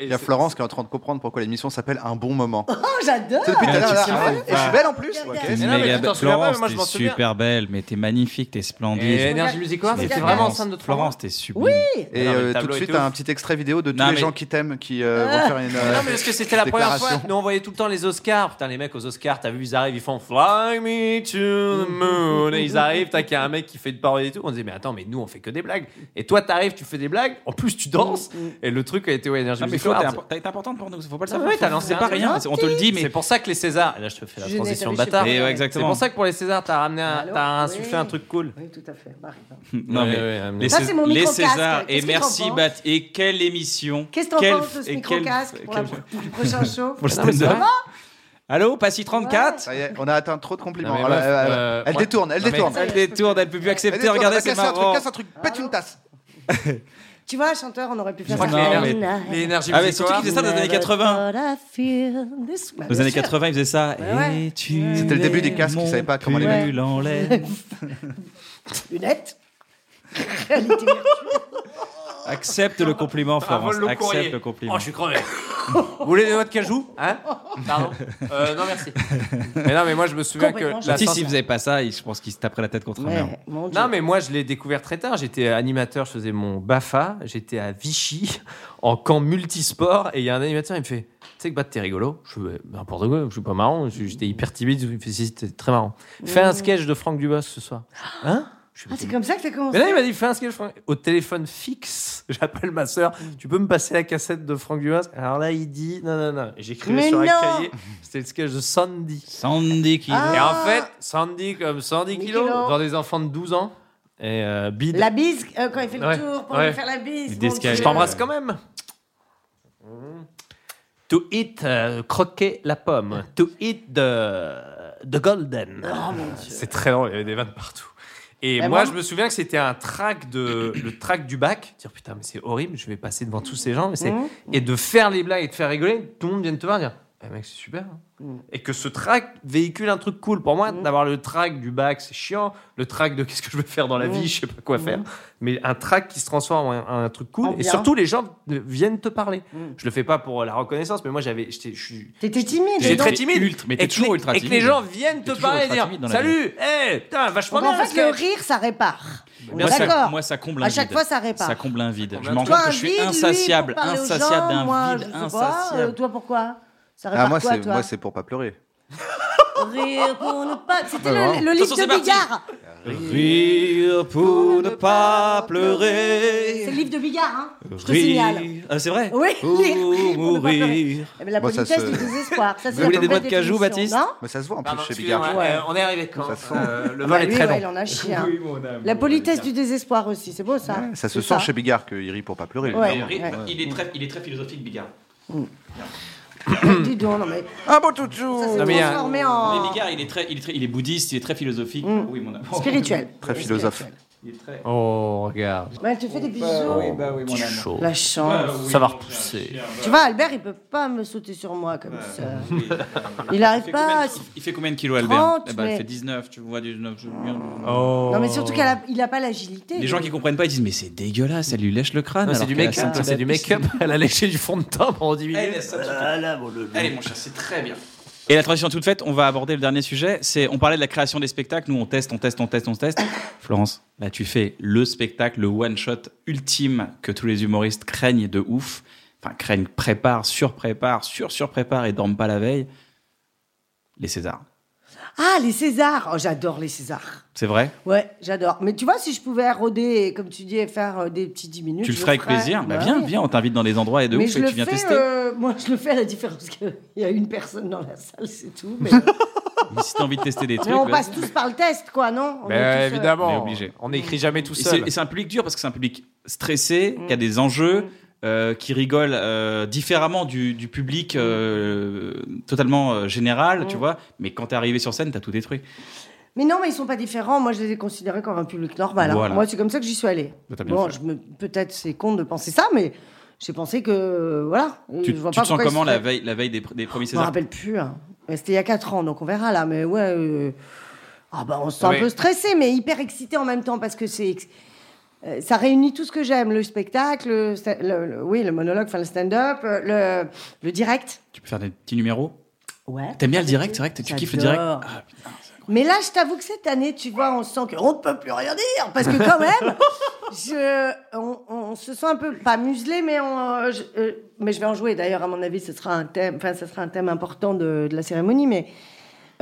Speaker 2: Et
Speaker 4: Il y a
Speaker 2: c'est-
Speaker 4: Florence qui est en train de comprendre pourquoi l'émission s'appelle Un bon moment.
Speaker 3: Oh, j'adore
Speaker 4: C'est depuis tout à l'heure, là.
Speaker 1: tu
Speaker 4: Ah ouais, Et je suis belle en plus.
Speaker 3: Regarde,
Speaker 4: Ok.
Speaker 1: T'es
Speaker 2: Mais non,
Speaker 1: méga
Speaker 2: mais
Speaker 1: belle.
Speaker 2: tu t'en souviens pas, mais
Speaker 1: Florence,
Speaker 2: moi, je
Speaker 1: t'es
Speaker 2: m'en souviens.
Speaker 1: super belle, mais t'es magnifique, t'es
Speaker 2: Et
Speaker 1: splendide.
Speaker 2: Energy Music Awards,
Speaker 3: Mais
Speaker 2: c'était
Speaker 3: Florence-
Speaker 2: vraiment enceinte de trois mois.
Speaker 1: Florence, t'es sublime.
Speaker 2: Non,
Speaker 4: Et
Speaker 2: mais le
Speaker 4: euh, tout
Speaker 2: tableau
Speaker 4: de
Speaker 2: est
Speaker 4: suite,
Speaker 2: ouf.
Speaker 4: t'as un petit extrait vidéo de tous
Speaker 1: Non,
Speaker 4: les
Speaker 1: mais-
Speaker 4: gens qui t'aiment, qui euh, vont faire une. euh,
Speaker 2: Non, mais parce que c'était la première fois.
Speaker 4: Déclaration.
Speaker 2: Nous, on voyait tout le temps les Oscars. Putain, les mecs aux Oscars, t'as vu, ils arrivent, ils font Fly me to the moon. Et ils arrivent, t'as qu'il y a un mec qui fait une parodie et tout. On disait, mais attends, mais nous, on fait que des blagues. Et toi, t'arrives, tu fais des blagues. En plus, tu danses. Et le truc a été ouais, Energy
Speaker 1: Non, mais
Speaker 2: Music
Speaker 1: Flo, t'es
Speaker 2: Awards.
Speaker 1: impo- t'as été importante pour nous, faut pas le
Speaker 2: Ah
Speaker 1: savoir.
Speaker 2: ouais, t'as lancé
Speaker 1: C'est pas
Speaker 2: un
Speaker 1: rien,
Speaker 3: gentil.
Speaker 1: on te le dit, mais
Speaker 2: C'est pour ça que les Césars. Et là, je te fais la
Speaker 3: Je n'ai
Speaker 2: transition
Speaker 3: jamais
Speaker 2: de bâtard.
Speaker 3: chez
Speaker 1: Et ouais,
Speaker 2: C'est
Speaker 1: exactement.
Speaker 2: pour ça que pour les Césars, t'as ramené un,
Speaker 3: Allô
Speaker 2: t'as
Speaker 3: Oui.
Speaker 2: insufflé un truc cool.
Speaker 3: Oui, tout à fait. Marie.
Speaker 1: Non,
Speaker 2: Ouais,
Speaker 1: mais
Speaker 2: ouais, ouais, mais-
Speaker 1: les,
Speaker 3: Ça,
Speaker 1: Cés-
Speaker 3: c'est mon
Speaker 1: les
Speaker 3: micro-casque.
Speaker 1: Césars
Speaker 3: Qu'est-ce
Speaker 1: et
Speaker 3: que
Speaker 1: merci
Speaker 3: t'en penses
Speaker 1: Bat et quelle émission
Speaker 3: Qu'est-ce que t'en
Speaker 1: Quel-
Speaker 3: penses de ce
Speaker 1: et quel-
Speaker 3: micro-casque pour, la-
Speaker 1: quel-
Speaker 3: pour le prochain show
Speaker 1: pour le stand-up Allô, Passy 34
Speaker 4: Ça y est, on a atteint trop de
Speaker 2: Non,
Speaker 4: compliments.
Speaker 2: mais meuf,
Speaker 4: Ah, là, là, là.
Speaker 2: euh,
Speaker 4: elle
Speaker 2: moi-
Speaker 4: détourne, elle
Speaker 2: Non, mais-
Speaker 4: détourne.
Speaker 1: Elle détourne, elle peut plus
Speaker 4: Elle
Speaker 1: accepter.
Speaker 4: détourne,
Speaker 1: Regardez, c'est
Speaker 4: casse un truc,
Speaker 1: marrant.
Speaker 4: casse un truc, pète une tasse.
Speaker 3: Tu vois, chanteur, on aurait pu
Speaker 2: Je
Speaker 3: faire
Speaker 2: crois
Speaker 3: ça.
Speaker 2: que les-
Speaker 3: Tonight.
Speaker 2: les énergies
Speaker 1: Ah, mais surtout
Speaker 2: musicales-
Speaker 1: qu'il faisait ça dans les années 80.
Speaker 3: But I feel this- Bah,
Speaker 1: Dans les
Speaker 3: bien
Speaker 1: années
Speaker 3: sûr.
Speaker 1: 80, ils faisaient ça.
Speaker 3: Ouais,
Speaker 1: Et tu
Speaker 4: C'était le début des
Speaker 1: es
Speaker 4: casques, ils
Speaker 1: mon
Speaker 4: savaient pas comment les
Speaker 1: pull
Speaker 3: mettre.
Speaker 1: en l'air.
Speaker 3: Lunettes. Réalité virtuelle.
Speaker 1: Accepte le compliment, Florence.
Speaker 6: vole le courrier.
Speaker 1: Accepte le compliment.
Speaker 6: Oh, je suis crevé.
Speaker 2: Vous voulez des noix de cajou Hein
Speaker 6: Pardon. Euh, non, merci.
Speaker 2: Mais non, mais moi je me souviens que
Speaker 3: Complètement,
Speaker 2: la
Speaker 1: Si,
Speaker 2: sens-
Speaker 1: si vous n'avez pas ça, il- je pense qu'il se taperait la tête contre un mur.
Speaker 3: Ouais, mon Dieu.
Speaker 2: Non, mais moi, je l'ai découvert très tard. J'étais animateur, je faisais mon BAFA. J'étais à Vichy, en camp multisport. Et il y a un animateur, il me fait Tu sais que bah, t'es rigolo Je fais N'importe quoi, je suis pas marrant. J'étais hyper timide. Il me fait Si, c'était très marrant. Fais un sketch de Franck Dubos ce soir. Hein Je fais,
Speaker 3: Ah, c'est comme ça que t'as commencé
Speaker 2: mais là, il m'a dit Fais un sketch, Franck. Au téléphone fixe, j'appelle ma sœur
Speaker 3: Mm.
Speaker 2: Tu peux me passer la cassette de Franck Dubos Alors là, il dit Non, non, non. Et J'écrivais
Speaker 3: Mais
Speaker 2: sur un
Speaker 3: non
Speaker 2: cahier. C'était le sketch de Sandy.
Speaker 1: Sandy qui.
Speaker 3: Ah.
Speaker 2: Et en fait, Sandy comme 110
Speaker 3: 10
Speaker 2: kilos,
Speaker 3: kilos.
Speaker 2: dans des enfants de 12 ans. Et euh, bide.
Speaker 3: La bise, euh, quand il fait le
Speaker 2: Ouais,
Speaker 3: tour pour
Speaker 2: ouais.
Speaker 3: lui faire la bise.
Speaker 1: Il
Speaker 3: mon Dieu.
Speaker 2: Je t'embrasse quand même. To eat, euh, croquer la pomme. To eat the, the golden. C'est très long, il y avait des vannes partout. Et
Speaker 3: Mais
Speaker 2: moi,
Speaker 3: moi-
Speaker 2: je me souviens que c'était un track de le track du bac. Dire putain, mais c'est horrible, je vais passer devant tous ces gens. Mais c'est-
Speaker 3: Mhm.
Speaker 2: Et de faire les blagues et de faire rigoler, tout le monde vient te voir et dire Eh, mec, c'est super. hein. Et que ce track véhicule un truc cool. Pour moi,
Speaker 3: Mm.
Speaker 2: d'avoir le track du bac, c'est chiant. Le track de qu'est-ce que je veux faire
Speaker 3: Mm.
Speaker 2: dans la vie, je sais pas quoi faire. Mais un track qui se transforme en un, en un truc cool.
Speaker 3: En
Speaker 2: et
Speaker 3: bien.
Speaker 2: surtout, les gens euh, viennent te parler.
Speaker 3: Mm.
Speaker 2: Je le fais pas pour la reconnaissance, mais moi, j'avais. j'étais- Je suis.
Speaker 3: T'étais timide.
Speaker 2: J'étais
Speaker 3: dis donc.
Speaker 2: très timide.
Speaker 1: Ultra- mais
Speaker 2: Et
Speaker 1: t'es
Speaker 2: que
Speaker 1: toujours
Speaker 2: les-
Speaker 1: ultra
Speaker 2: Et que les
Speaker 1: timide.
Speaker 2: gens viennent
Speaker 1: T'es
Speaker 2: te
Speaker 1: toujours
Speaker 2: parler et
Speaker 1: ultra
Speaker 2: dire
Speaker 1: timide dans la
Speaker 2: Salut, hé, putain, vachement
Speaker 3: Donc,
Speaker 2: bien.
Speaker 3: en fait,
Speaker 2: parce que-
Speaker 3: le rire, ça répare.
Speaker 1: Moi, ça,
Speaker 3: D'accord.
Speaker 1: moi, ça comble un
Speaker 3: À
Speaker 1: vide.
Speaker 3: chaque fois, ça répare.
Speaker 1: Ça comble un vide. Je
Speaker 2: un
Speaker 1: m'en rends compte
Speaker 2: vide.
Speaker 3: Toi,
Speaker 1: que
Speaker 3: un
Speaker 1: je suis
Speaker 3: vide, lui, pour
Speaker 1: insatiable,
Speaker 3: parler aux gens,
Speaker 1: insatiable
Speaker 3: moi,
Speaker 1: d'un
Speaker 3: je
Speaker 1: vide
Speaker 3: sais pas, euh,
Speaker 1: insatiable.
Speaker 3: toi, pourquoi Ça répare
Speaker 4: Ah, moi,
Speaker 3: quoi,
Speaker 4: c'est
Speaker 3: toi
Speaker 4: moi, c'est pour pas pleurer.
Speaker 3: Rire pour ne pas. C'était
Speaker 4: Bah,
Speaker 3: le,
Speaker 4: vraiment.
Speaker 3: le livre
Speaker 1: Attention, c'est
Speaker 3: de
Speaker 1: parti.
Speaker 3: Bigard. hein.
Speaker 1: Rire pour ne pas pleurer.
Speaker 3: C'est le livre de Bigard, hein. Je te
Speaker 1: Rire.
Speaker 3: signale.
Speaker 1: Ah, c'est vrai
Speaker 3: Oui,
Speaker 1: Pour
Speaker 3: rire, rire pour ne pas pleurer.
Speaker 1: mourir.
Speaker 3: Eh ben, la
Speaker 4: Moi, ça
Speaker 3: politesse
Speaker 4: se-
Speaker 3: du désespoir. Ça, c'est
Speaker 1: Vous
Speaker 3: la
Speaker 1: voulez des noix de
Speaker 3: complète
Speaker 1: cajou,
Speaker 3: définition,
Speaker 1: Baptiste
Speaker 3: non
Speaker 4: Mais ça se voit en
Speaker 2: Pardon,
Speaker 4: plus chez
Speaker 2: excusez-moi,
Speaker 4: Bigard.
Speaker 2: euh, on est arrivé quand
Speaker 4: Ça sent.
Speaker 2: Euh, Le
Speaker 3: Bah,
Speaker 4: Ah,
Speaker 2: vol est
Speaker 3: lui,
Speaker 2: très
Speaker 3: ouais,
Speaker 2: long.
Speaker 3: il en a chier. hein. La politesse du désespoir aussi, c'est beau ça.
Speaker 4: Ouais, Ça se
Speaker 3: C'est
Speaker 4: sent chez Bigard qu'il rit pour pas pleurer.
Speaker 3: Ouais.
Speaker 4: évidemment.
Speaker 3: Ouais.
Speaker 1: Il est très, il est très philosophique, Bigard.
Speaker 3: Dis donc, non mais
Speaker 4: Ah bon, tout tout.
Speaker 3: ça s'est
Speaker 2: Non, mais il y a-
Speaker 3: transformé
Speaker 1: Mais
Speaker 3: en
Speaker 1: Bigard, il est très, il est très, il est bouddhiste, il est très philosophique. Oui, mon amour.
Speaker 3: Mm. spirituel.
Speaker 4: Très philosophe.
Speaker 1: Il est très.
Speaker 2: Oh, regarde.
Speaker 3: Bah, elle te fait des bisous.
Speaker 1: bah oui, mon amour.
Speaker 2: Chaud.
Speaker 3: La chance.
Speaker 2: Ça va repousser.
Speaker 1: Ah
Speaker 3: Tu vois, Albert, il peut pas me sauter sur moi comme ça. Il
Speaker 1: Il
Speaker 3: arrive
Speaker 1: fait
Speaker 3: pas. à
Speaker 1: combien-
Speaker 3: s-
Speaker 1: Il fait combien de kilos, Albert
Speaker 3: 30,
Speaker 1: Eh ben,
Speaker 3: mais-
Speaker 1: Il fait 19, tu vois, 19. je-
Speaker 2: Oh.
Speaker 3: Non, mais surtout qu'il a, il a pas l'agilité.
Speaker 1: Les gens qui comprennent pas, ils disent mais c'est dégueulasse, elle lui lèche le crâne.
Speaker 2: Non, c'est
Speaker 1: alors
Speaker 2: du
Speaker 1: qu'elle a
Speaker 2: make-up,
Speaker 1: senti
Speaker 2: c'est du
Speaker 1: la
Speaker 2: make-up. Elle a léché du fond de teint pendant 10 minutes.
Speaker 1: Allez, ça, tu-
Speaker 5: Voilà, Ah mon loulou.
Speaker 1: Allez, mon cher, c'est très bien. Et la transition toute faite, on va aborder le dernier sujet. C'est, on parlait de la création des spectacles. Nous, on teste, on teste, on teste, on teste. Florence, là, tu fais le spectacle, le one shot ultime que tous les humoristes craignent de ouf. Enfin, craignent, préparent, surpréparent, sur surpréparent et dorment pas la veille. Les Césars,
Speaker 3: Ah, les Césars. Oh, j'adore les Césars.
Speaker 1: c'est vrai
Speaker 3: Ouais, j'adore. Mais tu vois, si je pouvais roder, et, comme tu dis, et faire euh, des petits 10 minutes.
Speaker 1: Tu le
Speaker 3: je
Speaker 1: ferais avec plaisir
Speaker 3: Ouais.
Speaker 1: Bah, Viens, viens, on t'invite dans des endroits et de
Speaker 3: mais
Speaker 1: ouf
Speaker 3: je
Speaker 1: et
Speaker 3: le
Speaker 1: tu viens
Speaker 3: fais,
Speaker 1: tester.
Speaker 3: euh, moi, je le fais à la différence qu'il y a une personne dans la salle, c'est tout. Mais,
Speaker 1: Mais Si t'as envie de tester des trucs,
Speaker 3: mais on
Speaker 1: vas-y.
Speaker 3: passe tous par le test, quoi, non On
Speaker 2: Mais
Speaker 3: est tous, euh,
Speaker 1: On est
Speaker 2: évidemment,
Speaker 1: obligé.
Speaker 2: on n'écrit jamais tout
Speaker 1: Et c'est-
Speaker 2: seul.
Speaker 1: et c'est un public dur parce que c'est un public stressé, qui a
Speaker 3: Mm.
Speaker 1: des enjeux, euh, qui rigole euh, différemment du, du public
Speaker 3: Mm.
Speaker 1: euh, totalement euh, général, tu vois. Mais quand t'es arrivé sur scène, t'as tout détruit.
Speaker 3: Mais non, mais ils sont pas différents. Moi, je les ai considérés comme un public normal. hein.
Speaker 1: Voilà.
Speaker 3: Moi, c'est comme ça que j'y suis allée.
Speaker 1: Bah, t'as bien
Speaker 3: Bon,
Speaker 1: fait.
Speaker 3: je me- peut-être c'est con de penser ça, mais j'ai pensé que euh, voilà.
Speaker 1: Tu,
Speaker 3: je vois
Speaker 1: tu
Speaker 3: pas
Speaker 1: te sens
Speaker 3: pourquoi ils
Speaker 1: comment
Speaker 3: se
Speaker 1: la
Speaker 3: feraient-
Speaker 1: veille, la veille des, pr- des premiers
Speaker 3: Je me
Speaker 1: Césars
Speaker 3: rappelle plus. hein. Mais C'était il y a 4 ans, donc on verra là. Mais ouais, euh, ah bah, on se sent
Speaker 2: Mais-
Speaker 3: un peu stressé, mais hyper excité en même temps parce que c'est ex- euh, ça réunit tout ce que j'aime le spectacle, le, sta- le- le- oui, le monologue, enfin le stand-up, euh, le, le direct.
Speaker 1: Tu peux faire des petits numéros
Speaker 3: Ouais.
Speaker 1: T'aimes bien le direct, c'est vrai que tu kiffes le direct
Speaker 3: J'adore.
Speaker 1: Ah, putain.
Speaker 3: Mais là, je t'avoue que cette année, tu vois, on sent qu'on ne peut plus rien dire. Parce que quand même, je, on, on se sent un peu, pas muselé, mais, on, je, euh, mais je vais en jouer. D'ailleurs, à mon avis, ce sera un thème, enfin, ce sera un thème important de, de la cérémonie, mais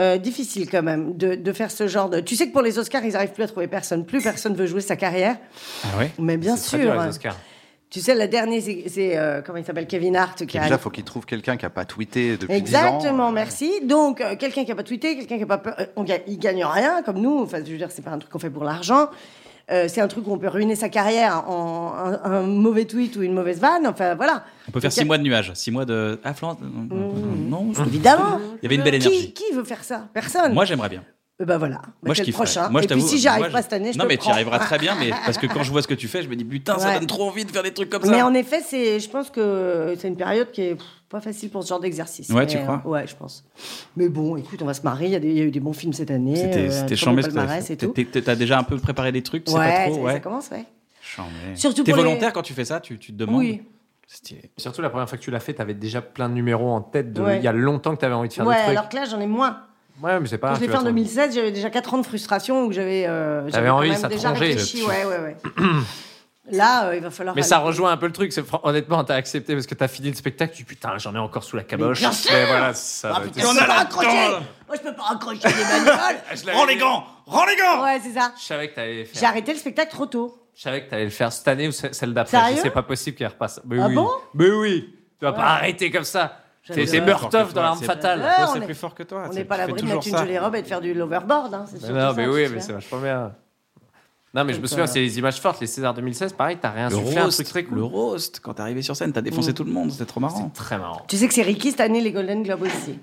Speaker 3: euh, difficile quand même de, de faire ce genre de... Tu sais que pour les Oscars, ils n'arrivent plus à trouver personne. Plus personne veut jouer sa carrière.
Speaker 1: Ah ouais
Speaker 3: Mais bien
Speaker 2: C'est très dur,
Speaker 3: sûr. hein.
Speaker 2: les Oscars.
Speaker 3: Tu sais, la dernière, c'est, c'est, euh, comment il s'appelle, Kevin Hart, qui
Speaker 4: Déjà,
Speaker 3: arrive.
Speaker 4: faut qu'il trouve quelqu'un qui a pas tweeté depuis 10 ans.
Speaker 3: Exactement, merci. Donc, euh, quelqu'un qui n'a pas tweeté, quelqu'un qui n'a pas peur, euh, on gagne, il gagne rien, comme nous. Enfin, je veux dire, c'est pas un truc qu'on fait pour l'argent. euh, c'est un truc où on peut ruiner sa carrière en un, un mauvais tweet ou une mauvaise vanne. Enfin, voilà.
Speaker 1: On peut faire six mois de nuages, six mois de. Ah, Florence non, non, Non, je-
Speaker 3: Mm. Évidemment.
Speaker 1: Il y avait une belle
Speaker 3: Qui,
Speaker 1: énergie.
Speaker 3: qui veut faire ça Personne.
Speaker 1: Moi, j'aimerais bien.
Speaker 3: Eh ben voilà. Bah,
Speaker 1: Moi,
Speaker 3: t'es
Speaker 1: je
Speaker 3: le
Speaker 1: kiffe.
Speaker 3: prochain.
Speaker 1: Moi, je
Speaker 3: Et puis
Speaker 1: t'avoue,
Speaker 3: si j'y arrive
Speaker 1: moi, je-
Speaker 3: pas cette année, je
Speaker 1: Non,
Speaker 3: te
Speaker 1: mais
Speaker 3: prends.
Speaker 1: tu y arriveras très bien, mais parce que quand je vois ce que tu fais, je me dis putain, ça
Speaker 3: Ouais.
Speaker 1: donne trop envie de faire des trucs comme
Speaker 3: Mais
Speaker 1: ça.
Speaker 3: en effet, c'est, je pense que c'est une période qui est pff, pas facile pour ce genre d'exercice.
Speaker 1: Ouais,
Speaker 3: Mais,
Speaker 1: tu crois
Speaker 3: euh, Ouais, je pense. Mais bon, écoute, on va se marier. Il y, a des- il y a eu des bons films cette année.
Speaker 1: C'était
Speaker 3: euh,
Speaker 1: c'était
Speaker 3: très
Speaker 1: chambé ce
Speaker 3: bon
Speaker 1: que t'as
Speaker 3: palmarès et
Speaker 1: fait.
Speaker 3: tout.
Speaker 1: T'es- t'es- T'as déjà un peu préparé des trucs, c'est
Speaker 3: ouais,
Speaker 1: pas
Speaker 3: ça-
Speaker 1: trop.
Speaker 3: ça
Speaker 1: Ouais.
Speaker 3: commence, ouais.
Speaker 1: Chambé.
Speaker 3: Surtout
Speaker 1: T'es
Speaker 3: pour les-
Speaker 1: volontaire quand tu fais ça, tu tu te demandes.
Speaker 3: Oui.
Speaker 1: Stylé.
Speaker 2: Surtout la première fois que tu l'as fait, t'avais déjà plein de numéros en tête. De...
Speaker 3: Ouais.
Speaker 2: Il y a longtemps que t'avais envie de faire
Speaker 3: Ouais,
Speaker 2: des trucs.
Speaker 3: alors que là, j'en ai moins.
Speaker 2: Ouais, mais c'est pas.
Speaker 3: Quand je l'ai
Speaker 2: tu
Speaker 3: fait
Speaker 2: vas
Speaker 3: en
Speaker 2: t'en-
Speaker 3: 2016, j'avais déjà 4 ans de frustration où j'avais, euh, j'avais
Speaker 2: envie,
Speaker 3: quand même
Speaker 2: ça te
Speaker 3: déjà
Speaker 2: rongeait.
Speaker 3: réfléchi. Ouais, ouais, ouais. là, euh, il va falloir.
Speaker 2: Mais
Speaker 3: aller-
Speaker 2: ça rejoint un peu le truc. c'est fran- Honnêtement, t'as accepté parce que t'as fini le spectacle. Tu dis, putain, j'en ai encore sous la caboche.
Speaker 3: bien sûr
Speaker 2: voilà, ça.
Speaker 3: Ah,
Speaker 2: va
Speaker 3: putain,
Speaker 2: être-
Speaker 3: je
Speaker 1: on
Speaker 3: peux
Speaker 1: a
Speaker 3: pas
Speaker 1: la
Speaker 3: raccrocher.
Speaker 1: dent.
Speaker 3: Moi, je peux pas raccrocher les bagnoles.
Speaker 2: Ah, je l'avais
Speaker 1: Rends les
Speaker 2: dit.
Speaker 1: gants Rends les gants
Speaker 3: Ouais, c'est ça.
Speaker 2: Je savais que t'allais le faire.
Speaker 3: J'ai arrêté le spectacle trop tôt.
Speaker 2: Je savais que t'allais le faire cette année ou ce- celle d'après. Je dis,
Speaker 3: Sérieux
Speaker 2: C'est pas possible qu'elle repasse. Mais
Speaker 3: Ah
Speaker 2: oui.
Speaker 3: bon
Speaker 2: Mais oui. Tu vas pas arrêter comme ça. T'es
Speaker 3: J'adore.
Speaker 2: t'es Murtoff dans l'arme
Speaker 1: C'est-
Speaker 2: fatale.
Speaker 3: Ouais,
Speaker 1: Toi,
Speaker 3: on
Speaker 1: C'est
Speaker 3: est-
Speaker 1: plus fort que toi.
Speaker 2: Ah,
Speaker 3: On
Speaker 1: tu
Speaker 3: n'est pas à
Speaker 1: fais
Speaker 3: l'abri de
Speaker 1: toujours
Speaker 3: mettre une
Speaker 1: ça.
Speaker 3: jolie robe et de faire du l'overboard. Hein. c'est
Speaker 2: Mais
Speaker 3: surtout
Speaker 2: non,
Speaker 3: ça
Speaker 2: mais
Speaker 3: qu'il
Speaker 2: oui,
Speaker 3: faut
Speaker 2: mais
Speaker 3: faire.
Speaker 2: c'est vachement bien. Non, mais je me
Speaker 3: Donc,
Speaker 2: souviens,
Speaker 3: euh,
Speaker 2: c'est les images fortes. Les Césars 2016, pareil, t'as rien
Speaker 1: Le
Speaker 2: soufflé, un
Speaker 1: roast,
Speaker 2: truc très
Speaker 1: le
Speaker 2: cool.
Speaker 1: roast, quand t'es arrivé sur scène, t'as défoncé tout le monde, c'était trop marrant.
Speaker 2: Très marrant.
Speaker 3: Tu sais que c'est Ricky cette année les Golden Globes aussi.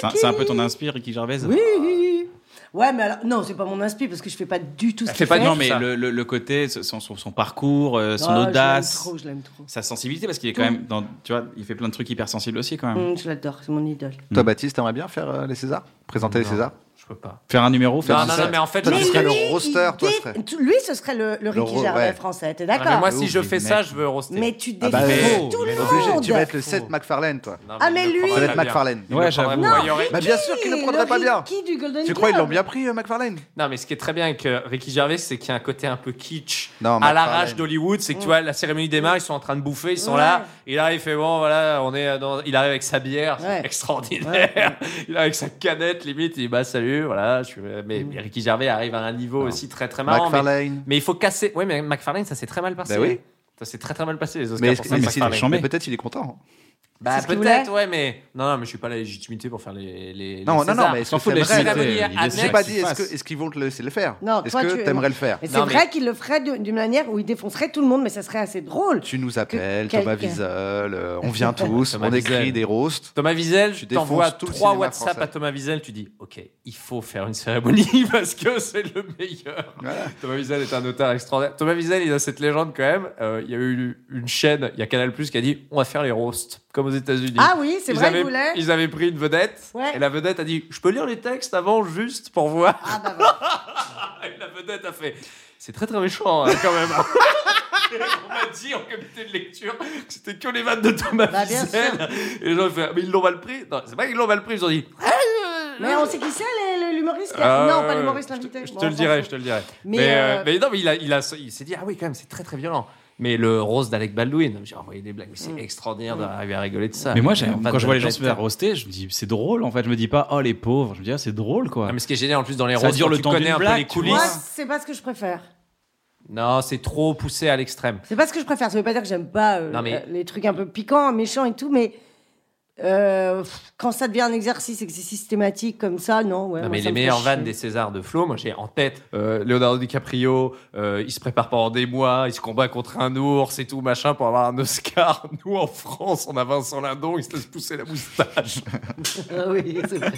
Speaker 1: C'est un- C'est un peu ton inspire, Ricky Gervais
Speaker 3: Oui. Ouais, mais alors non, c'est pas mon inspi parce que je fais pas du tout. Ce
Speaker 2: Elle
Speaker 3: qu'il
Speaker 2: fait pas
Speaker 3: fait.
Speaker 2: de-
Speaker 1: Non, mais
Speaker 2: ça.
Speaker 1: le, le- le côté, son, son- son parcours, euh, son
Speaker 3: Ah,
Speaker 1: audace,
Speaker 3: Je l'aime trop, je l'aime trop.
Speaker 1: sa sensibilité, parce qu'il est quand même dans. Tu vois, il fait plein de trucs hypersensibles aussi quand même.
Speaker 3: Hum, je l'adore, c'est mon idole.
Speaker 4: Toi, Baptiste, t'aimerais bien faire euh, les Césars Présenter les
Speaker 2: Non.
Speaker 4: Césars
Speaker 2: Je peux pas.
Speaker 1: Faire un numéro, faire
Speaker 2: Non,
Speaker 1: du
Speaker 2: non,
Speaker 1: set.
Speaker 2: non, mais en fait,
Speaker 4: Toi,
Speaker 2: je
Speaker 4: tu
Speaker 2: me
Speaker 4: serais le
Speaker 3: lui,
Speaker 4: roaster,
Speaker 3: il
Speaker 4: toi,
Speaker 3: dé-
Speaker 4: ce serait-
Speaker 3: tu- Lui, ce serait le, le Ricky
Speaker 4: ro-
Speaker 3: Gervais
Speaker 4: ouais.
Speaker 3: français, t'es
Speaker 2: Ah, mais
Speaker 3: d'accord
Speaker 2: moi, si
Speaker 1: Ouf,
Speaker 2: je
Speaker 1: les
Speaker 2: fais
Speaker 1: mecs.
Speaker 2: ça, je veux roaster.
Speaker 3: Mais tu
Speaker 4: Ah
Speaker 3: défends
Speaker 4: bah,
Speaker 2: faut,
Speaker 3: tout
Speaker 2: mais
Speaker 3: le
Speaker 2: non,
Speaker 4: Obligé,
Speaker 3: monde.
Speaker 4: tu vas être le set
Speaker 2: Faut.
Speaker 4: McFarlane, toi.
Speaker 2: Non,
Speaker 3: Ah,
Speaker 2: il
Speaker 3: mais
Speaker 2: le
Speaker 3: lui-
Speaker 2: prendrait
Speaker 4: Ça va être
Speaker 2: pas bien.
Speaker 4: McFarlane.
Speaker 2: Il
Speaker 1: Ouais,
Speaker 2: le prendrait
Speaker 1: j'avoue.
Speaker 2: pas.
Speaker 1: Non,
Speaker 2: Il y aurait-
Speaker 4: Bah, bien sûr qu'il le prendrait pas bien.
Speaker 3: Ricky du Golden
Speaker 4: Tu crois ils l'ont
Speaker 3: Globe.
Speaker 4: bien pris, euh, McFarlane
Speaker 2: Non, mais ce qui est très bien avec euh, Ricky Gervais, c'est qu'il y a un côté un peu kitsch
Speaker 4: Non,
Speaker 2: à
Speaker 4: McFarlane.
Speaker 2: l'arrache d'Hollywood. C'est que tu vois, la cérémonie démarre, ils sont en train de bouffer, ils sont
Speaker 3: Ouais.
Speaker 2: là. Il arrive, il fait bon, voilà, on est euh, dans. Il arrive avec sa bière, c'est
Speaker 3: Ouais.
Speaker 2: extraordinaire. Il arrive avec sa canette, limite, il dit bah salut, voilà. Je suis... mais,
Speaker 3: Mm.
Speaker 2: mais Ricky Gervais arrive à un niveau aussi très très marrant. mais-
Speaker 4: McFarlane.
Speaker 2: Mais il faut casser. Oui, mais McFarlane, ça s'est très mal passé.
Speaker 4: Bah oui.
Speaker 2: Ça s'est très très mal passé, les Oscars.
Speaker 4: Mais, est-ce
Speaker 2: pour
Speaker 4: que-
Speaker 2: ça,
Speaker 4: mais
Speaker 1: c'est
Speaker 4: si-
Speaker 1: pas
Speaker 2: McFarlane.
Speaker 1: chambé.
Speaker 4: mais peut-être il est content. hein.
Speaker 2: Bah,
Speaker 3: C'est ce qu'il
Speaker 2: peut-être, ouais, mais. Non, non, mais je suis pas la légitimité pour faire les. les les
Speaker 4: Non, non, non,
Speaker 2: Césars.
Speaker 4: mais
Speaker 1: On
Speaker 4: est-ce
Speaker 1: s'en
Speaker 4: que
Speaker 1: fout de la
Speaker 4: t'aimerais-
Speaker 2: cérémonie.
Speaker 1: célébrité, l'idée,
Speaker 2: Adnet,
Speaker 1: c'est
Speaker 4: J'ai
Speaker 1: que
Speaker 4: pas
Speaker 1: tu
Speaker 4: dit, est-ce
Speaker 1: fasses.
Speaker 4: que- est-ce qu'ils vont te laisser le faire
Speaker 3: Non,
Speaker 4: Est-ce
Speaker 3: toi,
Speaker 4: que
Speaker 3: tu-
Speaker 4: t'aimerais le faire
Speaker 3: Mais c'est
Speaker 2: Non,
Speaker 3: vrai
Speaker 2: mais-
Speaker 3: qu'il le ferait de- d'une manière où il défoncerait tout le monde, mais ça serait assez drôle.
Speaker 4: Tu nous appelles,
Speaker 3: quelqu'un-
Speaker 4: Thomas Wiesel, euh, on vient tous,
Speaker 2: Thomas
Speaker 4: on
Speaker 2: Wiesel.
Speaker 4: écrit des roasts.
Speaker 2: Thomas Wiesel,
Speaker 4: Tu
Speaker 2: tu t'envoies
Speaker 4: défonces tout le
Speaker 2: trois
Speaker 4: cinéma
Speaker 2: WhatsApp
Speaker 4: français.
Speaker 2: à Thomas Wiesel, tu dis OK, il faut faire une cérémonie parce que c'est le meilleur. Thomas Wiesel est un auteur extraordinaire. Thomas Wiesel, il a cette légende quand même. Euh, il y a eu une chaîne, il y a Canal Plus qui a dit on va faire les roasts comme aux États-Unis.
Speaker 3: Ah oui, c'est
Speaker 2: Ils
Speaker 3: vrai,
Speaker 2: avaient-
Speaker 3: il voulait.
Speaker 2: Ils avaient pris une vedette
Speaker 3: Ouais.
Speaker 2: et la vedette a dit je peux lire les textes avant juste pour voir.
Speaker 3: Ah bah voilà.
Speaker 2: Et la vedette a fait c'est très très méchant hein, quand même. On m'a dit en comité de lecture que c'était que les vannes de Thomas
Speaker 3: Bah, bien
Speaker 2: Wiesel. Et les gens ont fait mais ils l'ont mal pris. Non, c'est pas qu'ils l'ont mal pris, ils ont dit Ah, euh,
Speaker 3: Mais on sait qui c'est, les- les- l'humoriste qui a-
Speaker 2: Ah,
Speaker 3: Non,
Speaker 2: ouais,
Speaker 3: pas
Speaker 2: ouais,
Speaker 3: l'humoriste,
Speaker 2: je te-
Speaker 3: l'invité.
Speaker 2: Je
Speaker 3: Bon,
Speaker 2: te
Speaker 3: on
Speaker 2: le
Speaker 3: s'en
Speaker 2: dirai,
Speaker 3: fout.
Speaker 2: je te le dirai.
Speaker 3: Mais,
Speaker 2: Mais, euh,
Speaker 3: euh,
Speaker 2: mais non, mais il, a, il, a, il s'est dit, ah oui, quand même, c'est très très violent. Mais le rose d'Alec Baldwin, j'ai envoyé des blagues, mais
Speaker 3: Mm.
Speaker 2: c'est extraordinaire d'arriver à rigoler de ça.
Speaker 1: Mais moi,
Speaker 2: j'ai
Speaker 1: j'ai- quand je vois les gens se faire roaster, je me dis, c'est drôle en fait. Je me dis pas, oh les pauvres. Je me dis, ah, c'est drôle quoi.
Speaker 2: mais ce qui est génial en plus dans les
Speaker 1: Ça
Speaker 2: roses,
Speaker 1: dure
Speaker 2: quand
Speaker 1: le
Speaker 2: tu
Speaker 1: temps
Speaker 2: connais
Speaker 1: d'une
Speaker 2: un peu
Speaker 1: blague,
Speaker 2: les
Speaker 1: tu
Speaker 2: coulisses.
Speaker 3: Moi,
Speaker 1: vois.
Speaker 3: c'est pas ce que je préfère.
Speaker 2: Non, c'est trop poussé à l'extrême.
Speaker 3: C'est pas ce que je préfère. Ça veut pas dire que j'aime pas euh,
Speaker 2: Non, mais-
Speaker 3: les trucs un peu piquants, méchants et tout, mais euh, pff, quand ça devient un exercice et que c'est systématique comme ça, non. Ouais, moi,
Speaker 2: Non, mais
Speaker 3: ça
Speaker 2: les
Speaker 3: me
Speaker 2: meilleures
Speaker 3: fait
Speaker 2: vannes
Speaker 3: chier.
Speaker 2: des Césars de Flo, moi j'ai en tête euh, Leonardo DiCaprio, euh, il se prépare pendant des mois, il se combat contre un ours et tout machin pour avoir un Oscar. Nous en France, on a Vincent Lindon, il se laisse pousser la moustache.
Speaker 3: Ah oui, c'est vrai.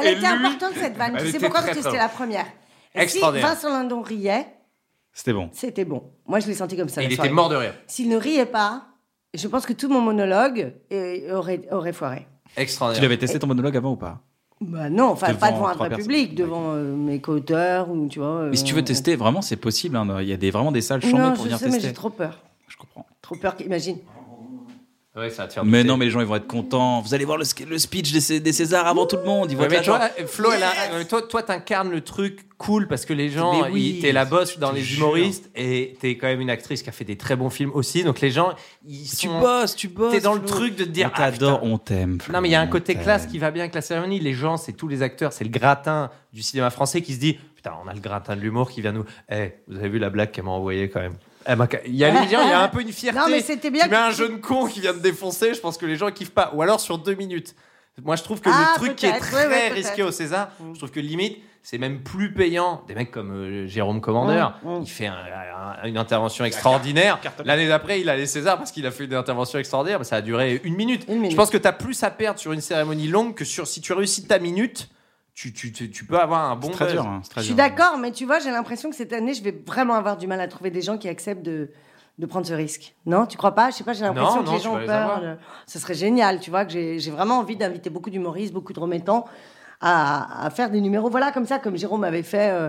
Speaker 3: Elle
Speaker 2: Et
Speaker 3: était
Speaker 2: lui-
Speaker 3: importante cette vanne.
Speaker 2: Elle
Speaker 3: Tu sais
Speaker 2: était
Speaker 3: pourquoi
Speaker 2: très,
Speaker 3: Parce que
Speaker 2: très
Speaker 3: c'était la première. Et Si
Speaker 2: Extraordinaire.
Speaker 3: Vincent Lindon riait,
Speaker 1: C'était bon.
Speaker 3: c'était bon. Moi, je l'ai senti comme ça.
Speaker 2: Et
Speaker 3: la
Speaker 2: il était
Speaker 3: soirée.
Speaker 2: mort de rire.
Speaker 3: S'il ne riait pas, je pense que tout mon monologue euh, aurait, aurait foiré.
Speaker 1: Tu
Speaker 2: Extraordinaire.
Speaker 1: l'avais testé ton monologue avant ou pas
Speaker 3: Bah non, enfin
Speaker 1: Devant
Speaker 3: pas devant un
Speaker 1: trois
Speaker 3: vrai
Speaker 1: personnes.
Speaker 3: public, devant euh, mes co-auteurs ou tu vois.
Speaker 1: Mais si tu veux tester, vraiment, c'est possible. hein. Il y a des, vraiment des salles
Speaker 3: je non,
Speaker 1: chambées pour
Speaker 3: je
Speaker 1: venir
Speaker 3: sais, mais j'ai
Speaker 1: tester.
Speaker 3: trop peur.
Speaker 1: Je comprends.
Speaker 3: Trop peur, qu'- imagine.
Speaker 2: Ouais, ça va te faire
Speaker 1: Mais
Speaker 2: douter.
Speaker 1: non, mais les gens, ils vont être contents. Vous allez voir le, le speech des, Cé- des Césars avant tout le monde. Ils vont
Speaker 2: Ouais,
Speaker 1: être
Speaker 2: mais
Speaker 1: là,
Speaker 2: toi,
Speaker 1: genre,
Speaker 2: Flo, elle a- euh, toi, toi, t'incarnes le truc cool parce que les gens,
Speaker 1: Mais oui,
Speaker 2: ils- t'es la bosse
Speaker 1: je
Speaker 2: dans
Speaker 1: te
Speaker 2: les
Speaker 1: jure.
Speaker 2: humoristes et t'es quand même une actrice qui a fait des très bons films aussi. Donc les gens, ils
Speaker 1: tu
Speaker 2: sont-
Speaker 1: bosses, tu bosses.
Speaker 2: T'es dans le
Speaker 1: Flo.
Speaker 2: truc de te dire.
Speaker 1: On t'adore,
Speaker 2: ah, putain.
Speaker 1: on t'aime. Flo,
Speaker 2: Non, mais il y a un
Speaker 1: on
Speaker 2: côté
Speaker 1: t'aime.
Speaker 2: classe qui va bien avec la cérémonie. Les gens, c'est tous les acteurs, c'est le gratin du cinéma français qui se dit Putain, on a le gratin de l'humour qui vient nous. Eh, vous avez vu la blague qu'elle m'a envoyée quand même Elle m'a ca- Il y a les gens, il y a un peu une fierté.
Speaker 3: Non, mais c'était bien
Speaker 2: Tu mets
Speaker 3: que-
Speaker 2: un jeune con qui vient de défoncer, je pense que les gens kiffent pas. Ou alors sur deux minutes. Moi, je trouve que
Speaker 3: Ah,
Speaker 2: le truc qui est
Speaker 3: peut-être,
Speaker 2: très
Speaker 3: ouais, ouais, peut-être. Mm.
Speaker 2: risqué au César, je trouve que limite, C'est même plus payant. Des mecs comme euh, Jérôme Commandeur,
Speaker 3: Mm,
Speaker 2: il fait un- un- une intervention extraordinaire. L'année d'après, il a les Césars parce qu'il a fait une intervention extraordinaire, mais ça a duré une minute.
Speaker 3: Une minute.
Speaker 2: Je pense que tu as plus à perdre sur une cérémonie longue que sur si tu réussis ta minute, tu, tu, tu, tu peux avoir un bon
Speaker 1: C'est très
Speaker 2: buzz.
Speaker 1: dur. hein, c'est très
Speaker 3: Je suis
Speaker 1: dur.
Speaker 3: d'accord, mais tu vois, j'ai l'impression que cette année, je vais vraiment avoir du mal à trouver des gens qui acceptent de, de prendre ce risque. Non, tu crois pas Je sais pas, j'ai l'impression
Speaker 2: Non,
Speaker 3: que
Speaker 2: non,
Speaker 3: les
Speaker 2: tu
Speaker 3: gens
Speaker 2: vas
Speaker 3: ont
Speaker 2: les
Speaker 3: peur.
Speaker 2: avoir.
Speaker 3: Le- Ce serait génial, tu vois, que j'ai j'ai vraiment envie d'inviter beaucoup d'humoristes, beaucoup de remettants à, à faire des numéros. Voilà, comme ça, comme Jérôme avait fait. euh,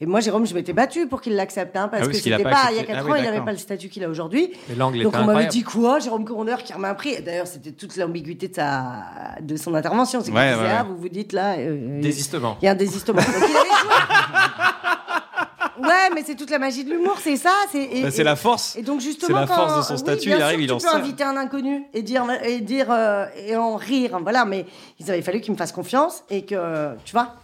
Speaker 3: et moi, Jérôme, je m'étais battue pour qu'il l'accepte, hein, parce
Speaker 1: Ah oui,
Speaker 3: que
Speaker 1: parce qu'il a
Speaker 3: c'était pas,
Speaker 1: pas
Speaker 3: il y a
Speaker 1: accepté.
Speaker 3: 4
Speaker 1: Ah oui,
Speaker 3: ans, il n'avait
Speaker 1: d'accord.
Speaker 3: pas le statut qu'il a aujourd'hui.
Speaker 2: Et l'angle
Speaker 3: Donc
Speaker 2: était
Speaker 3: on m'avait
Speaker 2: incroyable.
Speaker 3: dit quoi Jérôme Commandeur qui remet un prix. Et D'ailleurs, c'était toute l'ambiguïté de, sa... de son intervention. C'est qu'il
Speaker 1: Ouais,
Speaker 3: disait,
Speaker 1: ouais,
Speaker 3: ah,
Speaker 1: ouais.
Speaker 3: vous vous dites là. euh,
Speaker 2: Désistement.
Speaker 3: il y a un désistement. Donc, il avait joué. ouais, mais c'est toute la magie de l'humour, c'est ça. C'est et-
Speaker 1: Bah, C'est
Speaker 3: et-
Speaker 1: la force.
Speaker 3: Et donc
Speaker 1: c'est
Speaker 3: justement,
Speaker 1: la
Speaker 3: quand-
Speaker 1: force de son
Speaker 3: oui,
Speaker 1: statut,
Speaker 3: bien
Speaker 1: il
Speaker 3: sûr
Speaker 1: arrive,
Speaker 3: que
Speaker 1: il en
Speaker 3: Tu peux
Speaker 1: sert.
Speaker 3: inviter un inconnu et dire et dire euh, et en rire, hein, voilà. Mais il avait fallu qu'il me fasse confiance et que tu vois.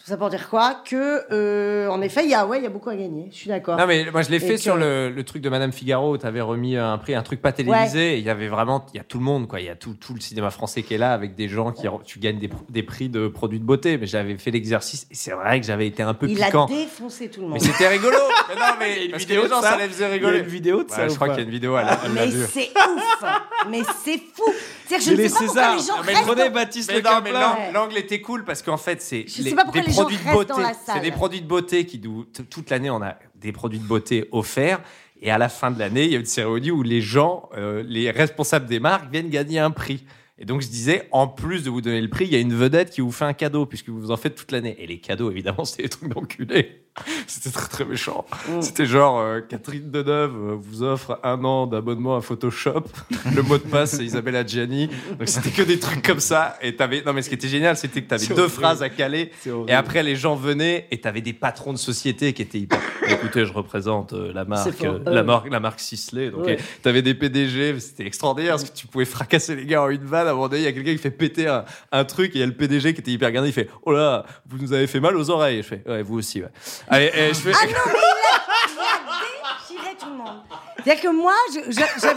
Speaker 3: Tout ça pour dire quoi Que euh, en effet, il y a ouais, il y a beaucoup à gagner. Je suis d'accord.
Speaker 2: Non, mais moi je l'ai
Speaker 3: Et
Speaker 2: fait
Speaker 3: que-
Speaker 2: sur le, le truc de Madame Figaro. Tu avais remis euh, un prix, un truc pas télévisé. et Il y avait vraiment, il y a tout le monde, quoi. Il y a tout, tout le cinéma français qui est là avec des gens qui. Tu gagnes des, des prix de produits de beauté. Mais j'avais fait l'exercice et c'est vrai que j'avais été un peu
Speaker 3: Il
Speaker 2: piquant.
Speaker 3: a défoncé tout le
Speaker 2: Mais
Speaker 3: monde.
Speaker 2: c'était rigolo. mais non, mais parce que
Speaker 1: vidéo
Speaker 2: les
Speaker 1: de
Speaker 2: gens,
Speaker 1: ça
Speaker 2: ça les faisait
Speaker 1: Il y a
Speaker 2: rigoler.
Speaker 1: une vidéo de ça.
Speaker 2: Ouais,
Speaker 1: ou
Speaker 2: je crois
Speaker 1: pas
Speaker 2: qu'il y a une vidéo, elle a- elle l'a
Speaker 3: Mais
Speaker 2: vue.
Speaker 3: c'est ouf. Mais c'est fou. C'est-à-dire que je
Speaker 1: J'ai
Speaker 3: ne
Speaker 1: les
Speaker 3: sais pas pourquoi
Speaker 1: Césars. Ah,
Speaker 3: les gens
Speaker 1: Mais
Speaker 3: restent
Speaker 1: prenez Baptiste
Speaker 2: Mais
Speaker 1: Le
Speaker 2: non, mais
Speaker 1: Caplin.
Speaker 2: l'angle- l'angle était cool parce qu'en fait, c'est
Speaker 3: Je sais
Speaker 2: les-
Speaker 3: pas pourquoi
Speaker 2: des
Speaker 3: les gens
Speaker 2: produits de
Speaker 3: restent
Speaker 2: beauté.
Speaker 3: dans la salle.
Speaker 2: C'est des produits de beauté qui nous- t- toute l'année on a des produits de beauté offerts. Et à la fin de l'année, il y a une cérémonie où les gens, euh, les responsables des marques, viennent gagner un prix. Et donc je disais, en plus de vous donner le prix, il y a une vedette qui vous fait un cadeau puisque vous en faites toute l'année. Et les cadeaux, évidemment, c'était des trucs d'enculés. C'était très très méchant.
Speaker 3: Mm.
Speaker 2: C'était genre euh, Catherine Deneuve euh, vous offre un an d'abonnement à Photoshop. Le mot de passe c'est Isabella Gianni. Donc c'était que des trucs comme ça. Et t'avais non mais ce qui était génial c'était que t'avais deux phrases à caler. Et après les gens venaient et t'avais des patrons de société qui étaient hyper. Écoutez je représente euh, la marque
Speaker 3: fort.
Speaker 2: euh,
Speaker 3: Ouais.
Speaker 2: la marque la marque Sisley. Donc
Speaker 3: Ouais.
Speaker 2: euh, t'avais des PDG mais c'était extraordinaire parce que tu pouvais fracasser les gars en une vanne. À un moment donné il y a quelqu'un qui fait péter un, un truc et il y a le PDG qui était hyper regardé il fait oh là vous nous avez fait mal aux oreilles. Je fais ouais vous aussi ouais. Allez et je fais
Speaker 3: Ah non, mais il a, il a déchiré tout le monde. C'est-à-dire que moi, je, je- je-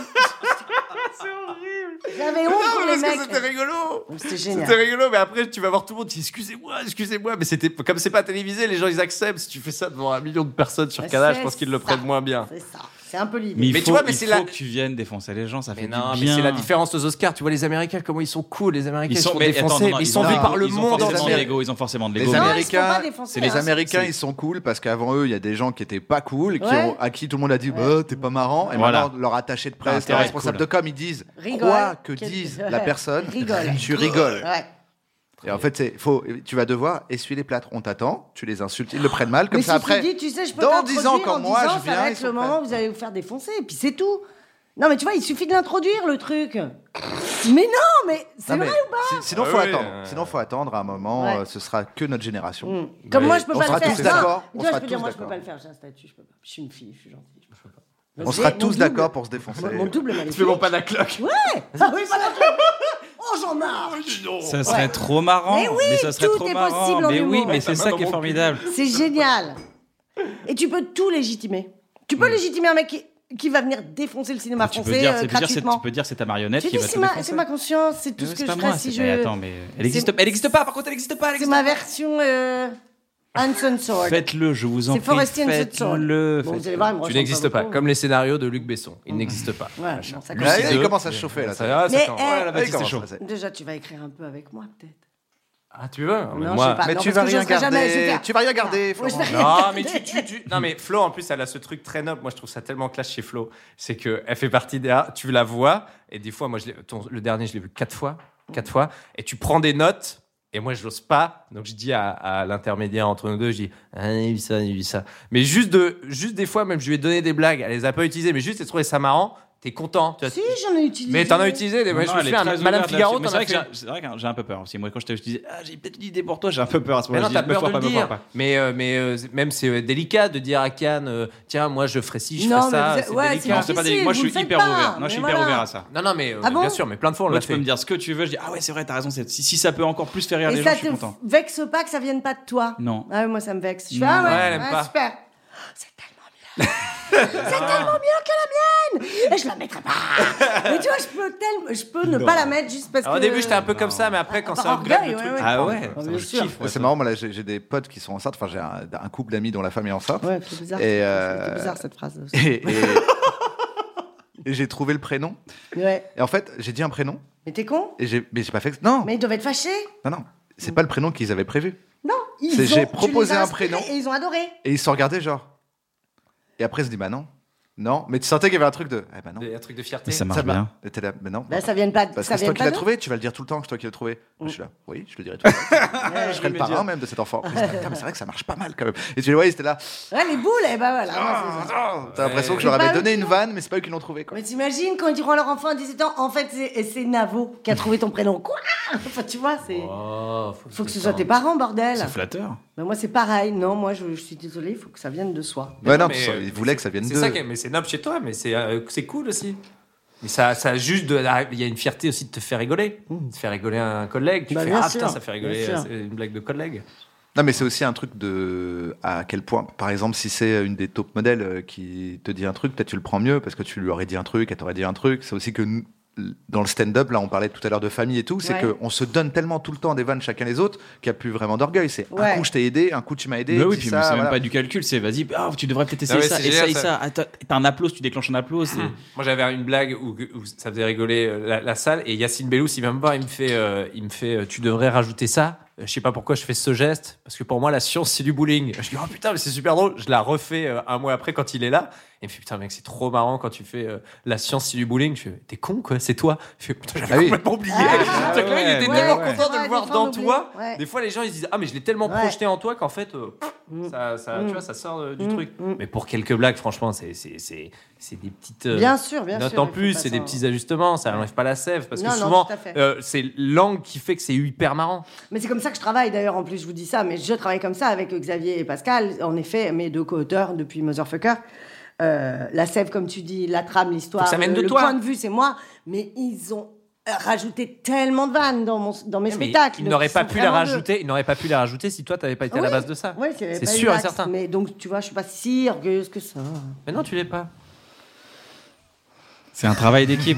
Speaker 3: j'avais honte
Speaker 2: Non,
Speaker 3: pour
Speaker 2: mais
Speaker 3: les
Speaker 2: parce que c'était
Speaker 3: mecs.
Speaker 2: rigolo.
Speaker 3: C'était
Speaker 2: C'était
Speaker 3: génial.
Speaker 2: rigolo, mais après tu vas voir tout le monde qui dit excusez-moi, excusez-moi, mais c'était comme c'est pas télévisé, les gens ils acceptent. Si tu fais ça devant un million de personnes sur Canal, je pense qu'ils le
Speaker 3: Bah, C'est
Speaker 2: prennent
Speaker 3: ça.
Speaker 2: moins bien.
Speaker 3: C'est ça. C'est un peu l'idée.
Speaker 1: Mais il
Speaker 2: Mais
Speaker 1: faut,
Speaker 2: tu vois, mais
Speaker 1: il
Speaker 2: c'est
Speaker 1: faut
Speaker 2: la-
Speaker 1: que tu viennes défoncer les gens, ça fait
Speaker 2: Mais
Speaker 1: du
Speaker 2: non, mais
Speaker 1: bien.
Speaker 2: c'est la différence aux Oscars. Tu vois les Américains comment ils sont cool, les Américains ils sont,
Speaker 1: mais
Speaker 2: des
Speaker 1: attends,
Speaker 2: Français,
Speaker 1: non, non,
Speaker 2: mais ils sont
Speaker 1: ont-
Speaker 2: vus par le
Speaker 1: ils ont
Speaker 2: monde
Speaker 1: forcément de
Speaker 2: entier.
Speaker 1: l'ego, ils ont forcément de
Speaker 4: Les
Speaker 1: l'ego.
Speaker 3: Non,
Speaker 1: mais-
Speaker 3: ils se font pas
Speaker 4: Américains,
Speaker 3: défoncer,
Speaker 4: les
Speaker 3: hein.
Speaker 4: Américains,
Speaker 1: C'est-
Speaker 4: ils sont cool parce qu'avant eux, il y a des gens qui étaient pas cool, qui
Speaker 3: Ouais.
Speaker 4: ont, à qui tout le monde a dit bah, t'es pas marrant. Et
Speaker 1: Voilà.
Speaker 4: maintenant, leur attaché de presse,
Speaker 1: T'as intérêt
Speaker 4: leur
Speaker 1: à être
Speaker 4: responsable
Speaker 1: cool.
Speaker 4: de com, ils disent
Speaker 3: Rigole.
Speaker 4: quoi que
Speaker 3: Quel-
Speaker 4: dise
Speaker 3: Ouais.
Speaker 4: la personne,
Speaker 3: Rigole.
Speaker 4: tu rigoles.
Speaker 3: Ouais.
Speaker 4: Et en fait, c'est faut, tu vas devoir essuyer les plâtres. On t'attend, tu les insultes, ils le prennent mal, comme
Speaker 3: mais
Speaker 4: ça
Speaker 3: si tu
Speaker 4: après.
Speaker 3: dis, tu sais, je peux
Speaker 4: dans 10 ans,
Speaker 3: t'introduire
Speaker 4: quand
Speaker 3: en
Speaker 4: moi,
Speaker 3: disant,
Speaker 4: je viens,
Speaker 3: ça va
Speaker 4: ils
Speaker 3: être
Speaker 4: sont
Speaker 3: le moment
Speaker 4: prêts.
Speaker 3: où vous allez vous faire défoncer, et puis c'est tout. Non, mais tu vois, il suffit de l'introduire, le truc. Mais non, mais c'est
Speaker 4: Non, mais
Speaker 3: vrai ou pas
Speaker 4: si- sinon,
Speaker 2: Ah
Speaker 4: faut
Speaker 2: oui,
Speaker 4: attendre.
Speaker 2: euh.
Speaker 4: Sinon, faut attendre. À un moment,
Speaker 3: Ouais. Mm.
Speaker 4: euh, ce sera que notre génération.
Speaker 3: Comme
Speaker 2: Mais
Speaker 3: moi, je peux
Speaker 4: Mm. on
Speaker 3: pas
Speaker 4: sera
Speaker 3: le faire.
Speaker 4: tous
Speaker 3: Non,
Speaker 4: d'accord,
Speaker 3: tu
Speaker 4: on
Speaker 3: vois,
Speaker 4: sera
Speaker 3: je peux dire,
Speaker 4: tous
Speaker 3: moi, je peux pas
Speaker 4: d'accord.
Speaker 3: le faire, j'ai un statut, je peux pas. Je suis une fille, je suis gentille. je peux pas.
Speaker 4: On
Speaker 3: Vous
Speaker 4: sera
Speaker 3: savez, mon
Speaker 4: tous
Speaker 3: double-
Speaker 4: d'accord pour se défoncer.
Speaker 3: Mon double magnifique.
Speaker 2: Fais-moi pas la cloque.
Speaker 3: Ouais Ah oui, voilà. Oh, j'en marre
Speaker 1: Ça serait trop marrant.
Speaker 3: Mais oui,
Speaker 1: ça serait
Speaker 3: tout
Speaker 1: trop
Speaker 3: est
Speaker 1: marrant.
Speaker 3: possible en
Speaker 1: mais oui,
Speaker 3: humour.
Speaker 1: mais c'est ça qui est formidable.
Speaker 3: C'est génial. Et tu peux tout légitimer. Tu
Speaker 4: Mm.
Speaker 3: peux légitimer un mec qui, qui va venir défoncer le cinéma
Speaker 1: Ah, Tu peux
Speaker 3: français
Speaker 1: dire,
Speaker 3: euh,
Speaker 1: tu peux dire, c'est-
Speaker 3: gratuitement.
Speaker 1: tu peux dire, c'est ta marionnette
Speaker 3: Tu
Speaker 1: qui
Speaker 3: dis,
Speaker 1: va
Speaker 3: c'est
Speaker 1: te
Speaker 3: ma, c'est
Speaker 1: défoncer.
Speaker 3: ma conscience, c'est tout
Speaker 1: Mais
Speaker 3: ce
Speaker 1: c'est
Speaker 3: que je
Speaker 1: pas
Speaker 3: ferais
Speaker 1: moi,
Speaker 3: si
Speaker 1: c'est-
Speaker 3: je...
Speaker 1: Mais Attends, mais elle
Speaker 3: C'est-
Speaker 1: existe. Elle existe pas. Par contre, elle existe pas. elle
Speaker 3: C'est
Speaker 1: existe
Speaker 3: ma version euh, Hanson Sword.
Speaker 1: Faites-le, je vous en
Speaker 3: C'est
Speaker 1: prie.
Speaker 3: Forestier and
Speaker 1: Faites-le.
Speaker 3: Bon, vous allez
Speaker 1: faites-le.
Speaker 3: voir, il me
Speaker 2: Tu
Speaker 3: ressemble
Speaker 2: n'existes pas,
Speaker 3: beaucoup.
Speaker 2: comme les scénarios de Luc Besson. Ils n'existent pas.
Speaker 3: Ouais, bon, ça
Speaker 4: Là,
Speaker 3: commence.
Speaker 4: Ah, il commence à se chauffer là.
Speaker 2: Ça, ça
Speaker 3: Mais,
Speaker 2: commence.
Speaker 3: eh,
Speaker 2: Oh là là,
Speaker 4: Là, il
Speaker 2: Baptiste, c'est
Speaker 4: commence
Speaker 2: chaud.
Speaker 4: à se-
Speaker 3: Déjà, tu vas écrire un peu avec moi, peut-être.
Speaker 2: Ah, tu veux Mais
Speaker 3: Non,
Speaker 2: moi-
Speaker 3: je sais pas.
Speaker 4: Mais
Speaker 3: non,
Speaker 4: tu
Speaker 3: parce
Speaker 4: vas
Speaker 3: que je
Speaker 4: rien
Speaker 3: serai jamais, je vais
Speaker 4: garder.
Speaker 3: faire-
Speaker 4: Tu vas rien garder.
Speaker 3: Ouais, je
Speaker 4: Florent.
Speaker 3: vais-
Speaker 2: Non, mais tu, tu, tu- Non, mais Flo, en plus, elle a ce truc très noble. Moi, je trouve ça tellement classe chez Flo. C'est que elle fait partie des. ah, Tu la vois, et des fois, moi, je l'ai- ton- le dernier, je l'ai vu quatre fois. Quatre fois. Et tu prends des notes. Et moi, je n'ose pas. Donc, je dis à, à l'intermédiaire entre nous deux, je dis, ah, il vit ça, il vit ça. Mais juste, de, juste des fois, même, je lui ai donné des blagues. Elle les a pas utilisées, mais juste, elle trouvait ça marrant. T'es content. Tu vois.
Speaker 3: Si, j'en ai utilisé.
Speaker 2: mais t'en as utilisé des. Moi, je
Speaker 1: Non,
Speaker 2: me
Speaker 1: elle est
Speaker 2: souviens,
Speaker 1: très
Speaker 2: Madame
Speaker 1: ouverte
Speaker 2: Figaro,
Speaker 1: là-dessus.
Speaker 2: t'en
Speaker 1: Mais C'est
Speaker 2: as fait.
Speaker 1: vrai que j'ai- c'est vrai que j'ai un peu peur aussi. Moi, quand je t'ai je disais, ah, j'ai peut-être une idée pour toi, j'ai un peu peur à ce
Speaker 2: Mais
Speaker 1: moment-là.
Speaker 2: non,
Speaker 1: Je
Speaker 2: t'as
Speaker 1: dis, me
Speaker 2: peur
Speaker 1: foire
Speaker 2: de
Speaker 1: pas,
Speaker 2: le
Speaker 1: me foire
Speaker 2: dire.
Speaker 1: pas.
Speaker 2: Mais, euh, mais euh, c'est- même c'est euh, délicat de dire à Cannes, euh, tiens, moi je ferais ci, je
Speaker 3: Non,
Speaker 2: ferais ça.
Speaker 3: mais vous-
Speaker 2: c'est
Speaker 3: ouais,
Speaker 2: délicat.
Speaker 1: Non, c'est pas
Speaker 3: difficile,
Speaker 1: des- Moi, je
Speaker 3: vous
Speaker 1: suis
Speaker 3: le
Speaker 1: hyper
Speaker 3: faites
Speaker 1: ouvert.
Speaker 3: pas,
Speaker 1: Non, je suis
Speaker 3: mais
Speaker 1: hyper
Speaker 3: voilà.
Speaker 1: ouvert à ça.
Speaker 2: Non, non, mais euh,
Speaker 3: Ah bon
Speaker 2: bien sûr, mais plein de fois on
Speaker 1: Moi,
Speaker 2: l'a
Speaker 1: tu peux
Speaker 2: fait.
Speaker 1: me dire ce que tu veux. Je dis, ah ouais, c'est vrai, t'as raison. c'est- Si, si ça peut encore plus faire rire
Speaker 3: Et
Speaker 1: les gens,
Speaker 3: ça
Speaker 1: je suis
Speaker 3: te
Speaker 1: content.
Speaker 3: vexe pas que ça vienne pas de toi
Speaker 1: Non.
Speaker 3: Ah, ouais, moi, ça me vexe. Je fais,
Speaker 1: Non.
Speaker 3: ah ouais,
Speaker 2: Ouais, elle aime
Speaker 3: ouais,
Speaker 2: pas.
Speaker 3: super. C'est tellement bien. C'est tellement mieux que la mienne Et je la mettrai pas Mais tu vois, je peux, tellement- je peux ne pas la mettre juste parce
Speaker 2: Alors,
Speaker 3: que.
Speaker 2: au début, j'étais un peu comme ça, mais après, quand
Speaker 3: Par
Speaker 2: ça upgrade
Speaker 3: orgueil,
Speaker 2: le truc.
Speaker 3: ouais, ouais.
Speaker 1: Ah ouais,
Speaker 3: Ah,
Speaker 1: ça,
Speaker 3: bien
Speaker 1: je
Speaker 3: sûr.
Speaker 1: kiffe. ouais,
Speaker 4: C'est
Speaker 1: ça.
Speaker 4: marrant, moi là, j'ai j'ai des potes qui sont enceintes. Enfin, j'ai un, un couple d'amis dont la femme est enceinte.
Speaker 3: Ouais, c'est bizarre.
Speaker 4: Et, euh,
Speaker 3: C'est bizarre cette phrase.
Speaker 4: Et, et- et j'ai trouvé le prénom.
Speaker 3: Ouais.
Speaker 4: Et en fait, j'ai dit un prénom.
Speaker 3: Mais t'es con
Speaker 4: Et j'ai, mais j'ai pas fait. ex- Non,
Speaker 3: Mais ils doivent être fâchés
Speaker 4: non, non. C'est pas le prénom qu'ils avaient prévu.
Speaker 3: Non ils
Speaker 4: C'est-
Speaker 3: ont-
Speaker 4: j'ai
Speaker 3: tu les as
Speaker 4: proposé un
Speaker 3: inspirés
Speaker 4: prénom.
Speaker 3: Et ils ont adoré
Speaker 4: Et ils se sont regardés, genre. Et après, ils se disent, bah non. Non. Mais tu sentais qu'il y avait un truc de. Eh bah non.
Speaker 2: Un truc de fierté.
Speaker 1: Mais ça
Speaker 4: Ça
Speaker 1: marche
Speaker 4: va.
Speaker 1: bien.
Speaker 4: Et t'es là, mais non.
Speaker 3: Bah, ça vient pas,
Speaker 4: Parce
Speaker 3: ça
Speaker 4: que
Speaker 3: vient
Speaker 4: c'est toi qui
Speaker 3: pas Mm.
Speaker 4: l'as
Speaker 3: d'eux.
Speaker 4: trouvé, tu vas le dire tout le temps que c'est toi qui l'as trouvé. Moi, Je suis là, oui, je le dirai tout le temps. je serai le parent même de cet enfant. Mais c'est- putain, mais c'est vrai que ça marche pas mal quand même. Et tu les voyais, c'était là,
Speaker 3: Ouais, les boules, et bah voilà.
Speaker 4: Ah, ah, t'as l'impression que je
Speaker 3: C'est
Speaker 4: leur
Speaker 3: pas
Speaker 4: avais
Speaker 3: eux
Speaker 4: donné
Speaker 3: qui
Speaker 4: une
Speaker 3: l'ont-
Speaker 4: vanne, mais c'est pas eux qui l'ont trouvé. Quoi.
Speaker 3: Mais t'imagines quand ils diront à leur enfant à 17 ans, en fait, c'est c'est Navo qui a trouvé ton prénom. Quoi Enfin, tu vois, c'est.
Speaker 2: Oh,
Speaker 3: faut que ce soit tes parents, bordel.
Speaker 1: C'est flatteur.
Speaker 3: Mais moi, c'est pareil. Non, moi, je, je suis désolée, il faut que ça vienne de soi.
Speaker 4: Bah non,
Speaker 2: mais,
Speaker 4: parce que
Speaker 2: euh,
Speaker 4: ils voulaient que ça vienne
Speaker 2: C'est
Speaker 4: d'eux.
Speaker 2: ça, qui est- mais c'est noble chez toi, mais c'est euh, c'est cool aussi. Mais ça, ça juste, de la- il y a une fierté aussi de te faire rigoler,
Speaker 1: Mmh.
Speaker 2: de faire rigoler un collègue. Tu
Speaker 3: Bah,
Speaker 2: fais
Speaker 3: bien
Speaker 2: ah
Speaker 3: sûr,
Speaker 2: putain, ça fait rigoler
Speaker 3: bien
Speaker 2: euh,
Speaker 3: sûr.
Speaker 2: c'est une blague de collègue.
Speaker 4: Non, mais c'est aussi un truc de à quel point, par exemple, si c'est une des top modèles euh, qui te dit un truc, peut-être tu le prends mieux parce que tu lui aurais dit un truc, elle t'aurait dit un truc. C'est aussi que nous, dans le stand-up, là, on parlait tout à l'heure de famille et tout, c'est
Speaker 3: Ouais.
Speaker 4: qu'on se donne tellement tout le temps des vannes chacun les autres qu'il n'y a plus vraiment d'orgueil. C'est
Speaker 3: Ouais.
Speaker 4: un coup je t'ai aidé, un coup tu m'as aidé.
Speaker 1: Mais oui,
Speaker 4: dis
Speaker 1: puis
Speaker 4: ça,
Speaker 1: c'est même
Speaker 4: voilà.
Speaker 1: pas du calcul, c'est vas-y, ah, tu devrais peut-être essayer
Speaker 2: ouais,
Speaker 1: ça,
Speaker 2: c'est génial,
Speaker 1: essaye
Speaker 2: ça.
Speaker 1: ça. Ah, t'as t'as un applause, tu déclenches un applause. c'est-
Speaker 2: Moi, j'avais une blague où, où ça faisait rigoler euh, la, la salle et Yacine Bellous, il vient me voir, il me fait, euh, il me fait, euh, tu devrais rajouter ça. Euh, Je sais pas pourquoi je fais ce geste parce que pour moi, la science, c'est du bowling. Je dis oh putain, mais c'est super drôle. Je la refais euh, un mois après quand il est là. Et il me fait putain mec, c'est trop marrant quand tu fais euh, la science, c'est du bowling. Je fais t'es con quoi, c'est toi. Je fais putain, j'avais
Speaker 4: Ah oui.
Speaker 2: complètement oublié.
Speaker 3: Ah,
Speaker 2: Donc là, il était
Speaker 1: ouais,
Speaker 2: tellement
Speaker 3: ouais.
Speaker 2: content de
Speaker 3: Ouais,
Speaker 2: le voir
Speaker 3: des
Speaker 2: dans
Speaker 3: fois, on
Speaker 2: toi.
Speaker 3: oublie. Ouais.
Speaker 2: Des fois, les gens ils se disent ah mais je l'ai tellement
Speaker 3: Ouais. Mm.
Speaker 2: projeté en toi qu'en fait, euh, ça, ça- tu vois, ça sort euh, du truc. Mais pour quelques blagues, franchement, c'est c'est c'est c'est des petites. euh,
Speaker 3: Bien sûr, bien
Speaker 2: Note
Speaker 3: sûr.
Speaker 2: en
Speaker 3: il faut
Speaker 2: plus,
Speaker 3: pas
Speaker 2: c'est
Speaker 3: ça.
Speaker 2: des petits ajustements, ça n'enlève pas la sève, parce
Speaker 3: Non,
Speaker 2: que
Speaker 3: non,
Speaker 2: souvent,
Speaker 3: tout à fait.
Speaker 2: euh, c'est l'angle qui fait que c'est hyper marrant.
Speaker 3: Mais c'est comme ça que je travaille d'ailleurs, en plus, je vous dis ça, mais je travaille comme ça avec Xavier et Pascal, en effet, mes deux co-auteurs depuis Motherfucker. Euh, la sève, comme tu dis, la trame, l'histoire,
Speaker 2: Faut que ça vienne
Speaker 3: le,
Speaker 2: de
Speaker 3: le
Speaker 2: toi.
Speaker 3: point de vue, c'est moi, mais ils ont rajouté tellement de vannes dans, mon, dans mes
Speaker 2: Mais
Speaker 3: spectacles.
Speaker 2: il
Speaker 3: donc
Speaker 2: n'aurait
Speaker 3: ils
Speaker 2: pas
Speaker 3: sont
Speaker 2: pu la
Speaker 3: vraiment deux.
Speaker 2: rajouter, il n'aurait pas pu la rajouter si toi, t'avais pas été à la
Speaker 3: Oui.
Speaker 2: base de ça.
Speaker 3: Ouais, s'il y avait
Speaker 2: c'est
Speaker 3: pas eu
Speaker 2: sûr et
Speaker 3: l'axe,
Speaker 2: certain. Mais...
Speaker 3: Mais donc, tu vois, je suis pas si orgueilleuse que ça.
Speaker 2: non, tu l'es pas.
Speaker 1: C'est un travail d'équipe.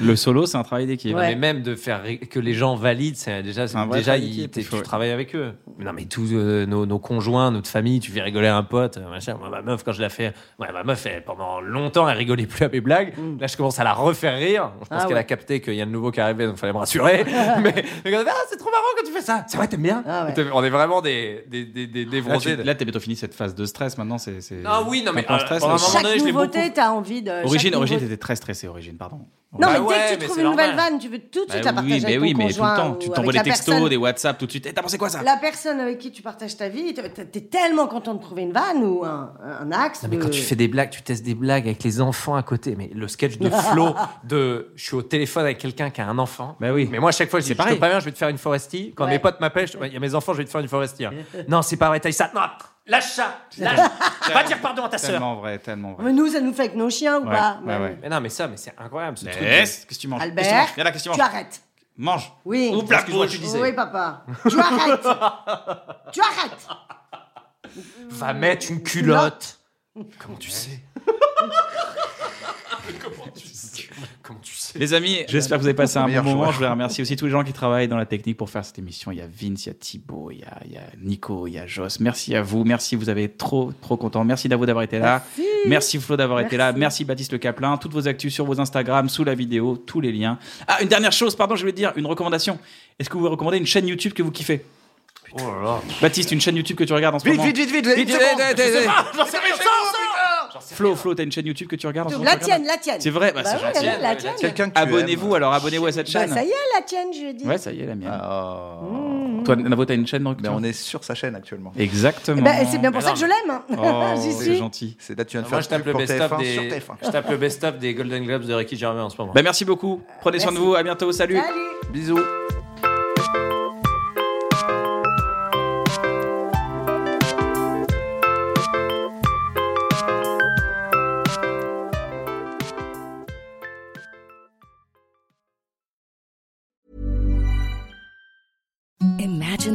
Speaker 1: le solo, c'est un travail d'équipe.
Speaker 3: Ouais.
Speaker 2: Mais même de faire ri- que les gens valident, c'est déjà, c'est-
Speaker 1: Un vrai
Speaker 2: déjà
Speaker 1: travail
Speaker 2: il-
Speaker 1: d'équipe,
Speaker 2: t'es-
Speaker 1: il faut-
Speaker 2: tu travailles avec eux. Mais non, mais tous euh, nos, nos conjoints, notre famille, tu fais rigoler un pote, euh, machin. Moi, ma meuf, quand je la fais, ouais, ma meuf, elle, pendant longtemps, elle rigolait plus à mes blagues.
Speaker 1: Mm.
Speaker 2: Là, je commence à la refaire rire. Je pense
Speaker 3: Ah
Speaker 2: qu'elle
Speaker 3: ouais.
Speaker 2: a capté qu'il y a de nouveau qui arrivait, donc fallait me rassurer. mais mais quand elle fait, ah, c'est trop marrant quand tu fais ça. C'est vrai, t'aimes bien.
Speaker 3: Ah ouais.
Speaker 2: T'aimes- On est vraiment des, des, des, des, des
Speaker 1: Là,
Speaker 2: bronzés.
Speaker 1: Ah, tu- là, t'es bientôt fini cette phase de stress. Maintenant, c'est. c'est-
Speaker 2: Ah oui, non, mais,
Speaker 1: t'es en
Speaker 2: euh,
Speaker 1: stress,
Speaker 2: pendant
Speaker 1: là.
Speaker 2: un moment-
Speaker 3: Chaque
Speaker 2: donné, je l'ai
Speaker 3: nouveauté,
Speaker 2: beaucoup-
Speaker 3: t'as envie
Speaker 1: Origine,
Speaker 3: de. chaque
Speaker 1: origine,
Speaker 3: nouveau-
Speaker 1: t'étais très stressé. Origine, pardon.
Speaker 3: Non,
Speaker 2: Bah
Speaker 3: mais dès
Speaker 2: ouais,
Speaker 3: que
Speaker 2: mais
Speaker 3: tu
Speaker 2: c'est
Speaker 3: trouves une nouvelle
Speaker 2: normal.
Speaker 3: vanne, tu veux tout de
Speaker 1: Bah
Speaker 3: suite la
Speaker 1: oui,
Speaker 3: partager
Speaker 1: mais
Speaker 3: avec
Speaker 1: oui,
Speaker 3: ton
Speaker 1: mais tout
Speaker 3: conjoint
Speaker 1: le temps. Tu
Speaker 3: ou
Speaker 1: t'envoies
Speaker 3: avec
Speaker 1: des
Speaker 3: la
Speaker 1: textos,
Speaker 3: personne-
Speaker 1: des WhatsApp tout de suite. Eh, t'as pensé quoi ça
Speaker 3: La personne avec qui tu partages ta vie, t'es- t'es tellement content de trouver une vanne ou un, un axe.
Speaker 2: Non, mais
Speaker 3: de-
Speaker 2: quand tu fais des blagues, tu testes des blagues avec les enfants à côté. Mais le sketch de Flo, de je suis au téléphone avec quelqu'un qui a un enfant.
Speaker 1: Bah oui.
Speaker 2: Mais moi, à chaque fois, je
Speaker 1: C'est
Speaker 2: dis, je
Speaker 1: pareil.
Speaker 2: te préviens, je vais te faire une forestie. Quand
Speaker 3: Ouais.
Speaker 2: mes potes m'appellent, je- il y a mes enfants, je vais te faire une forestie. non, c'est pas vrai, taille ça. Non, lâche ça. Lâche. Va dire pardon à ta sœur.
Speaker 1: Tellement vrai, tellement vrai.
Speaker 3: Ah, Mais nous, ça nous fait avec nos chiens ou
Speaker 1: Ouais,
Speaker 3: pas Bah,
Speaker 1: ouais, ouais.
Speaker 2: Mais non, mais ça, mais c'est incroyable ce truc.
Speaker 1: Yes, Qu'est-ce que tu manges Qu'est-ce que tu manges
Speaker 3: Albert,
Speaker 1: Viens là, qu'est-ce que tu
Speaker 3: tu
Speaker 1: manges
Speaker 3: arrêtes.
Speaker 1: Mange.
Speaker 3: Oui.
Speaker 1: Ouvre la
Speaker 2: Excuse-moi,
Speaker 1: bouche.
Speaker 2: tu disais.
Speaker 3: Oui, papa. Tu arrêtes. tu arrêtes.
Speaker 2: Va mettre une culotte. Comment tu sais Comment tu sais
Speaker 1: Les amis, j'espère que vous avez passé un bon
Speaker 4: Meilleur
Speaker 1: moment.
Speaker 4: joueur.
Speaker 1: Je voulais remercier aussi tous les gens qui travaillent dans la technique pour faire cette émission. Il y a Vince, il y a Thibaut, il y a, il y a Nico, il y a Joss. Merci à vous. Merci, vous avez trop, trop content. Merci Davo d'avoir été là. Merci, Flo d'avoir été là. Merci Baptiste Le Caplin. Toutes vos actus sur vos Instagram, sous la vidéo, tous les liens. Ah, une dernière chose, pardon, je voulais dire, une recommandation. Est-ce que vous pouvez recommander une chaîne YouTube que vous kiffez
Speaker 2: Oh là là.
Speaker 1: Baptiste, une chaîne YouTube que tu regardes en ce
Speaker 4: Vite,
Speaker 1: moment
Speaker 4: vite, vite, vite, vite,
Speaker 1: Vite,
Speaker 4: seconde.
Speaker 1: vite, vite,
Speaker 4: Je sais
Speaker 1: vite.
Speaker 4: pas.
Speaker 1: Flo, Flo, t'as une chaîne YouTube que tu regardes en ce moment
Speaker 3: La
Speaker 1: tu regardes
Speaker 3: tienne, la tienne.
Speaker 1: C'est vrai, bah,
Speaker 3: Bah
Speaker 1: c'est
Speaker 3: oui,
Speaker 1: gentil.
Speaker 3: la, la tienne.
Speaker 4: Quelqu'un que tu
Speaker 1: Abonnez-vous,
Speaker 4: aimes.
Speaker 1: alors abonnez-vous à cette
Speaker 3: Bah,
Speaker 1: chaîne.
Speaker 3: ça y est, la tienne, je dis.
Speaker 1: Ouais, ça y est, la mienne.
Speaker 4: Oh.
Speaker 1: Toi, Navo, t'as une chaîne donc
Speaker 4: Mais on est sur sa chaîne actuellement.
Speaker 1: Exactement.
Speaker 3: Bah, c'est bien pour
Speaker 2: Mais
Speaker 3: ça
Speaker 2: non,
Speaker 3: que je l'aime.
Speaker 1: Ah,
Speaker 3: hein.
Speaker 1: Oh,
Speaker 3: J'y
Speaker 1: c'est
Speaker 3: suis.
Speaker 1: gentil.
Speaker 4: C'est là tu viens de
Speaker 2: Ah, Moi,
Speaker 4: faire
Speaker 2: je tape
Speaker 4: le
Speaker 2: le
Speaker 4: pour
Speaker 2: best-of
Speaker 4: TF1 sur
Speaker 2: des,
Speaker 4: TF1.
Speaker 2: je tape le best-of des Golden Globes de Ricky Gervais en ce moment.
Speaker 1: Bah, merci beaucoup. Prenez soin de
Speaker 3: Merci.
Speaker 1: vous. À bientôt. Salut.
Speaker 3: Salut.
Speaker 4: Bisous.
Speaker 8: Imagine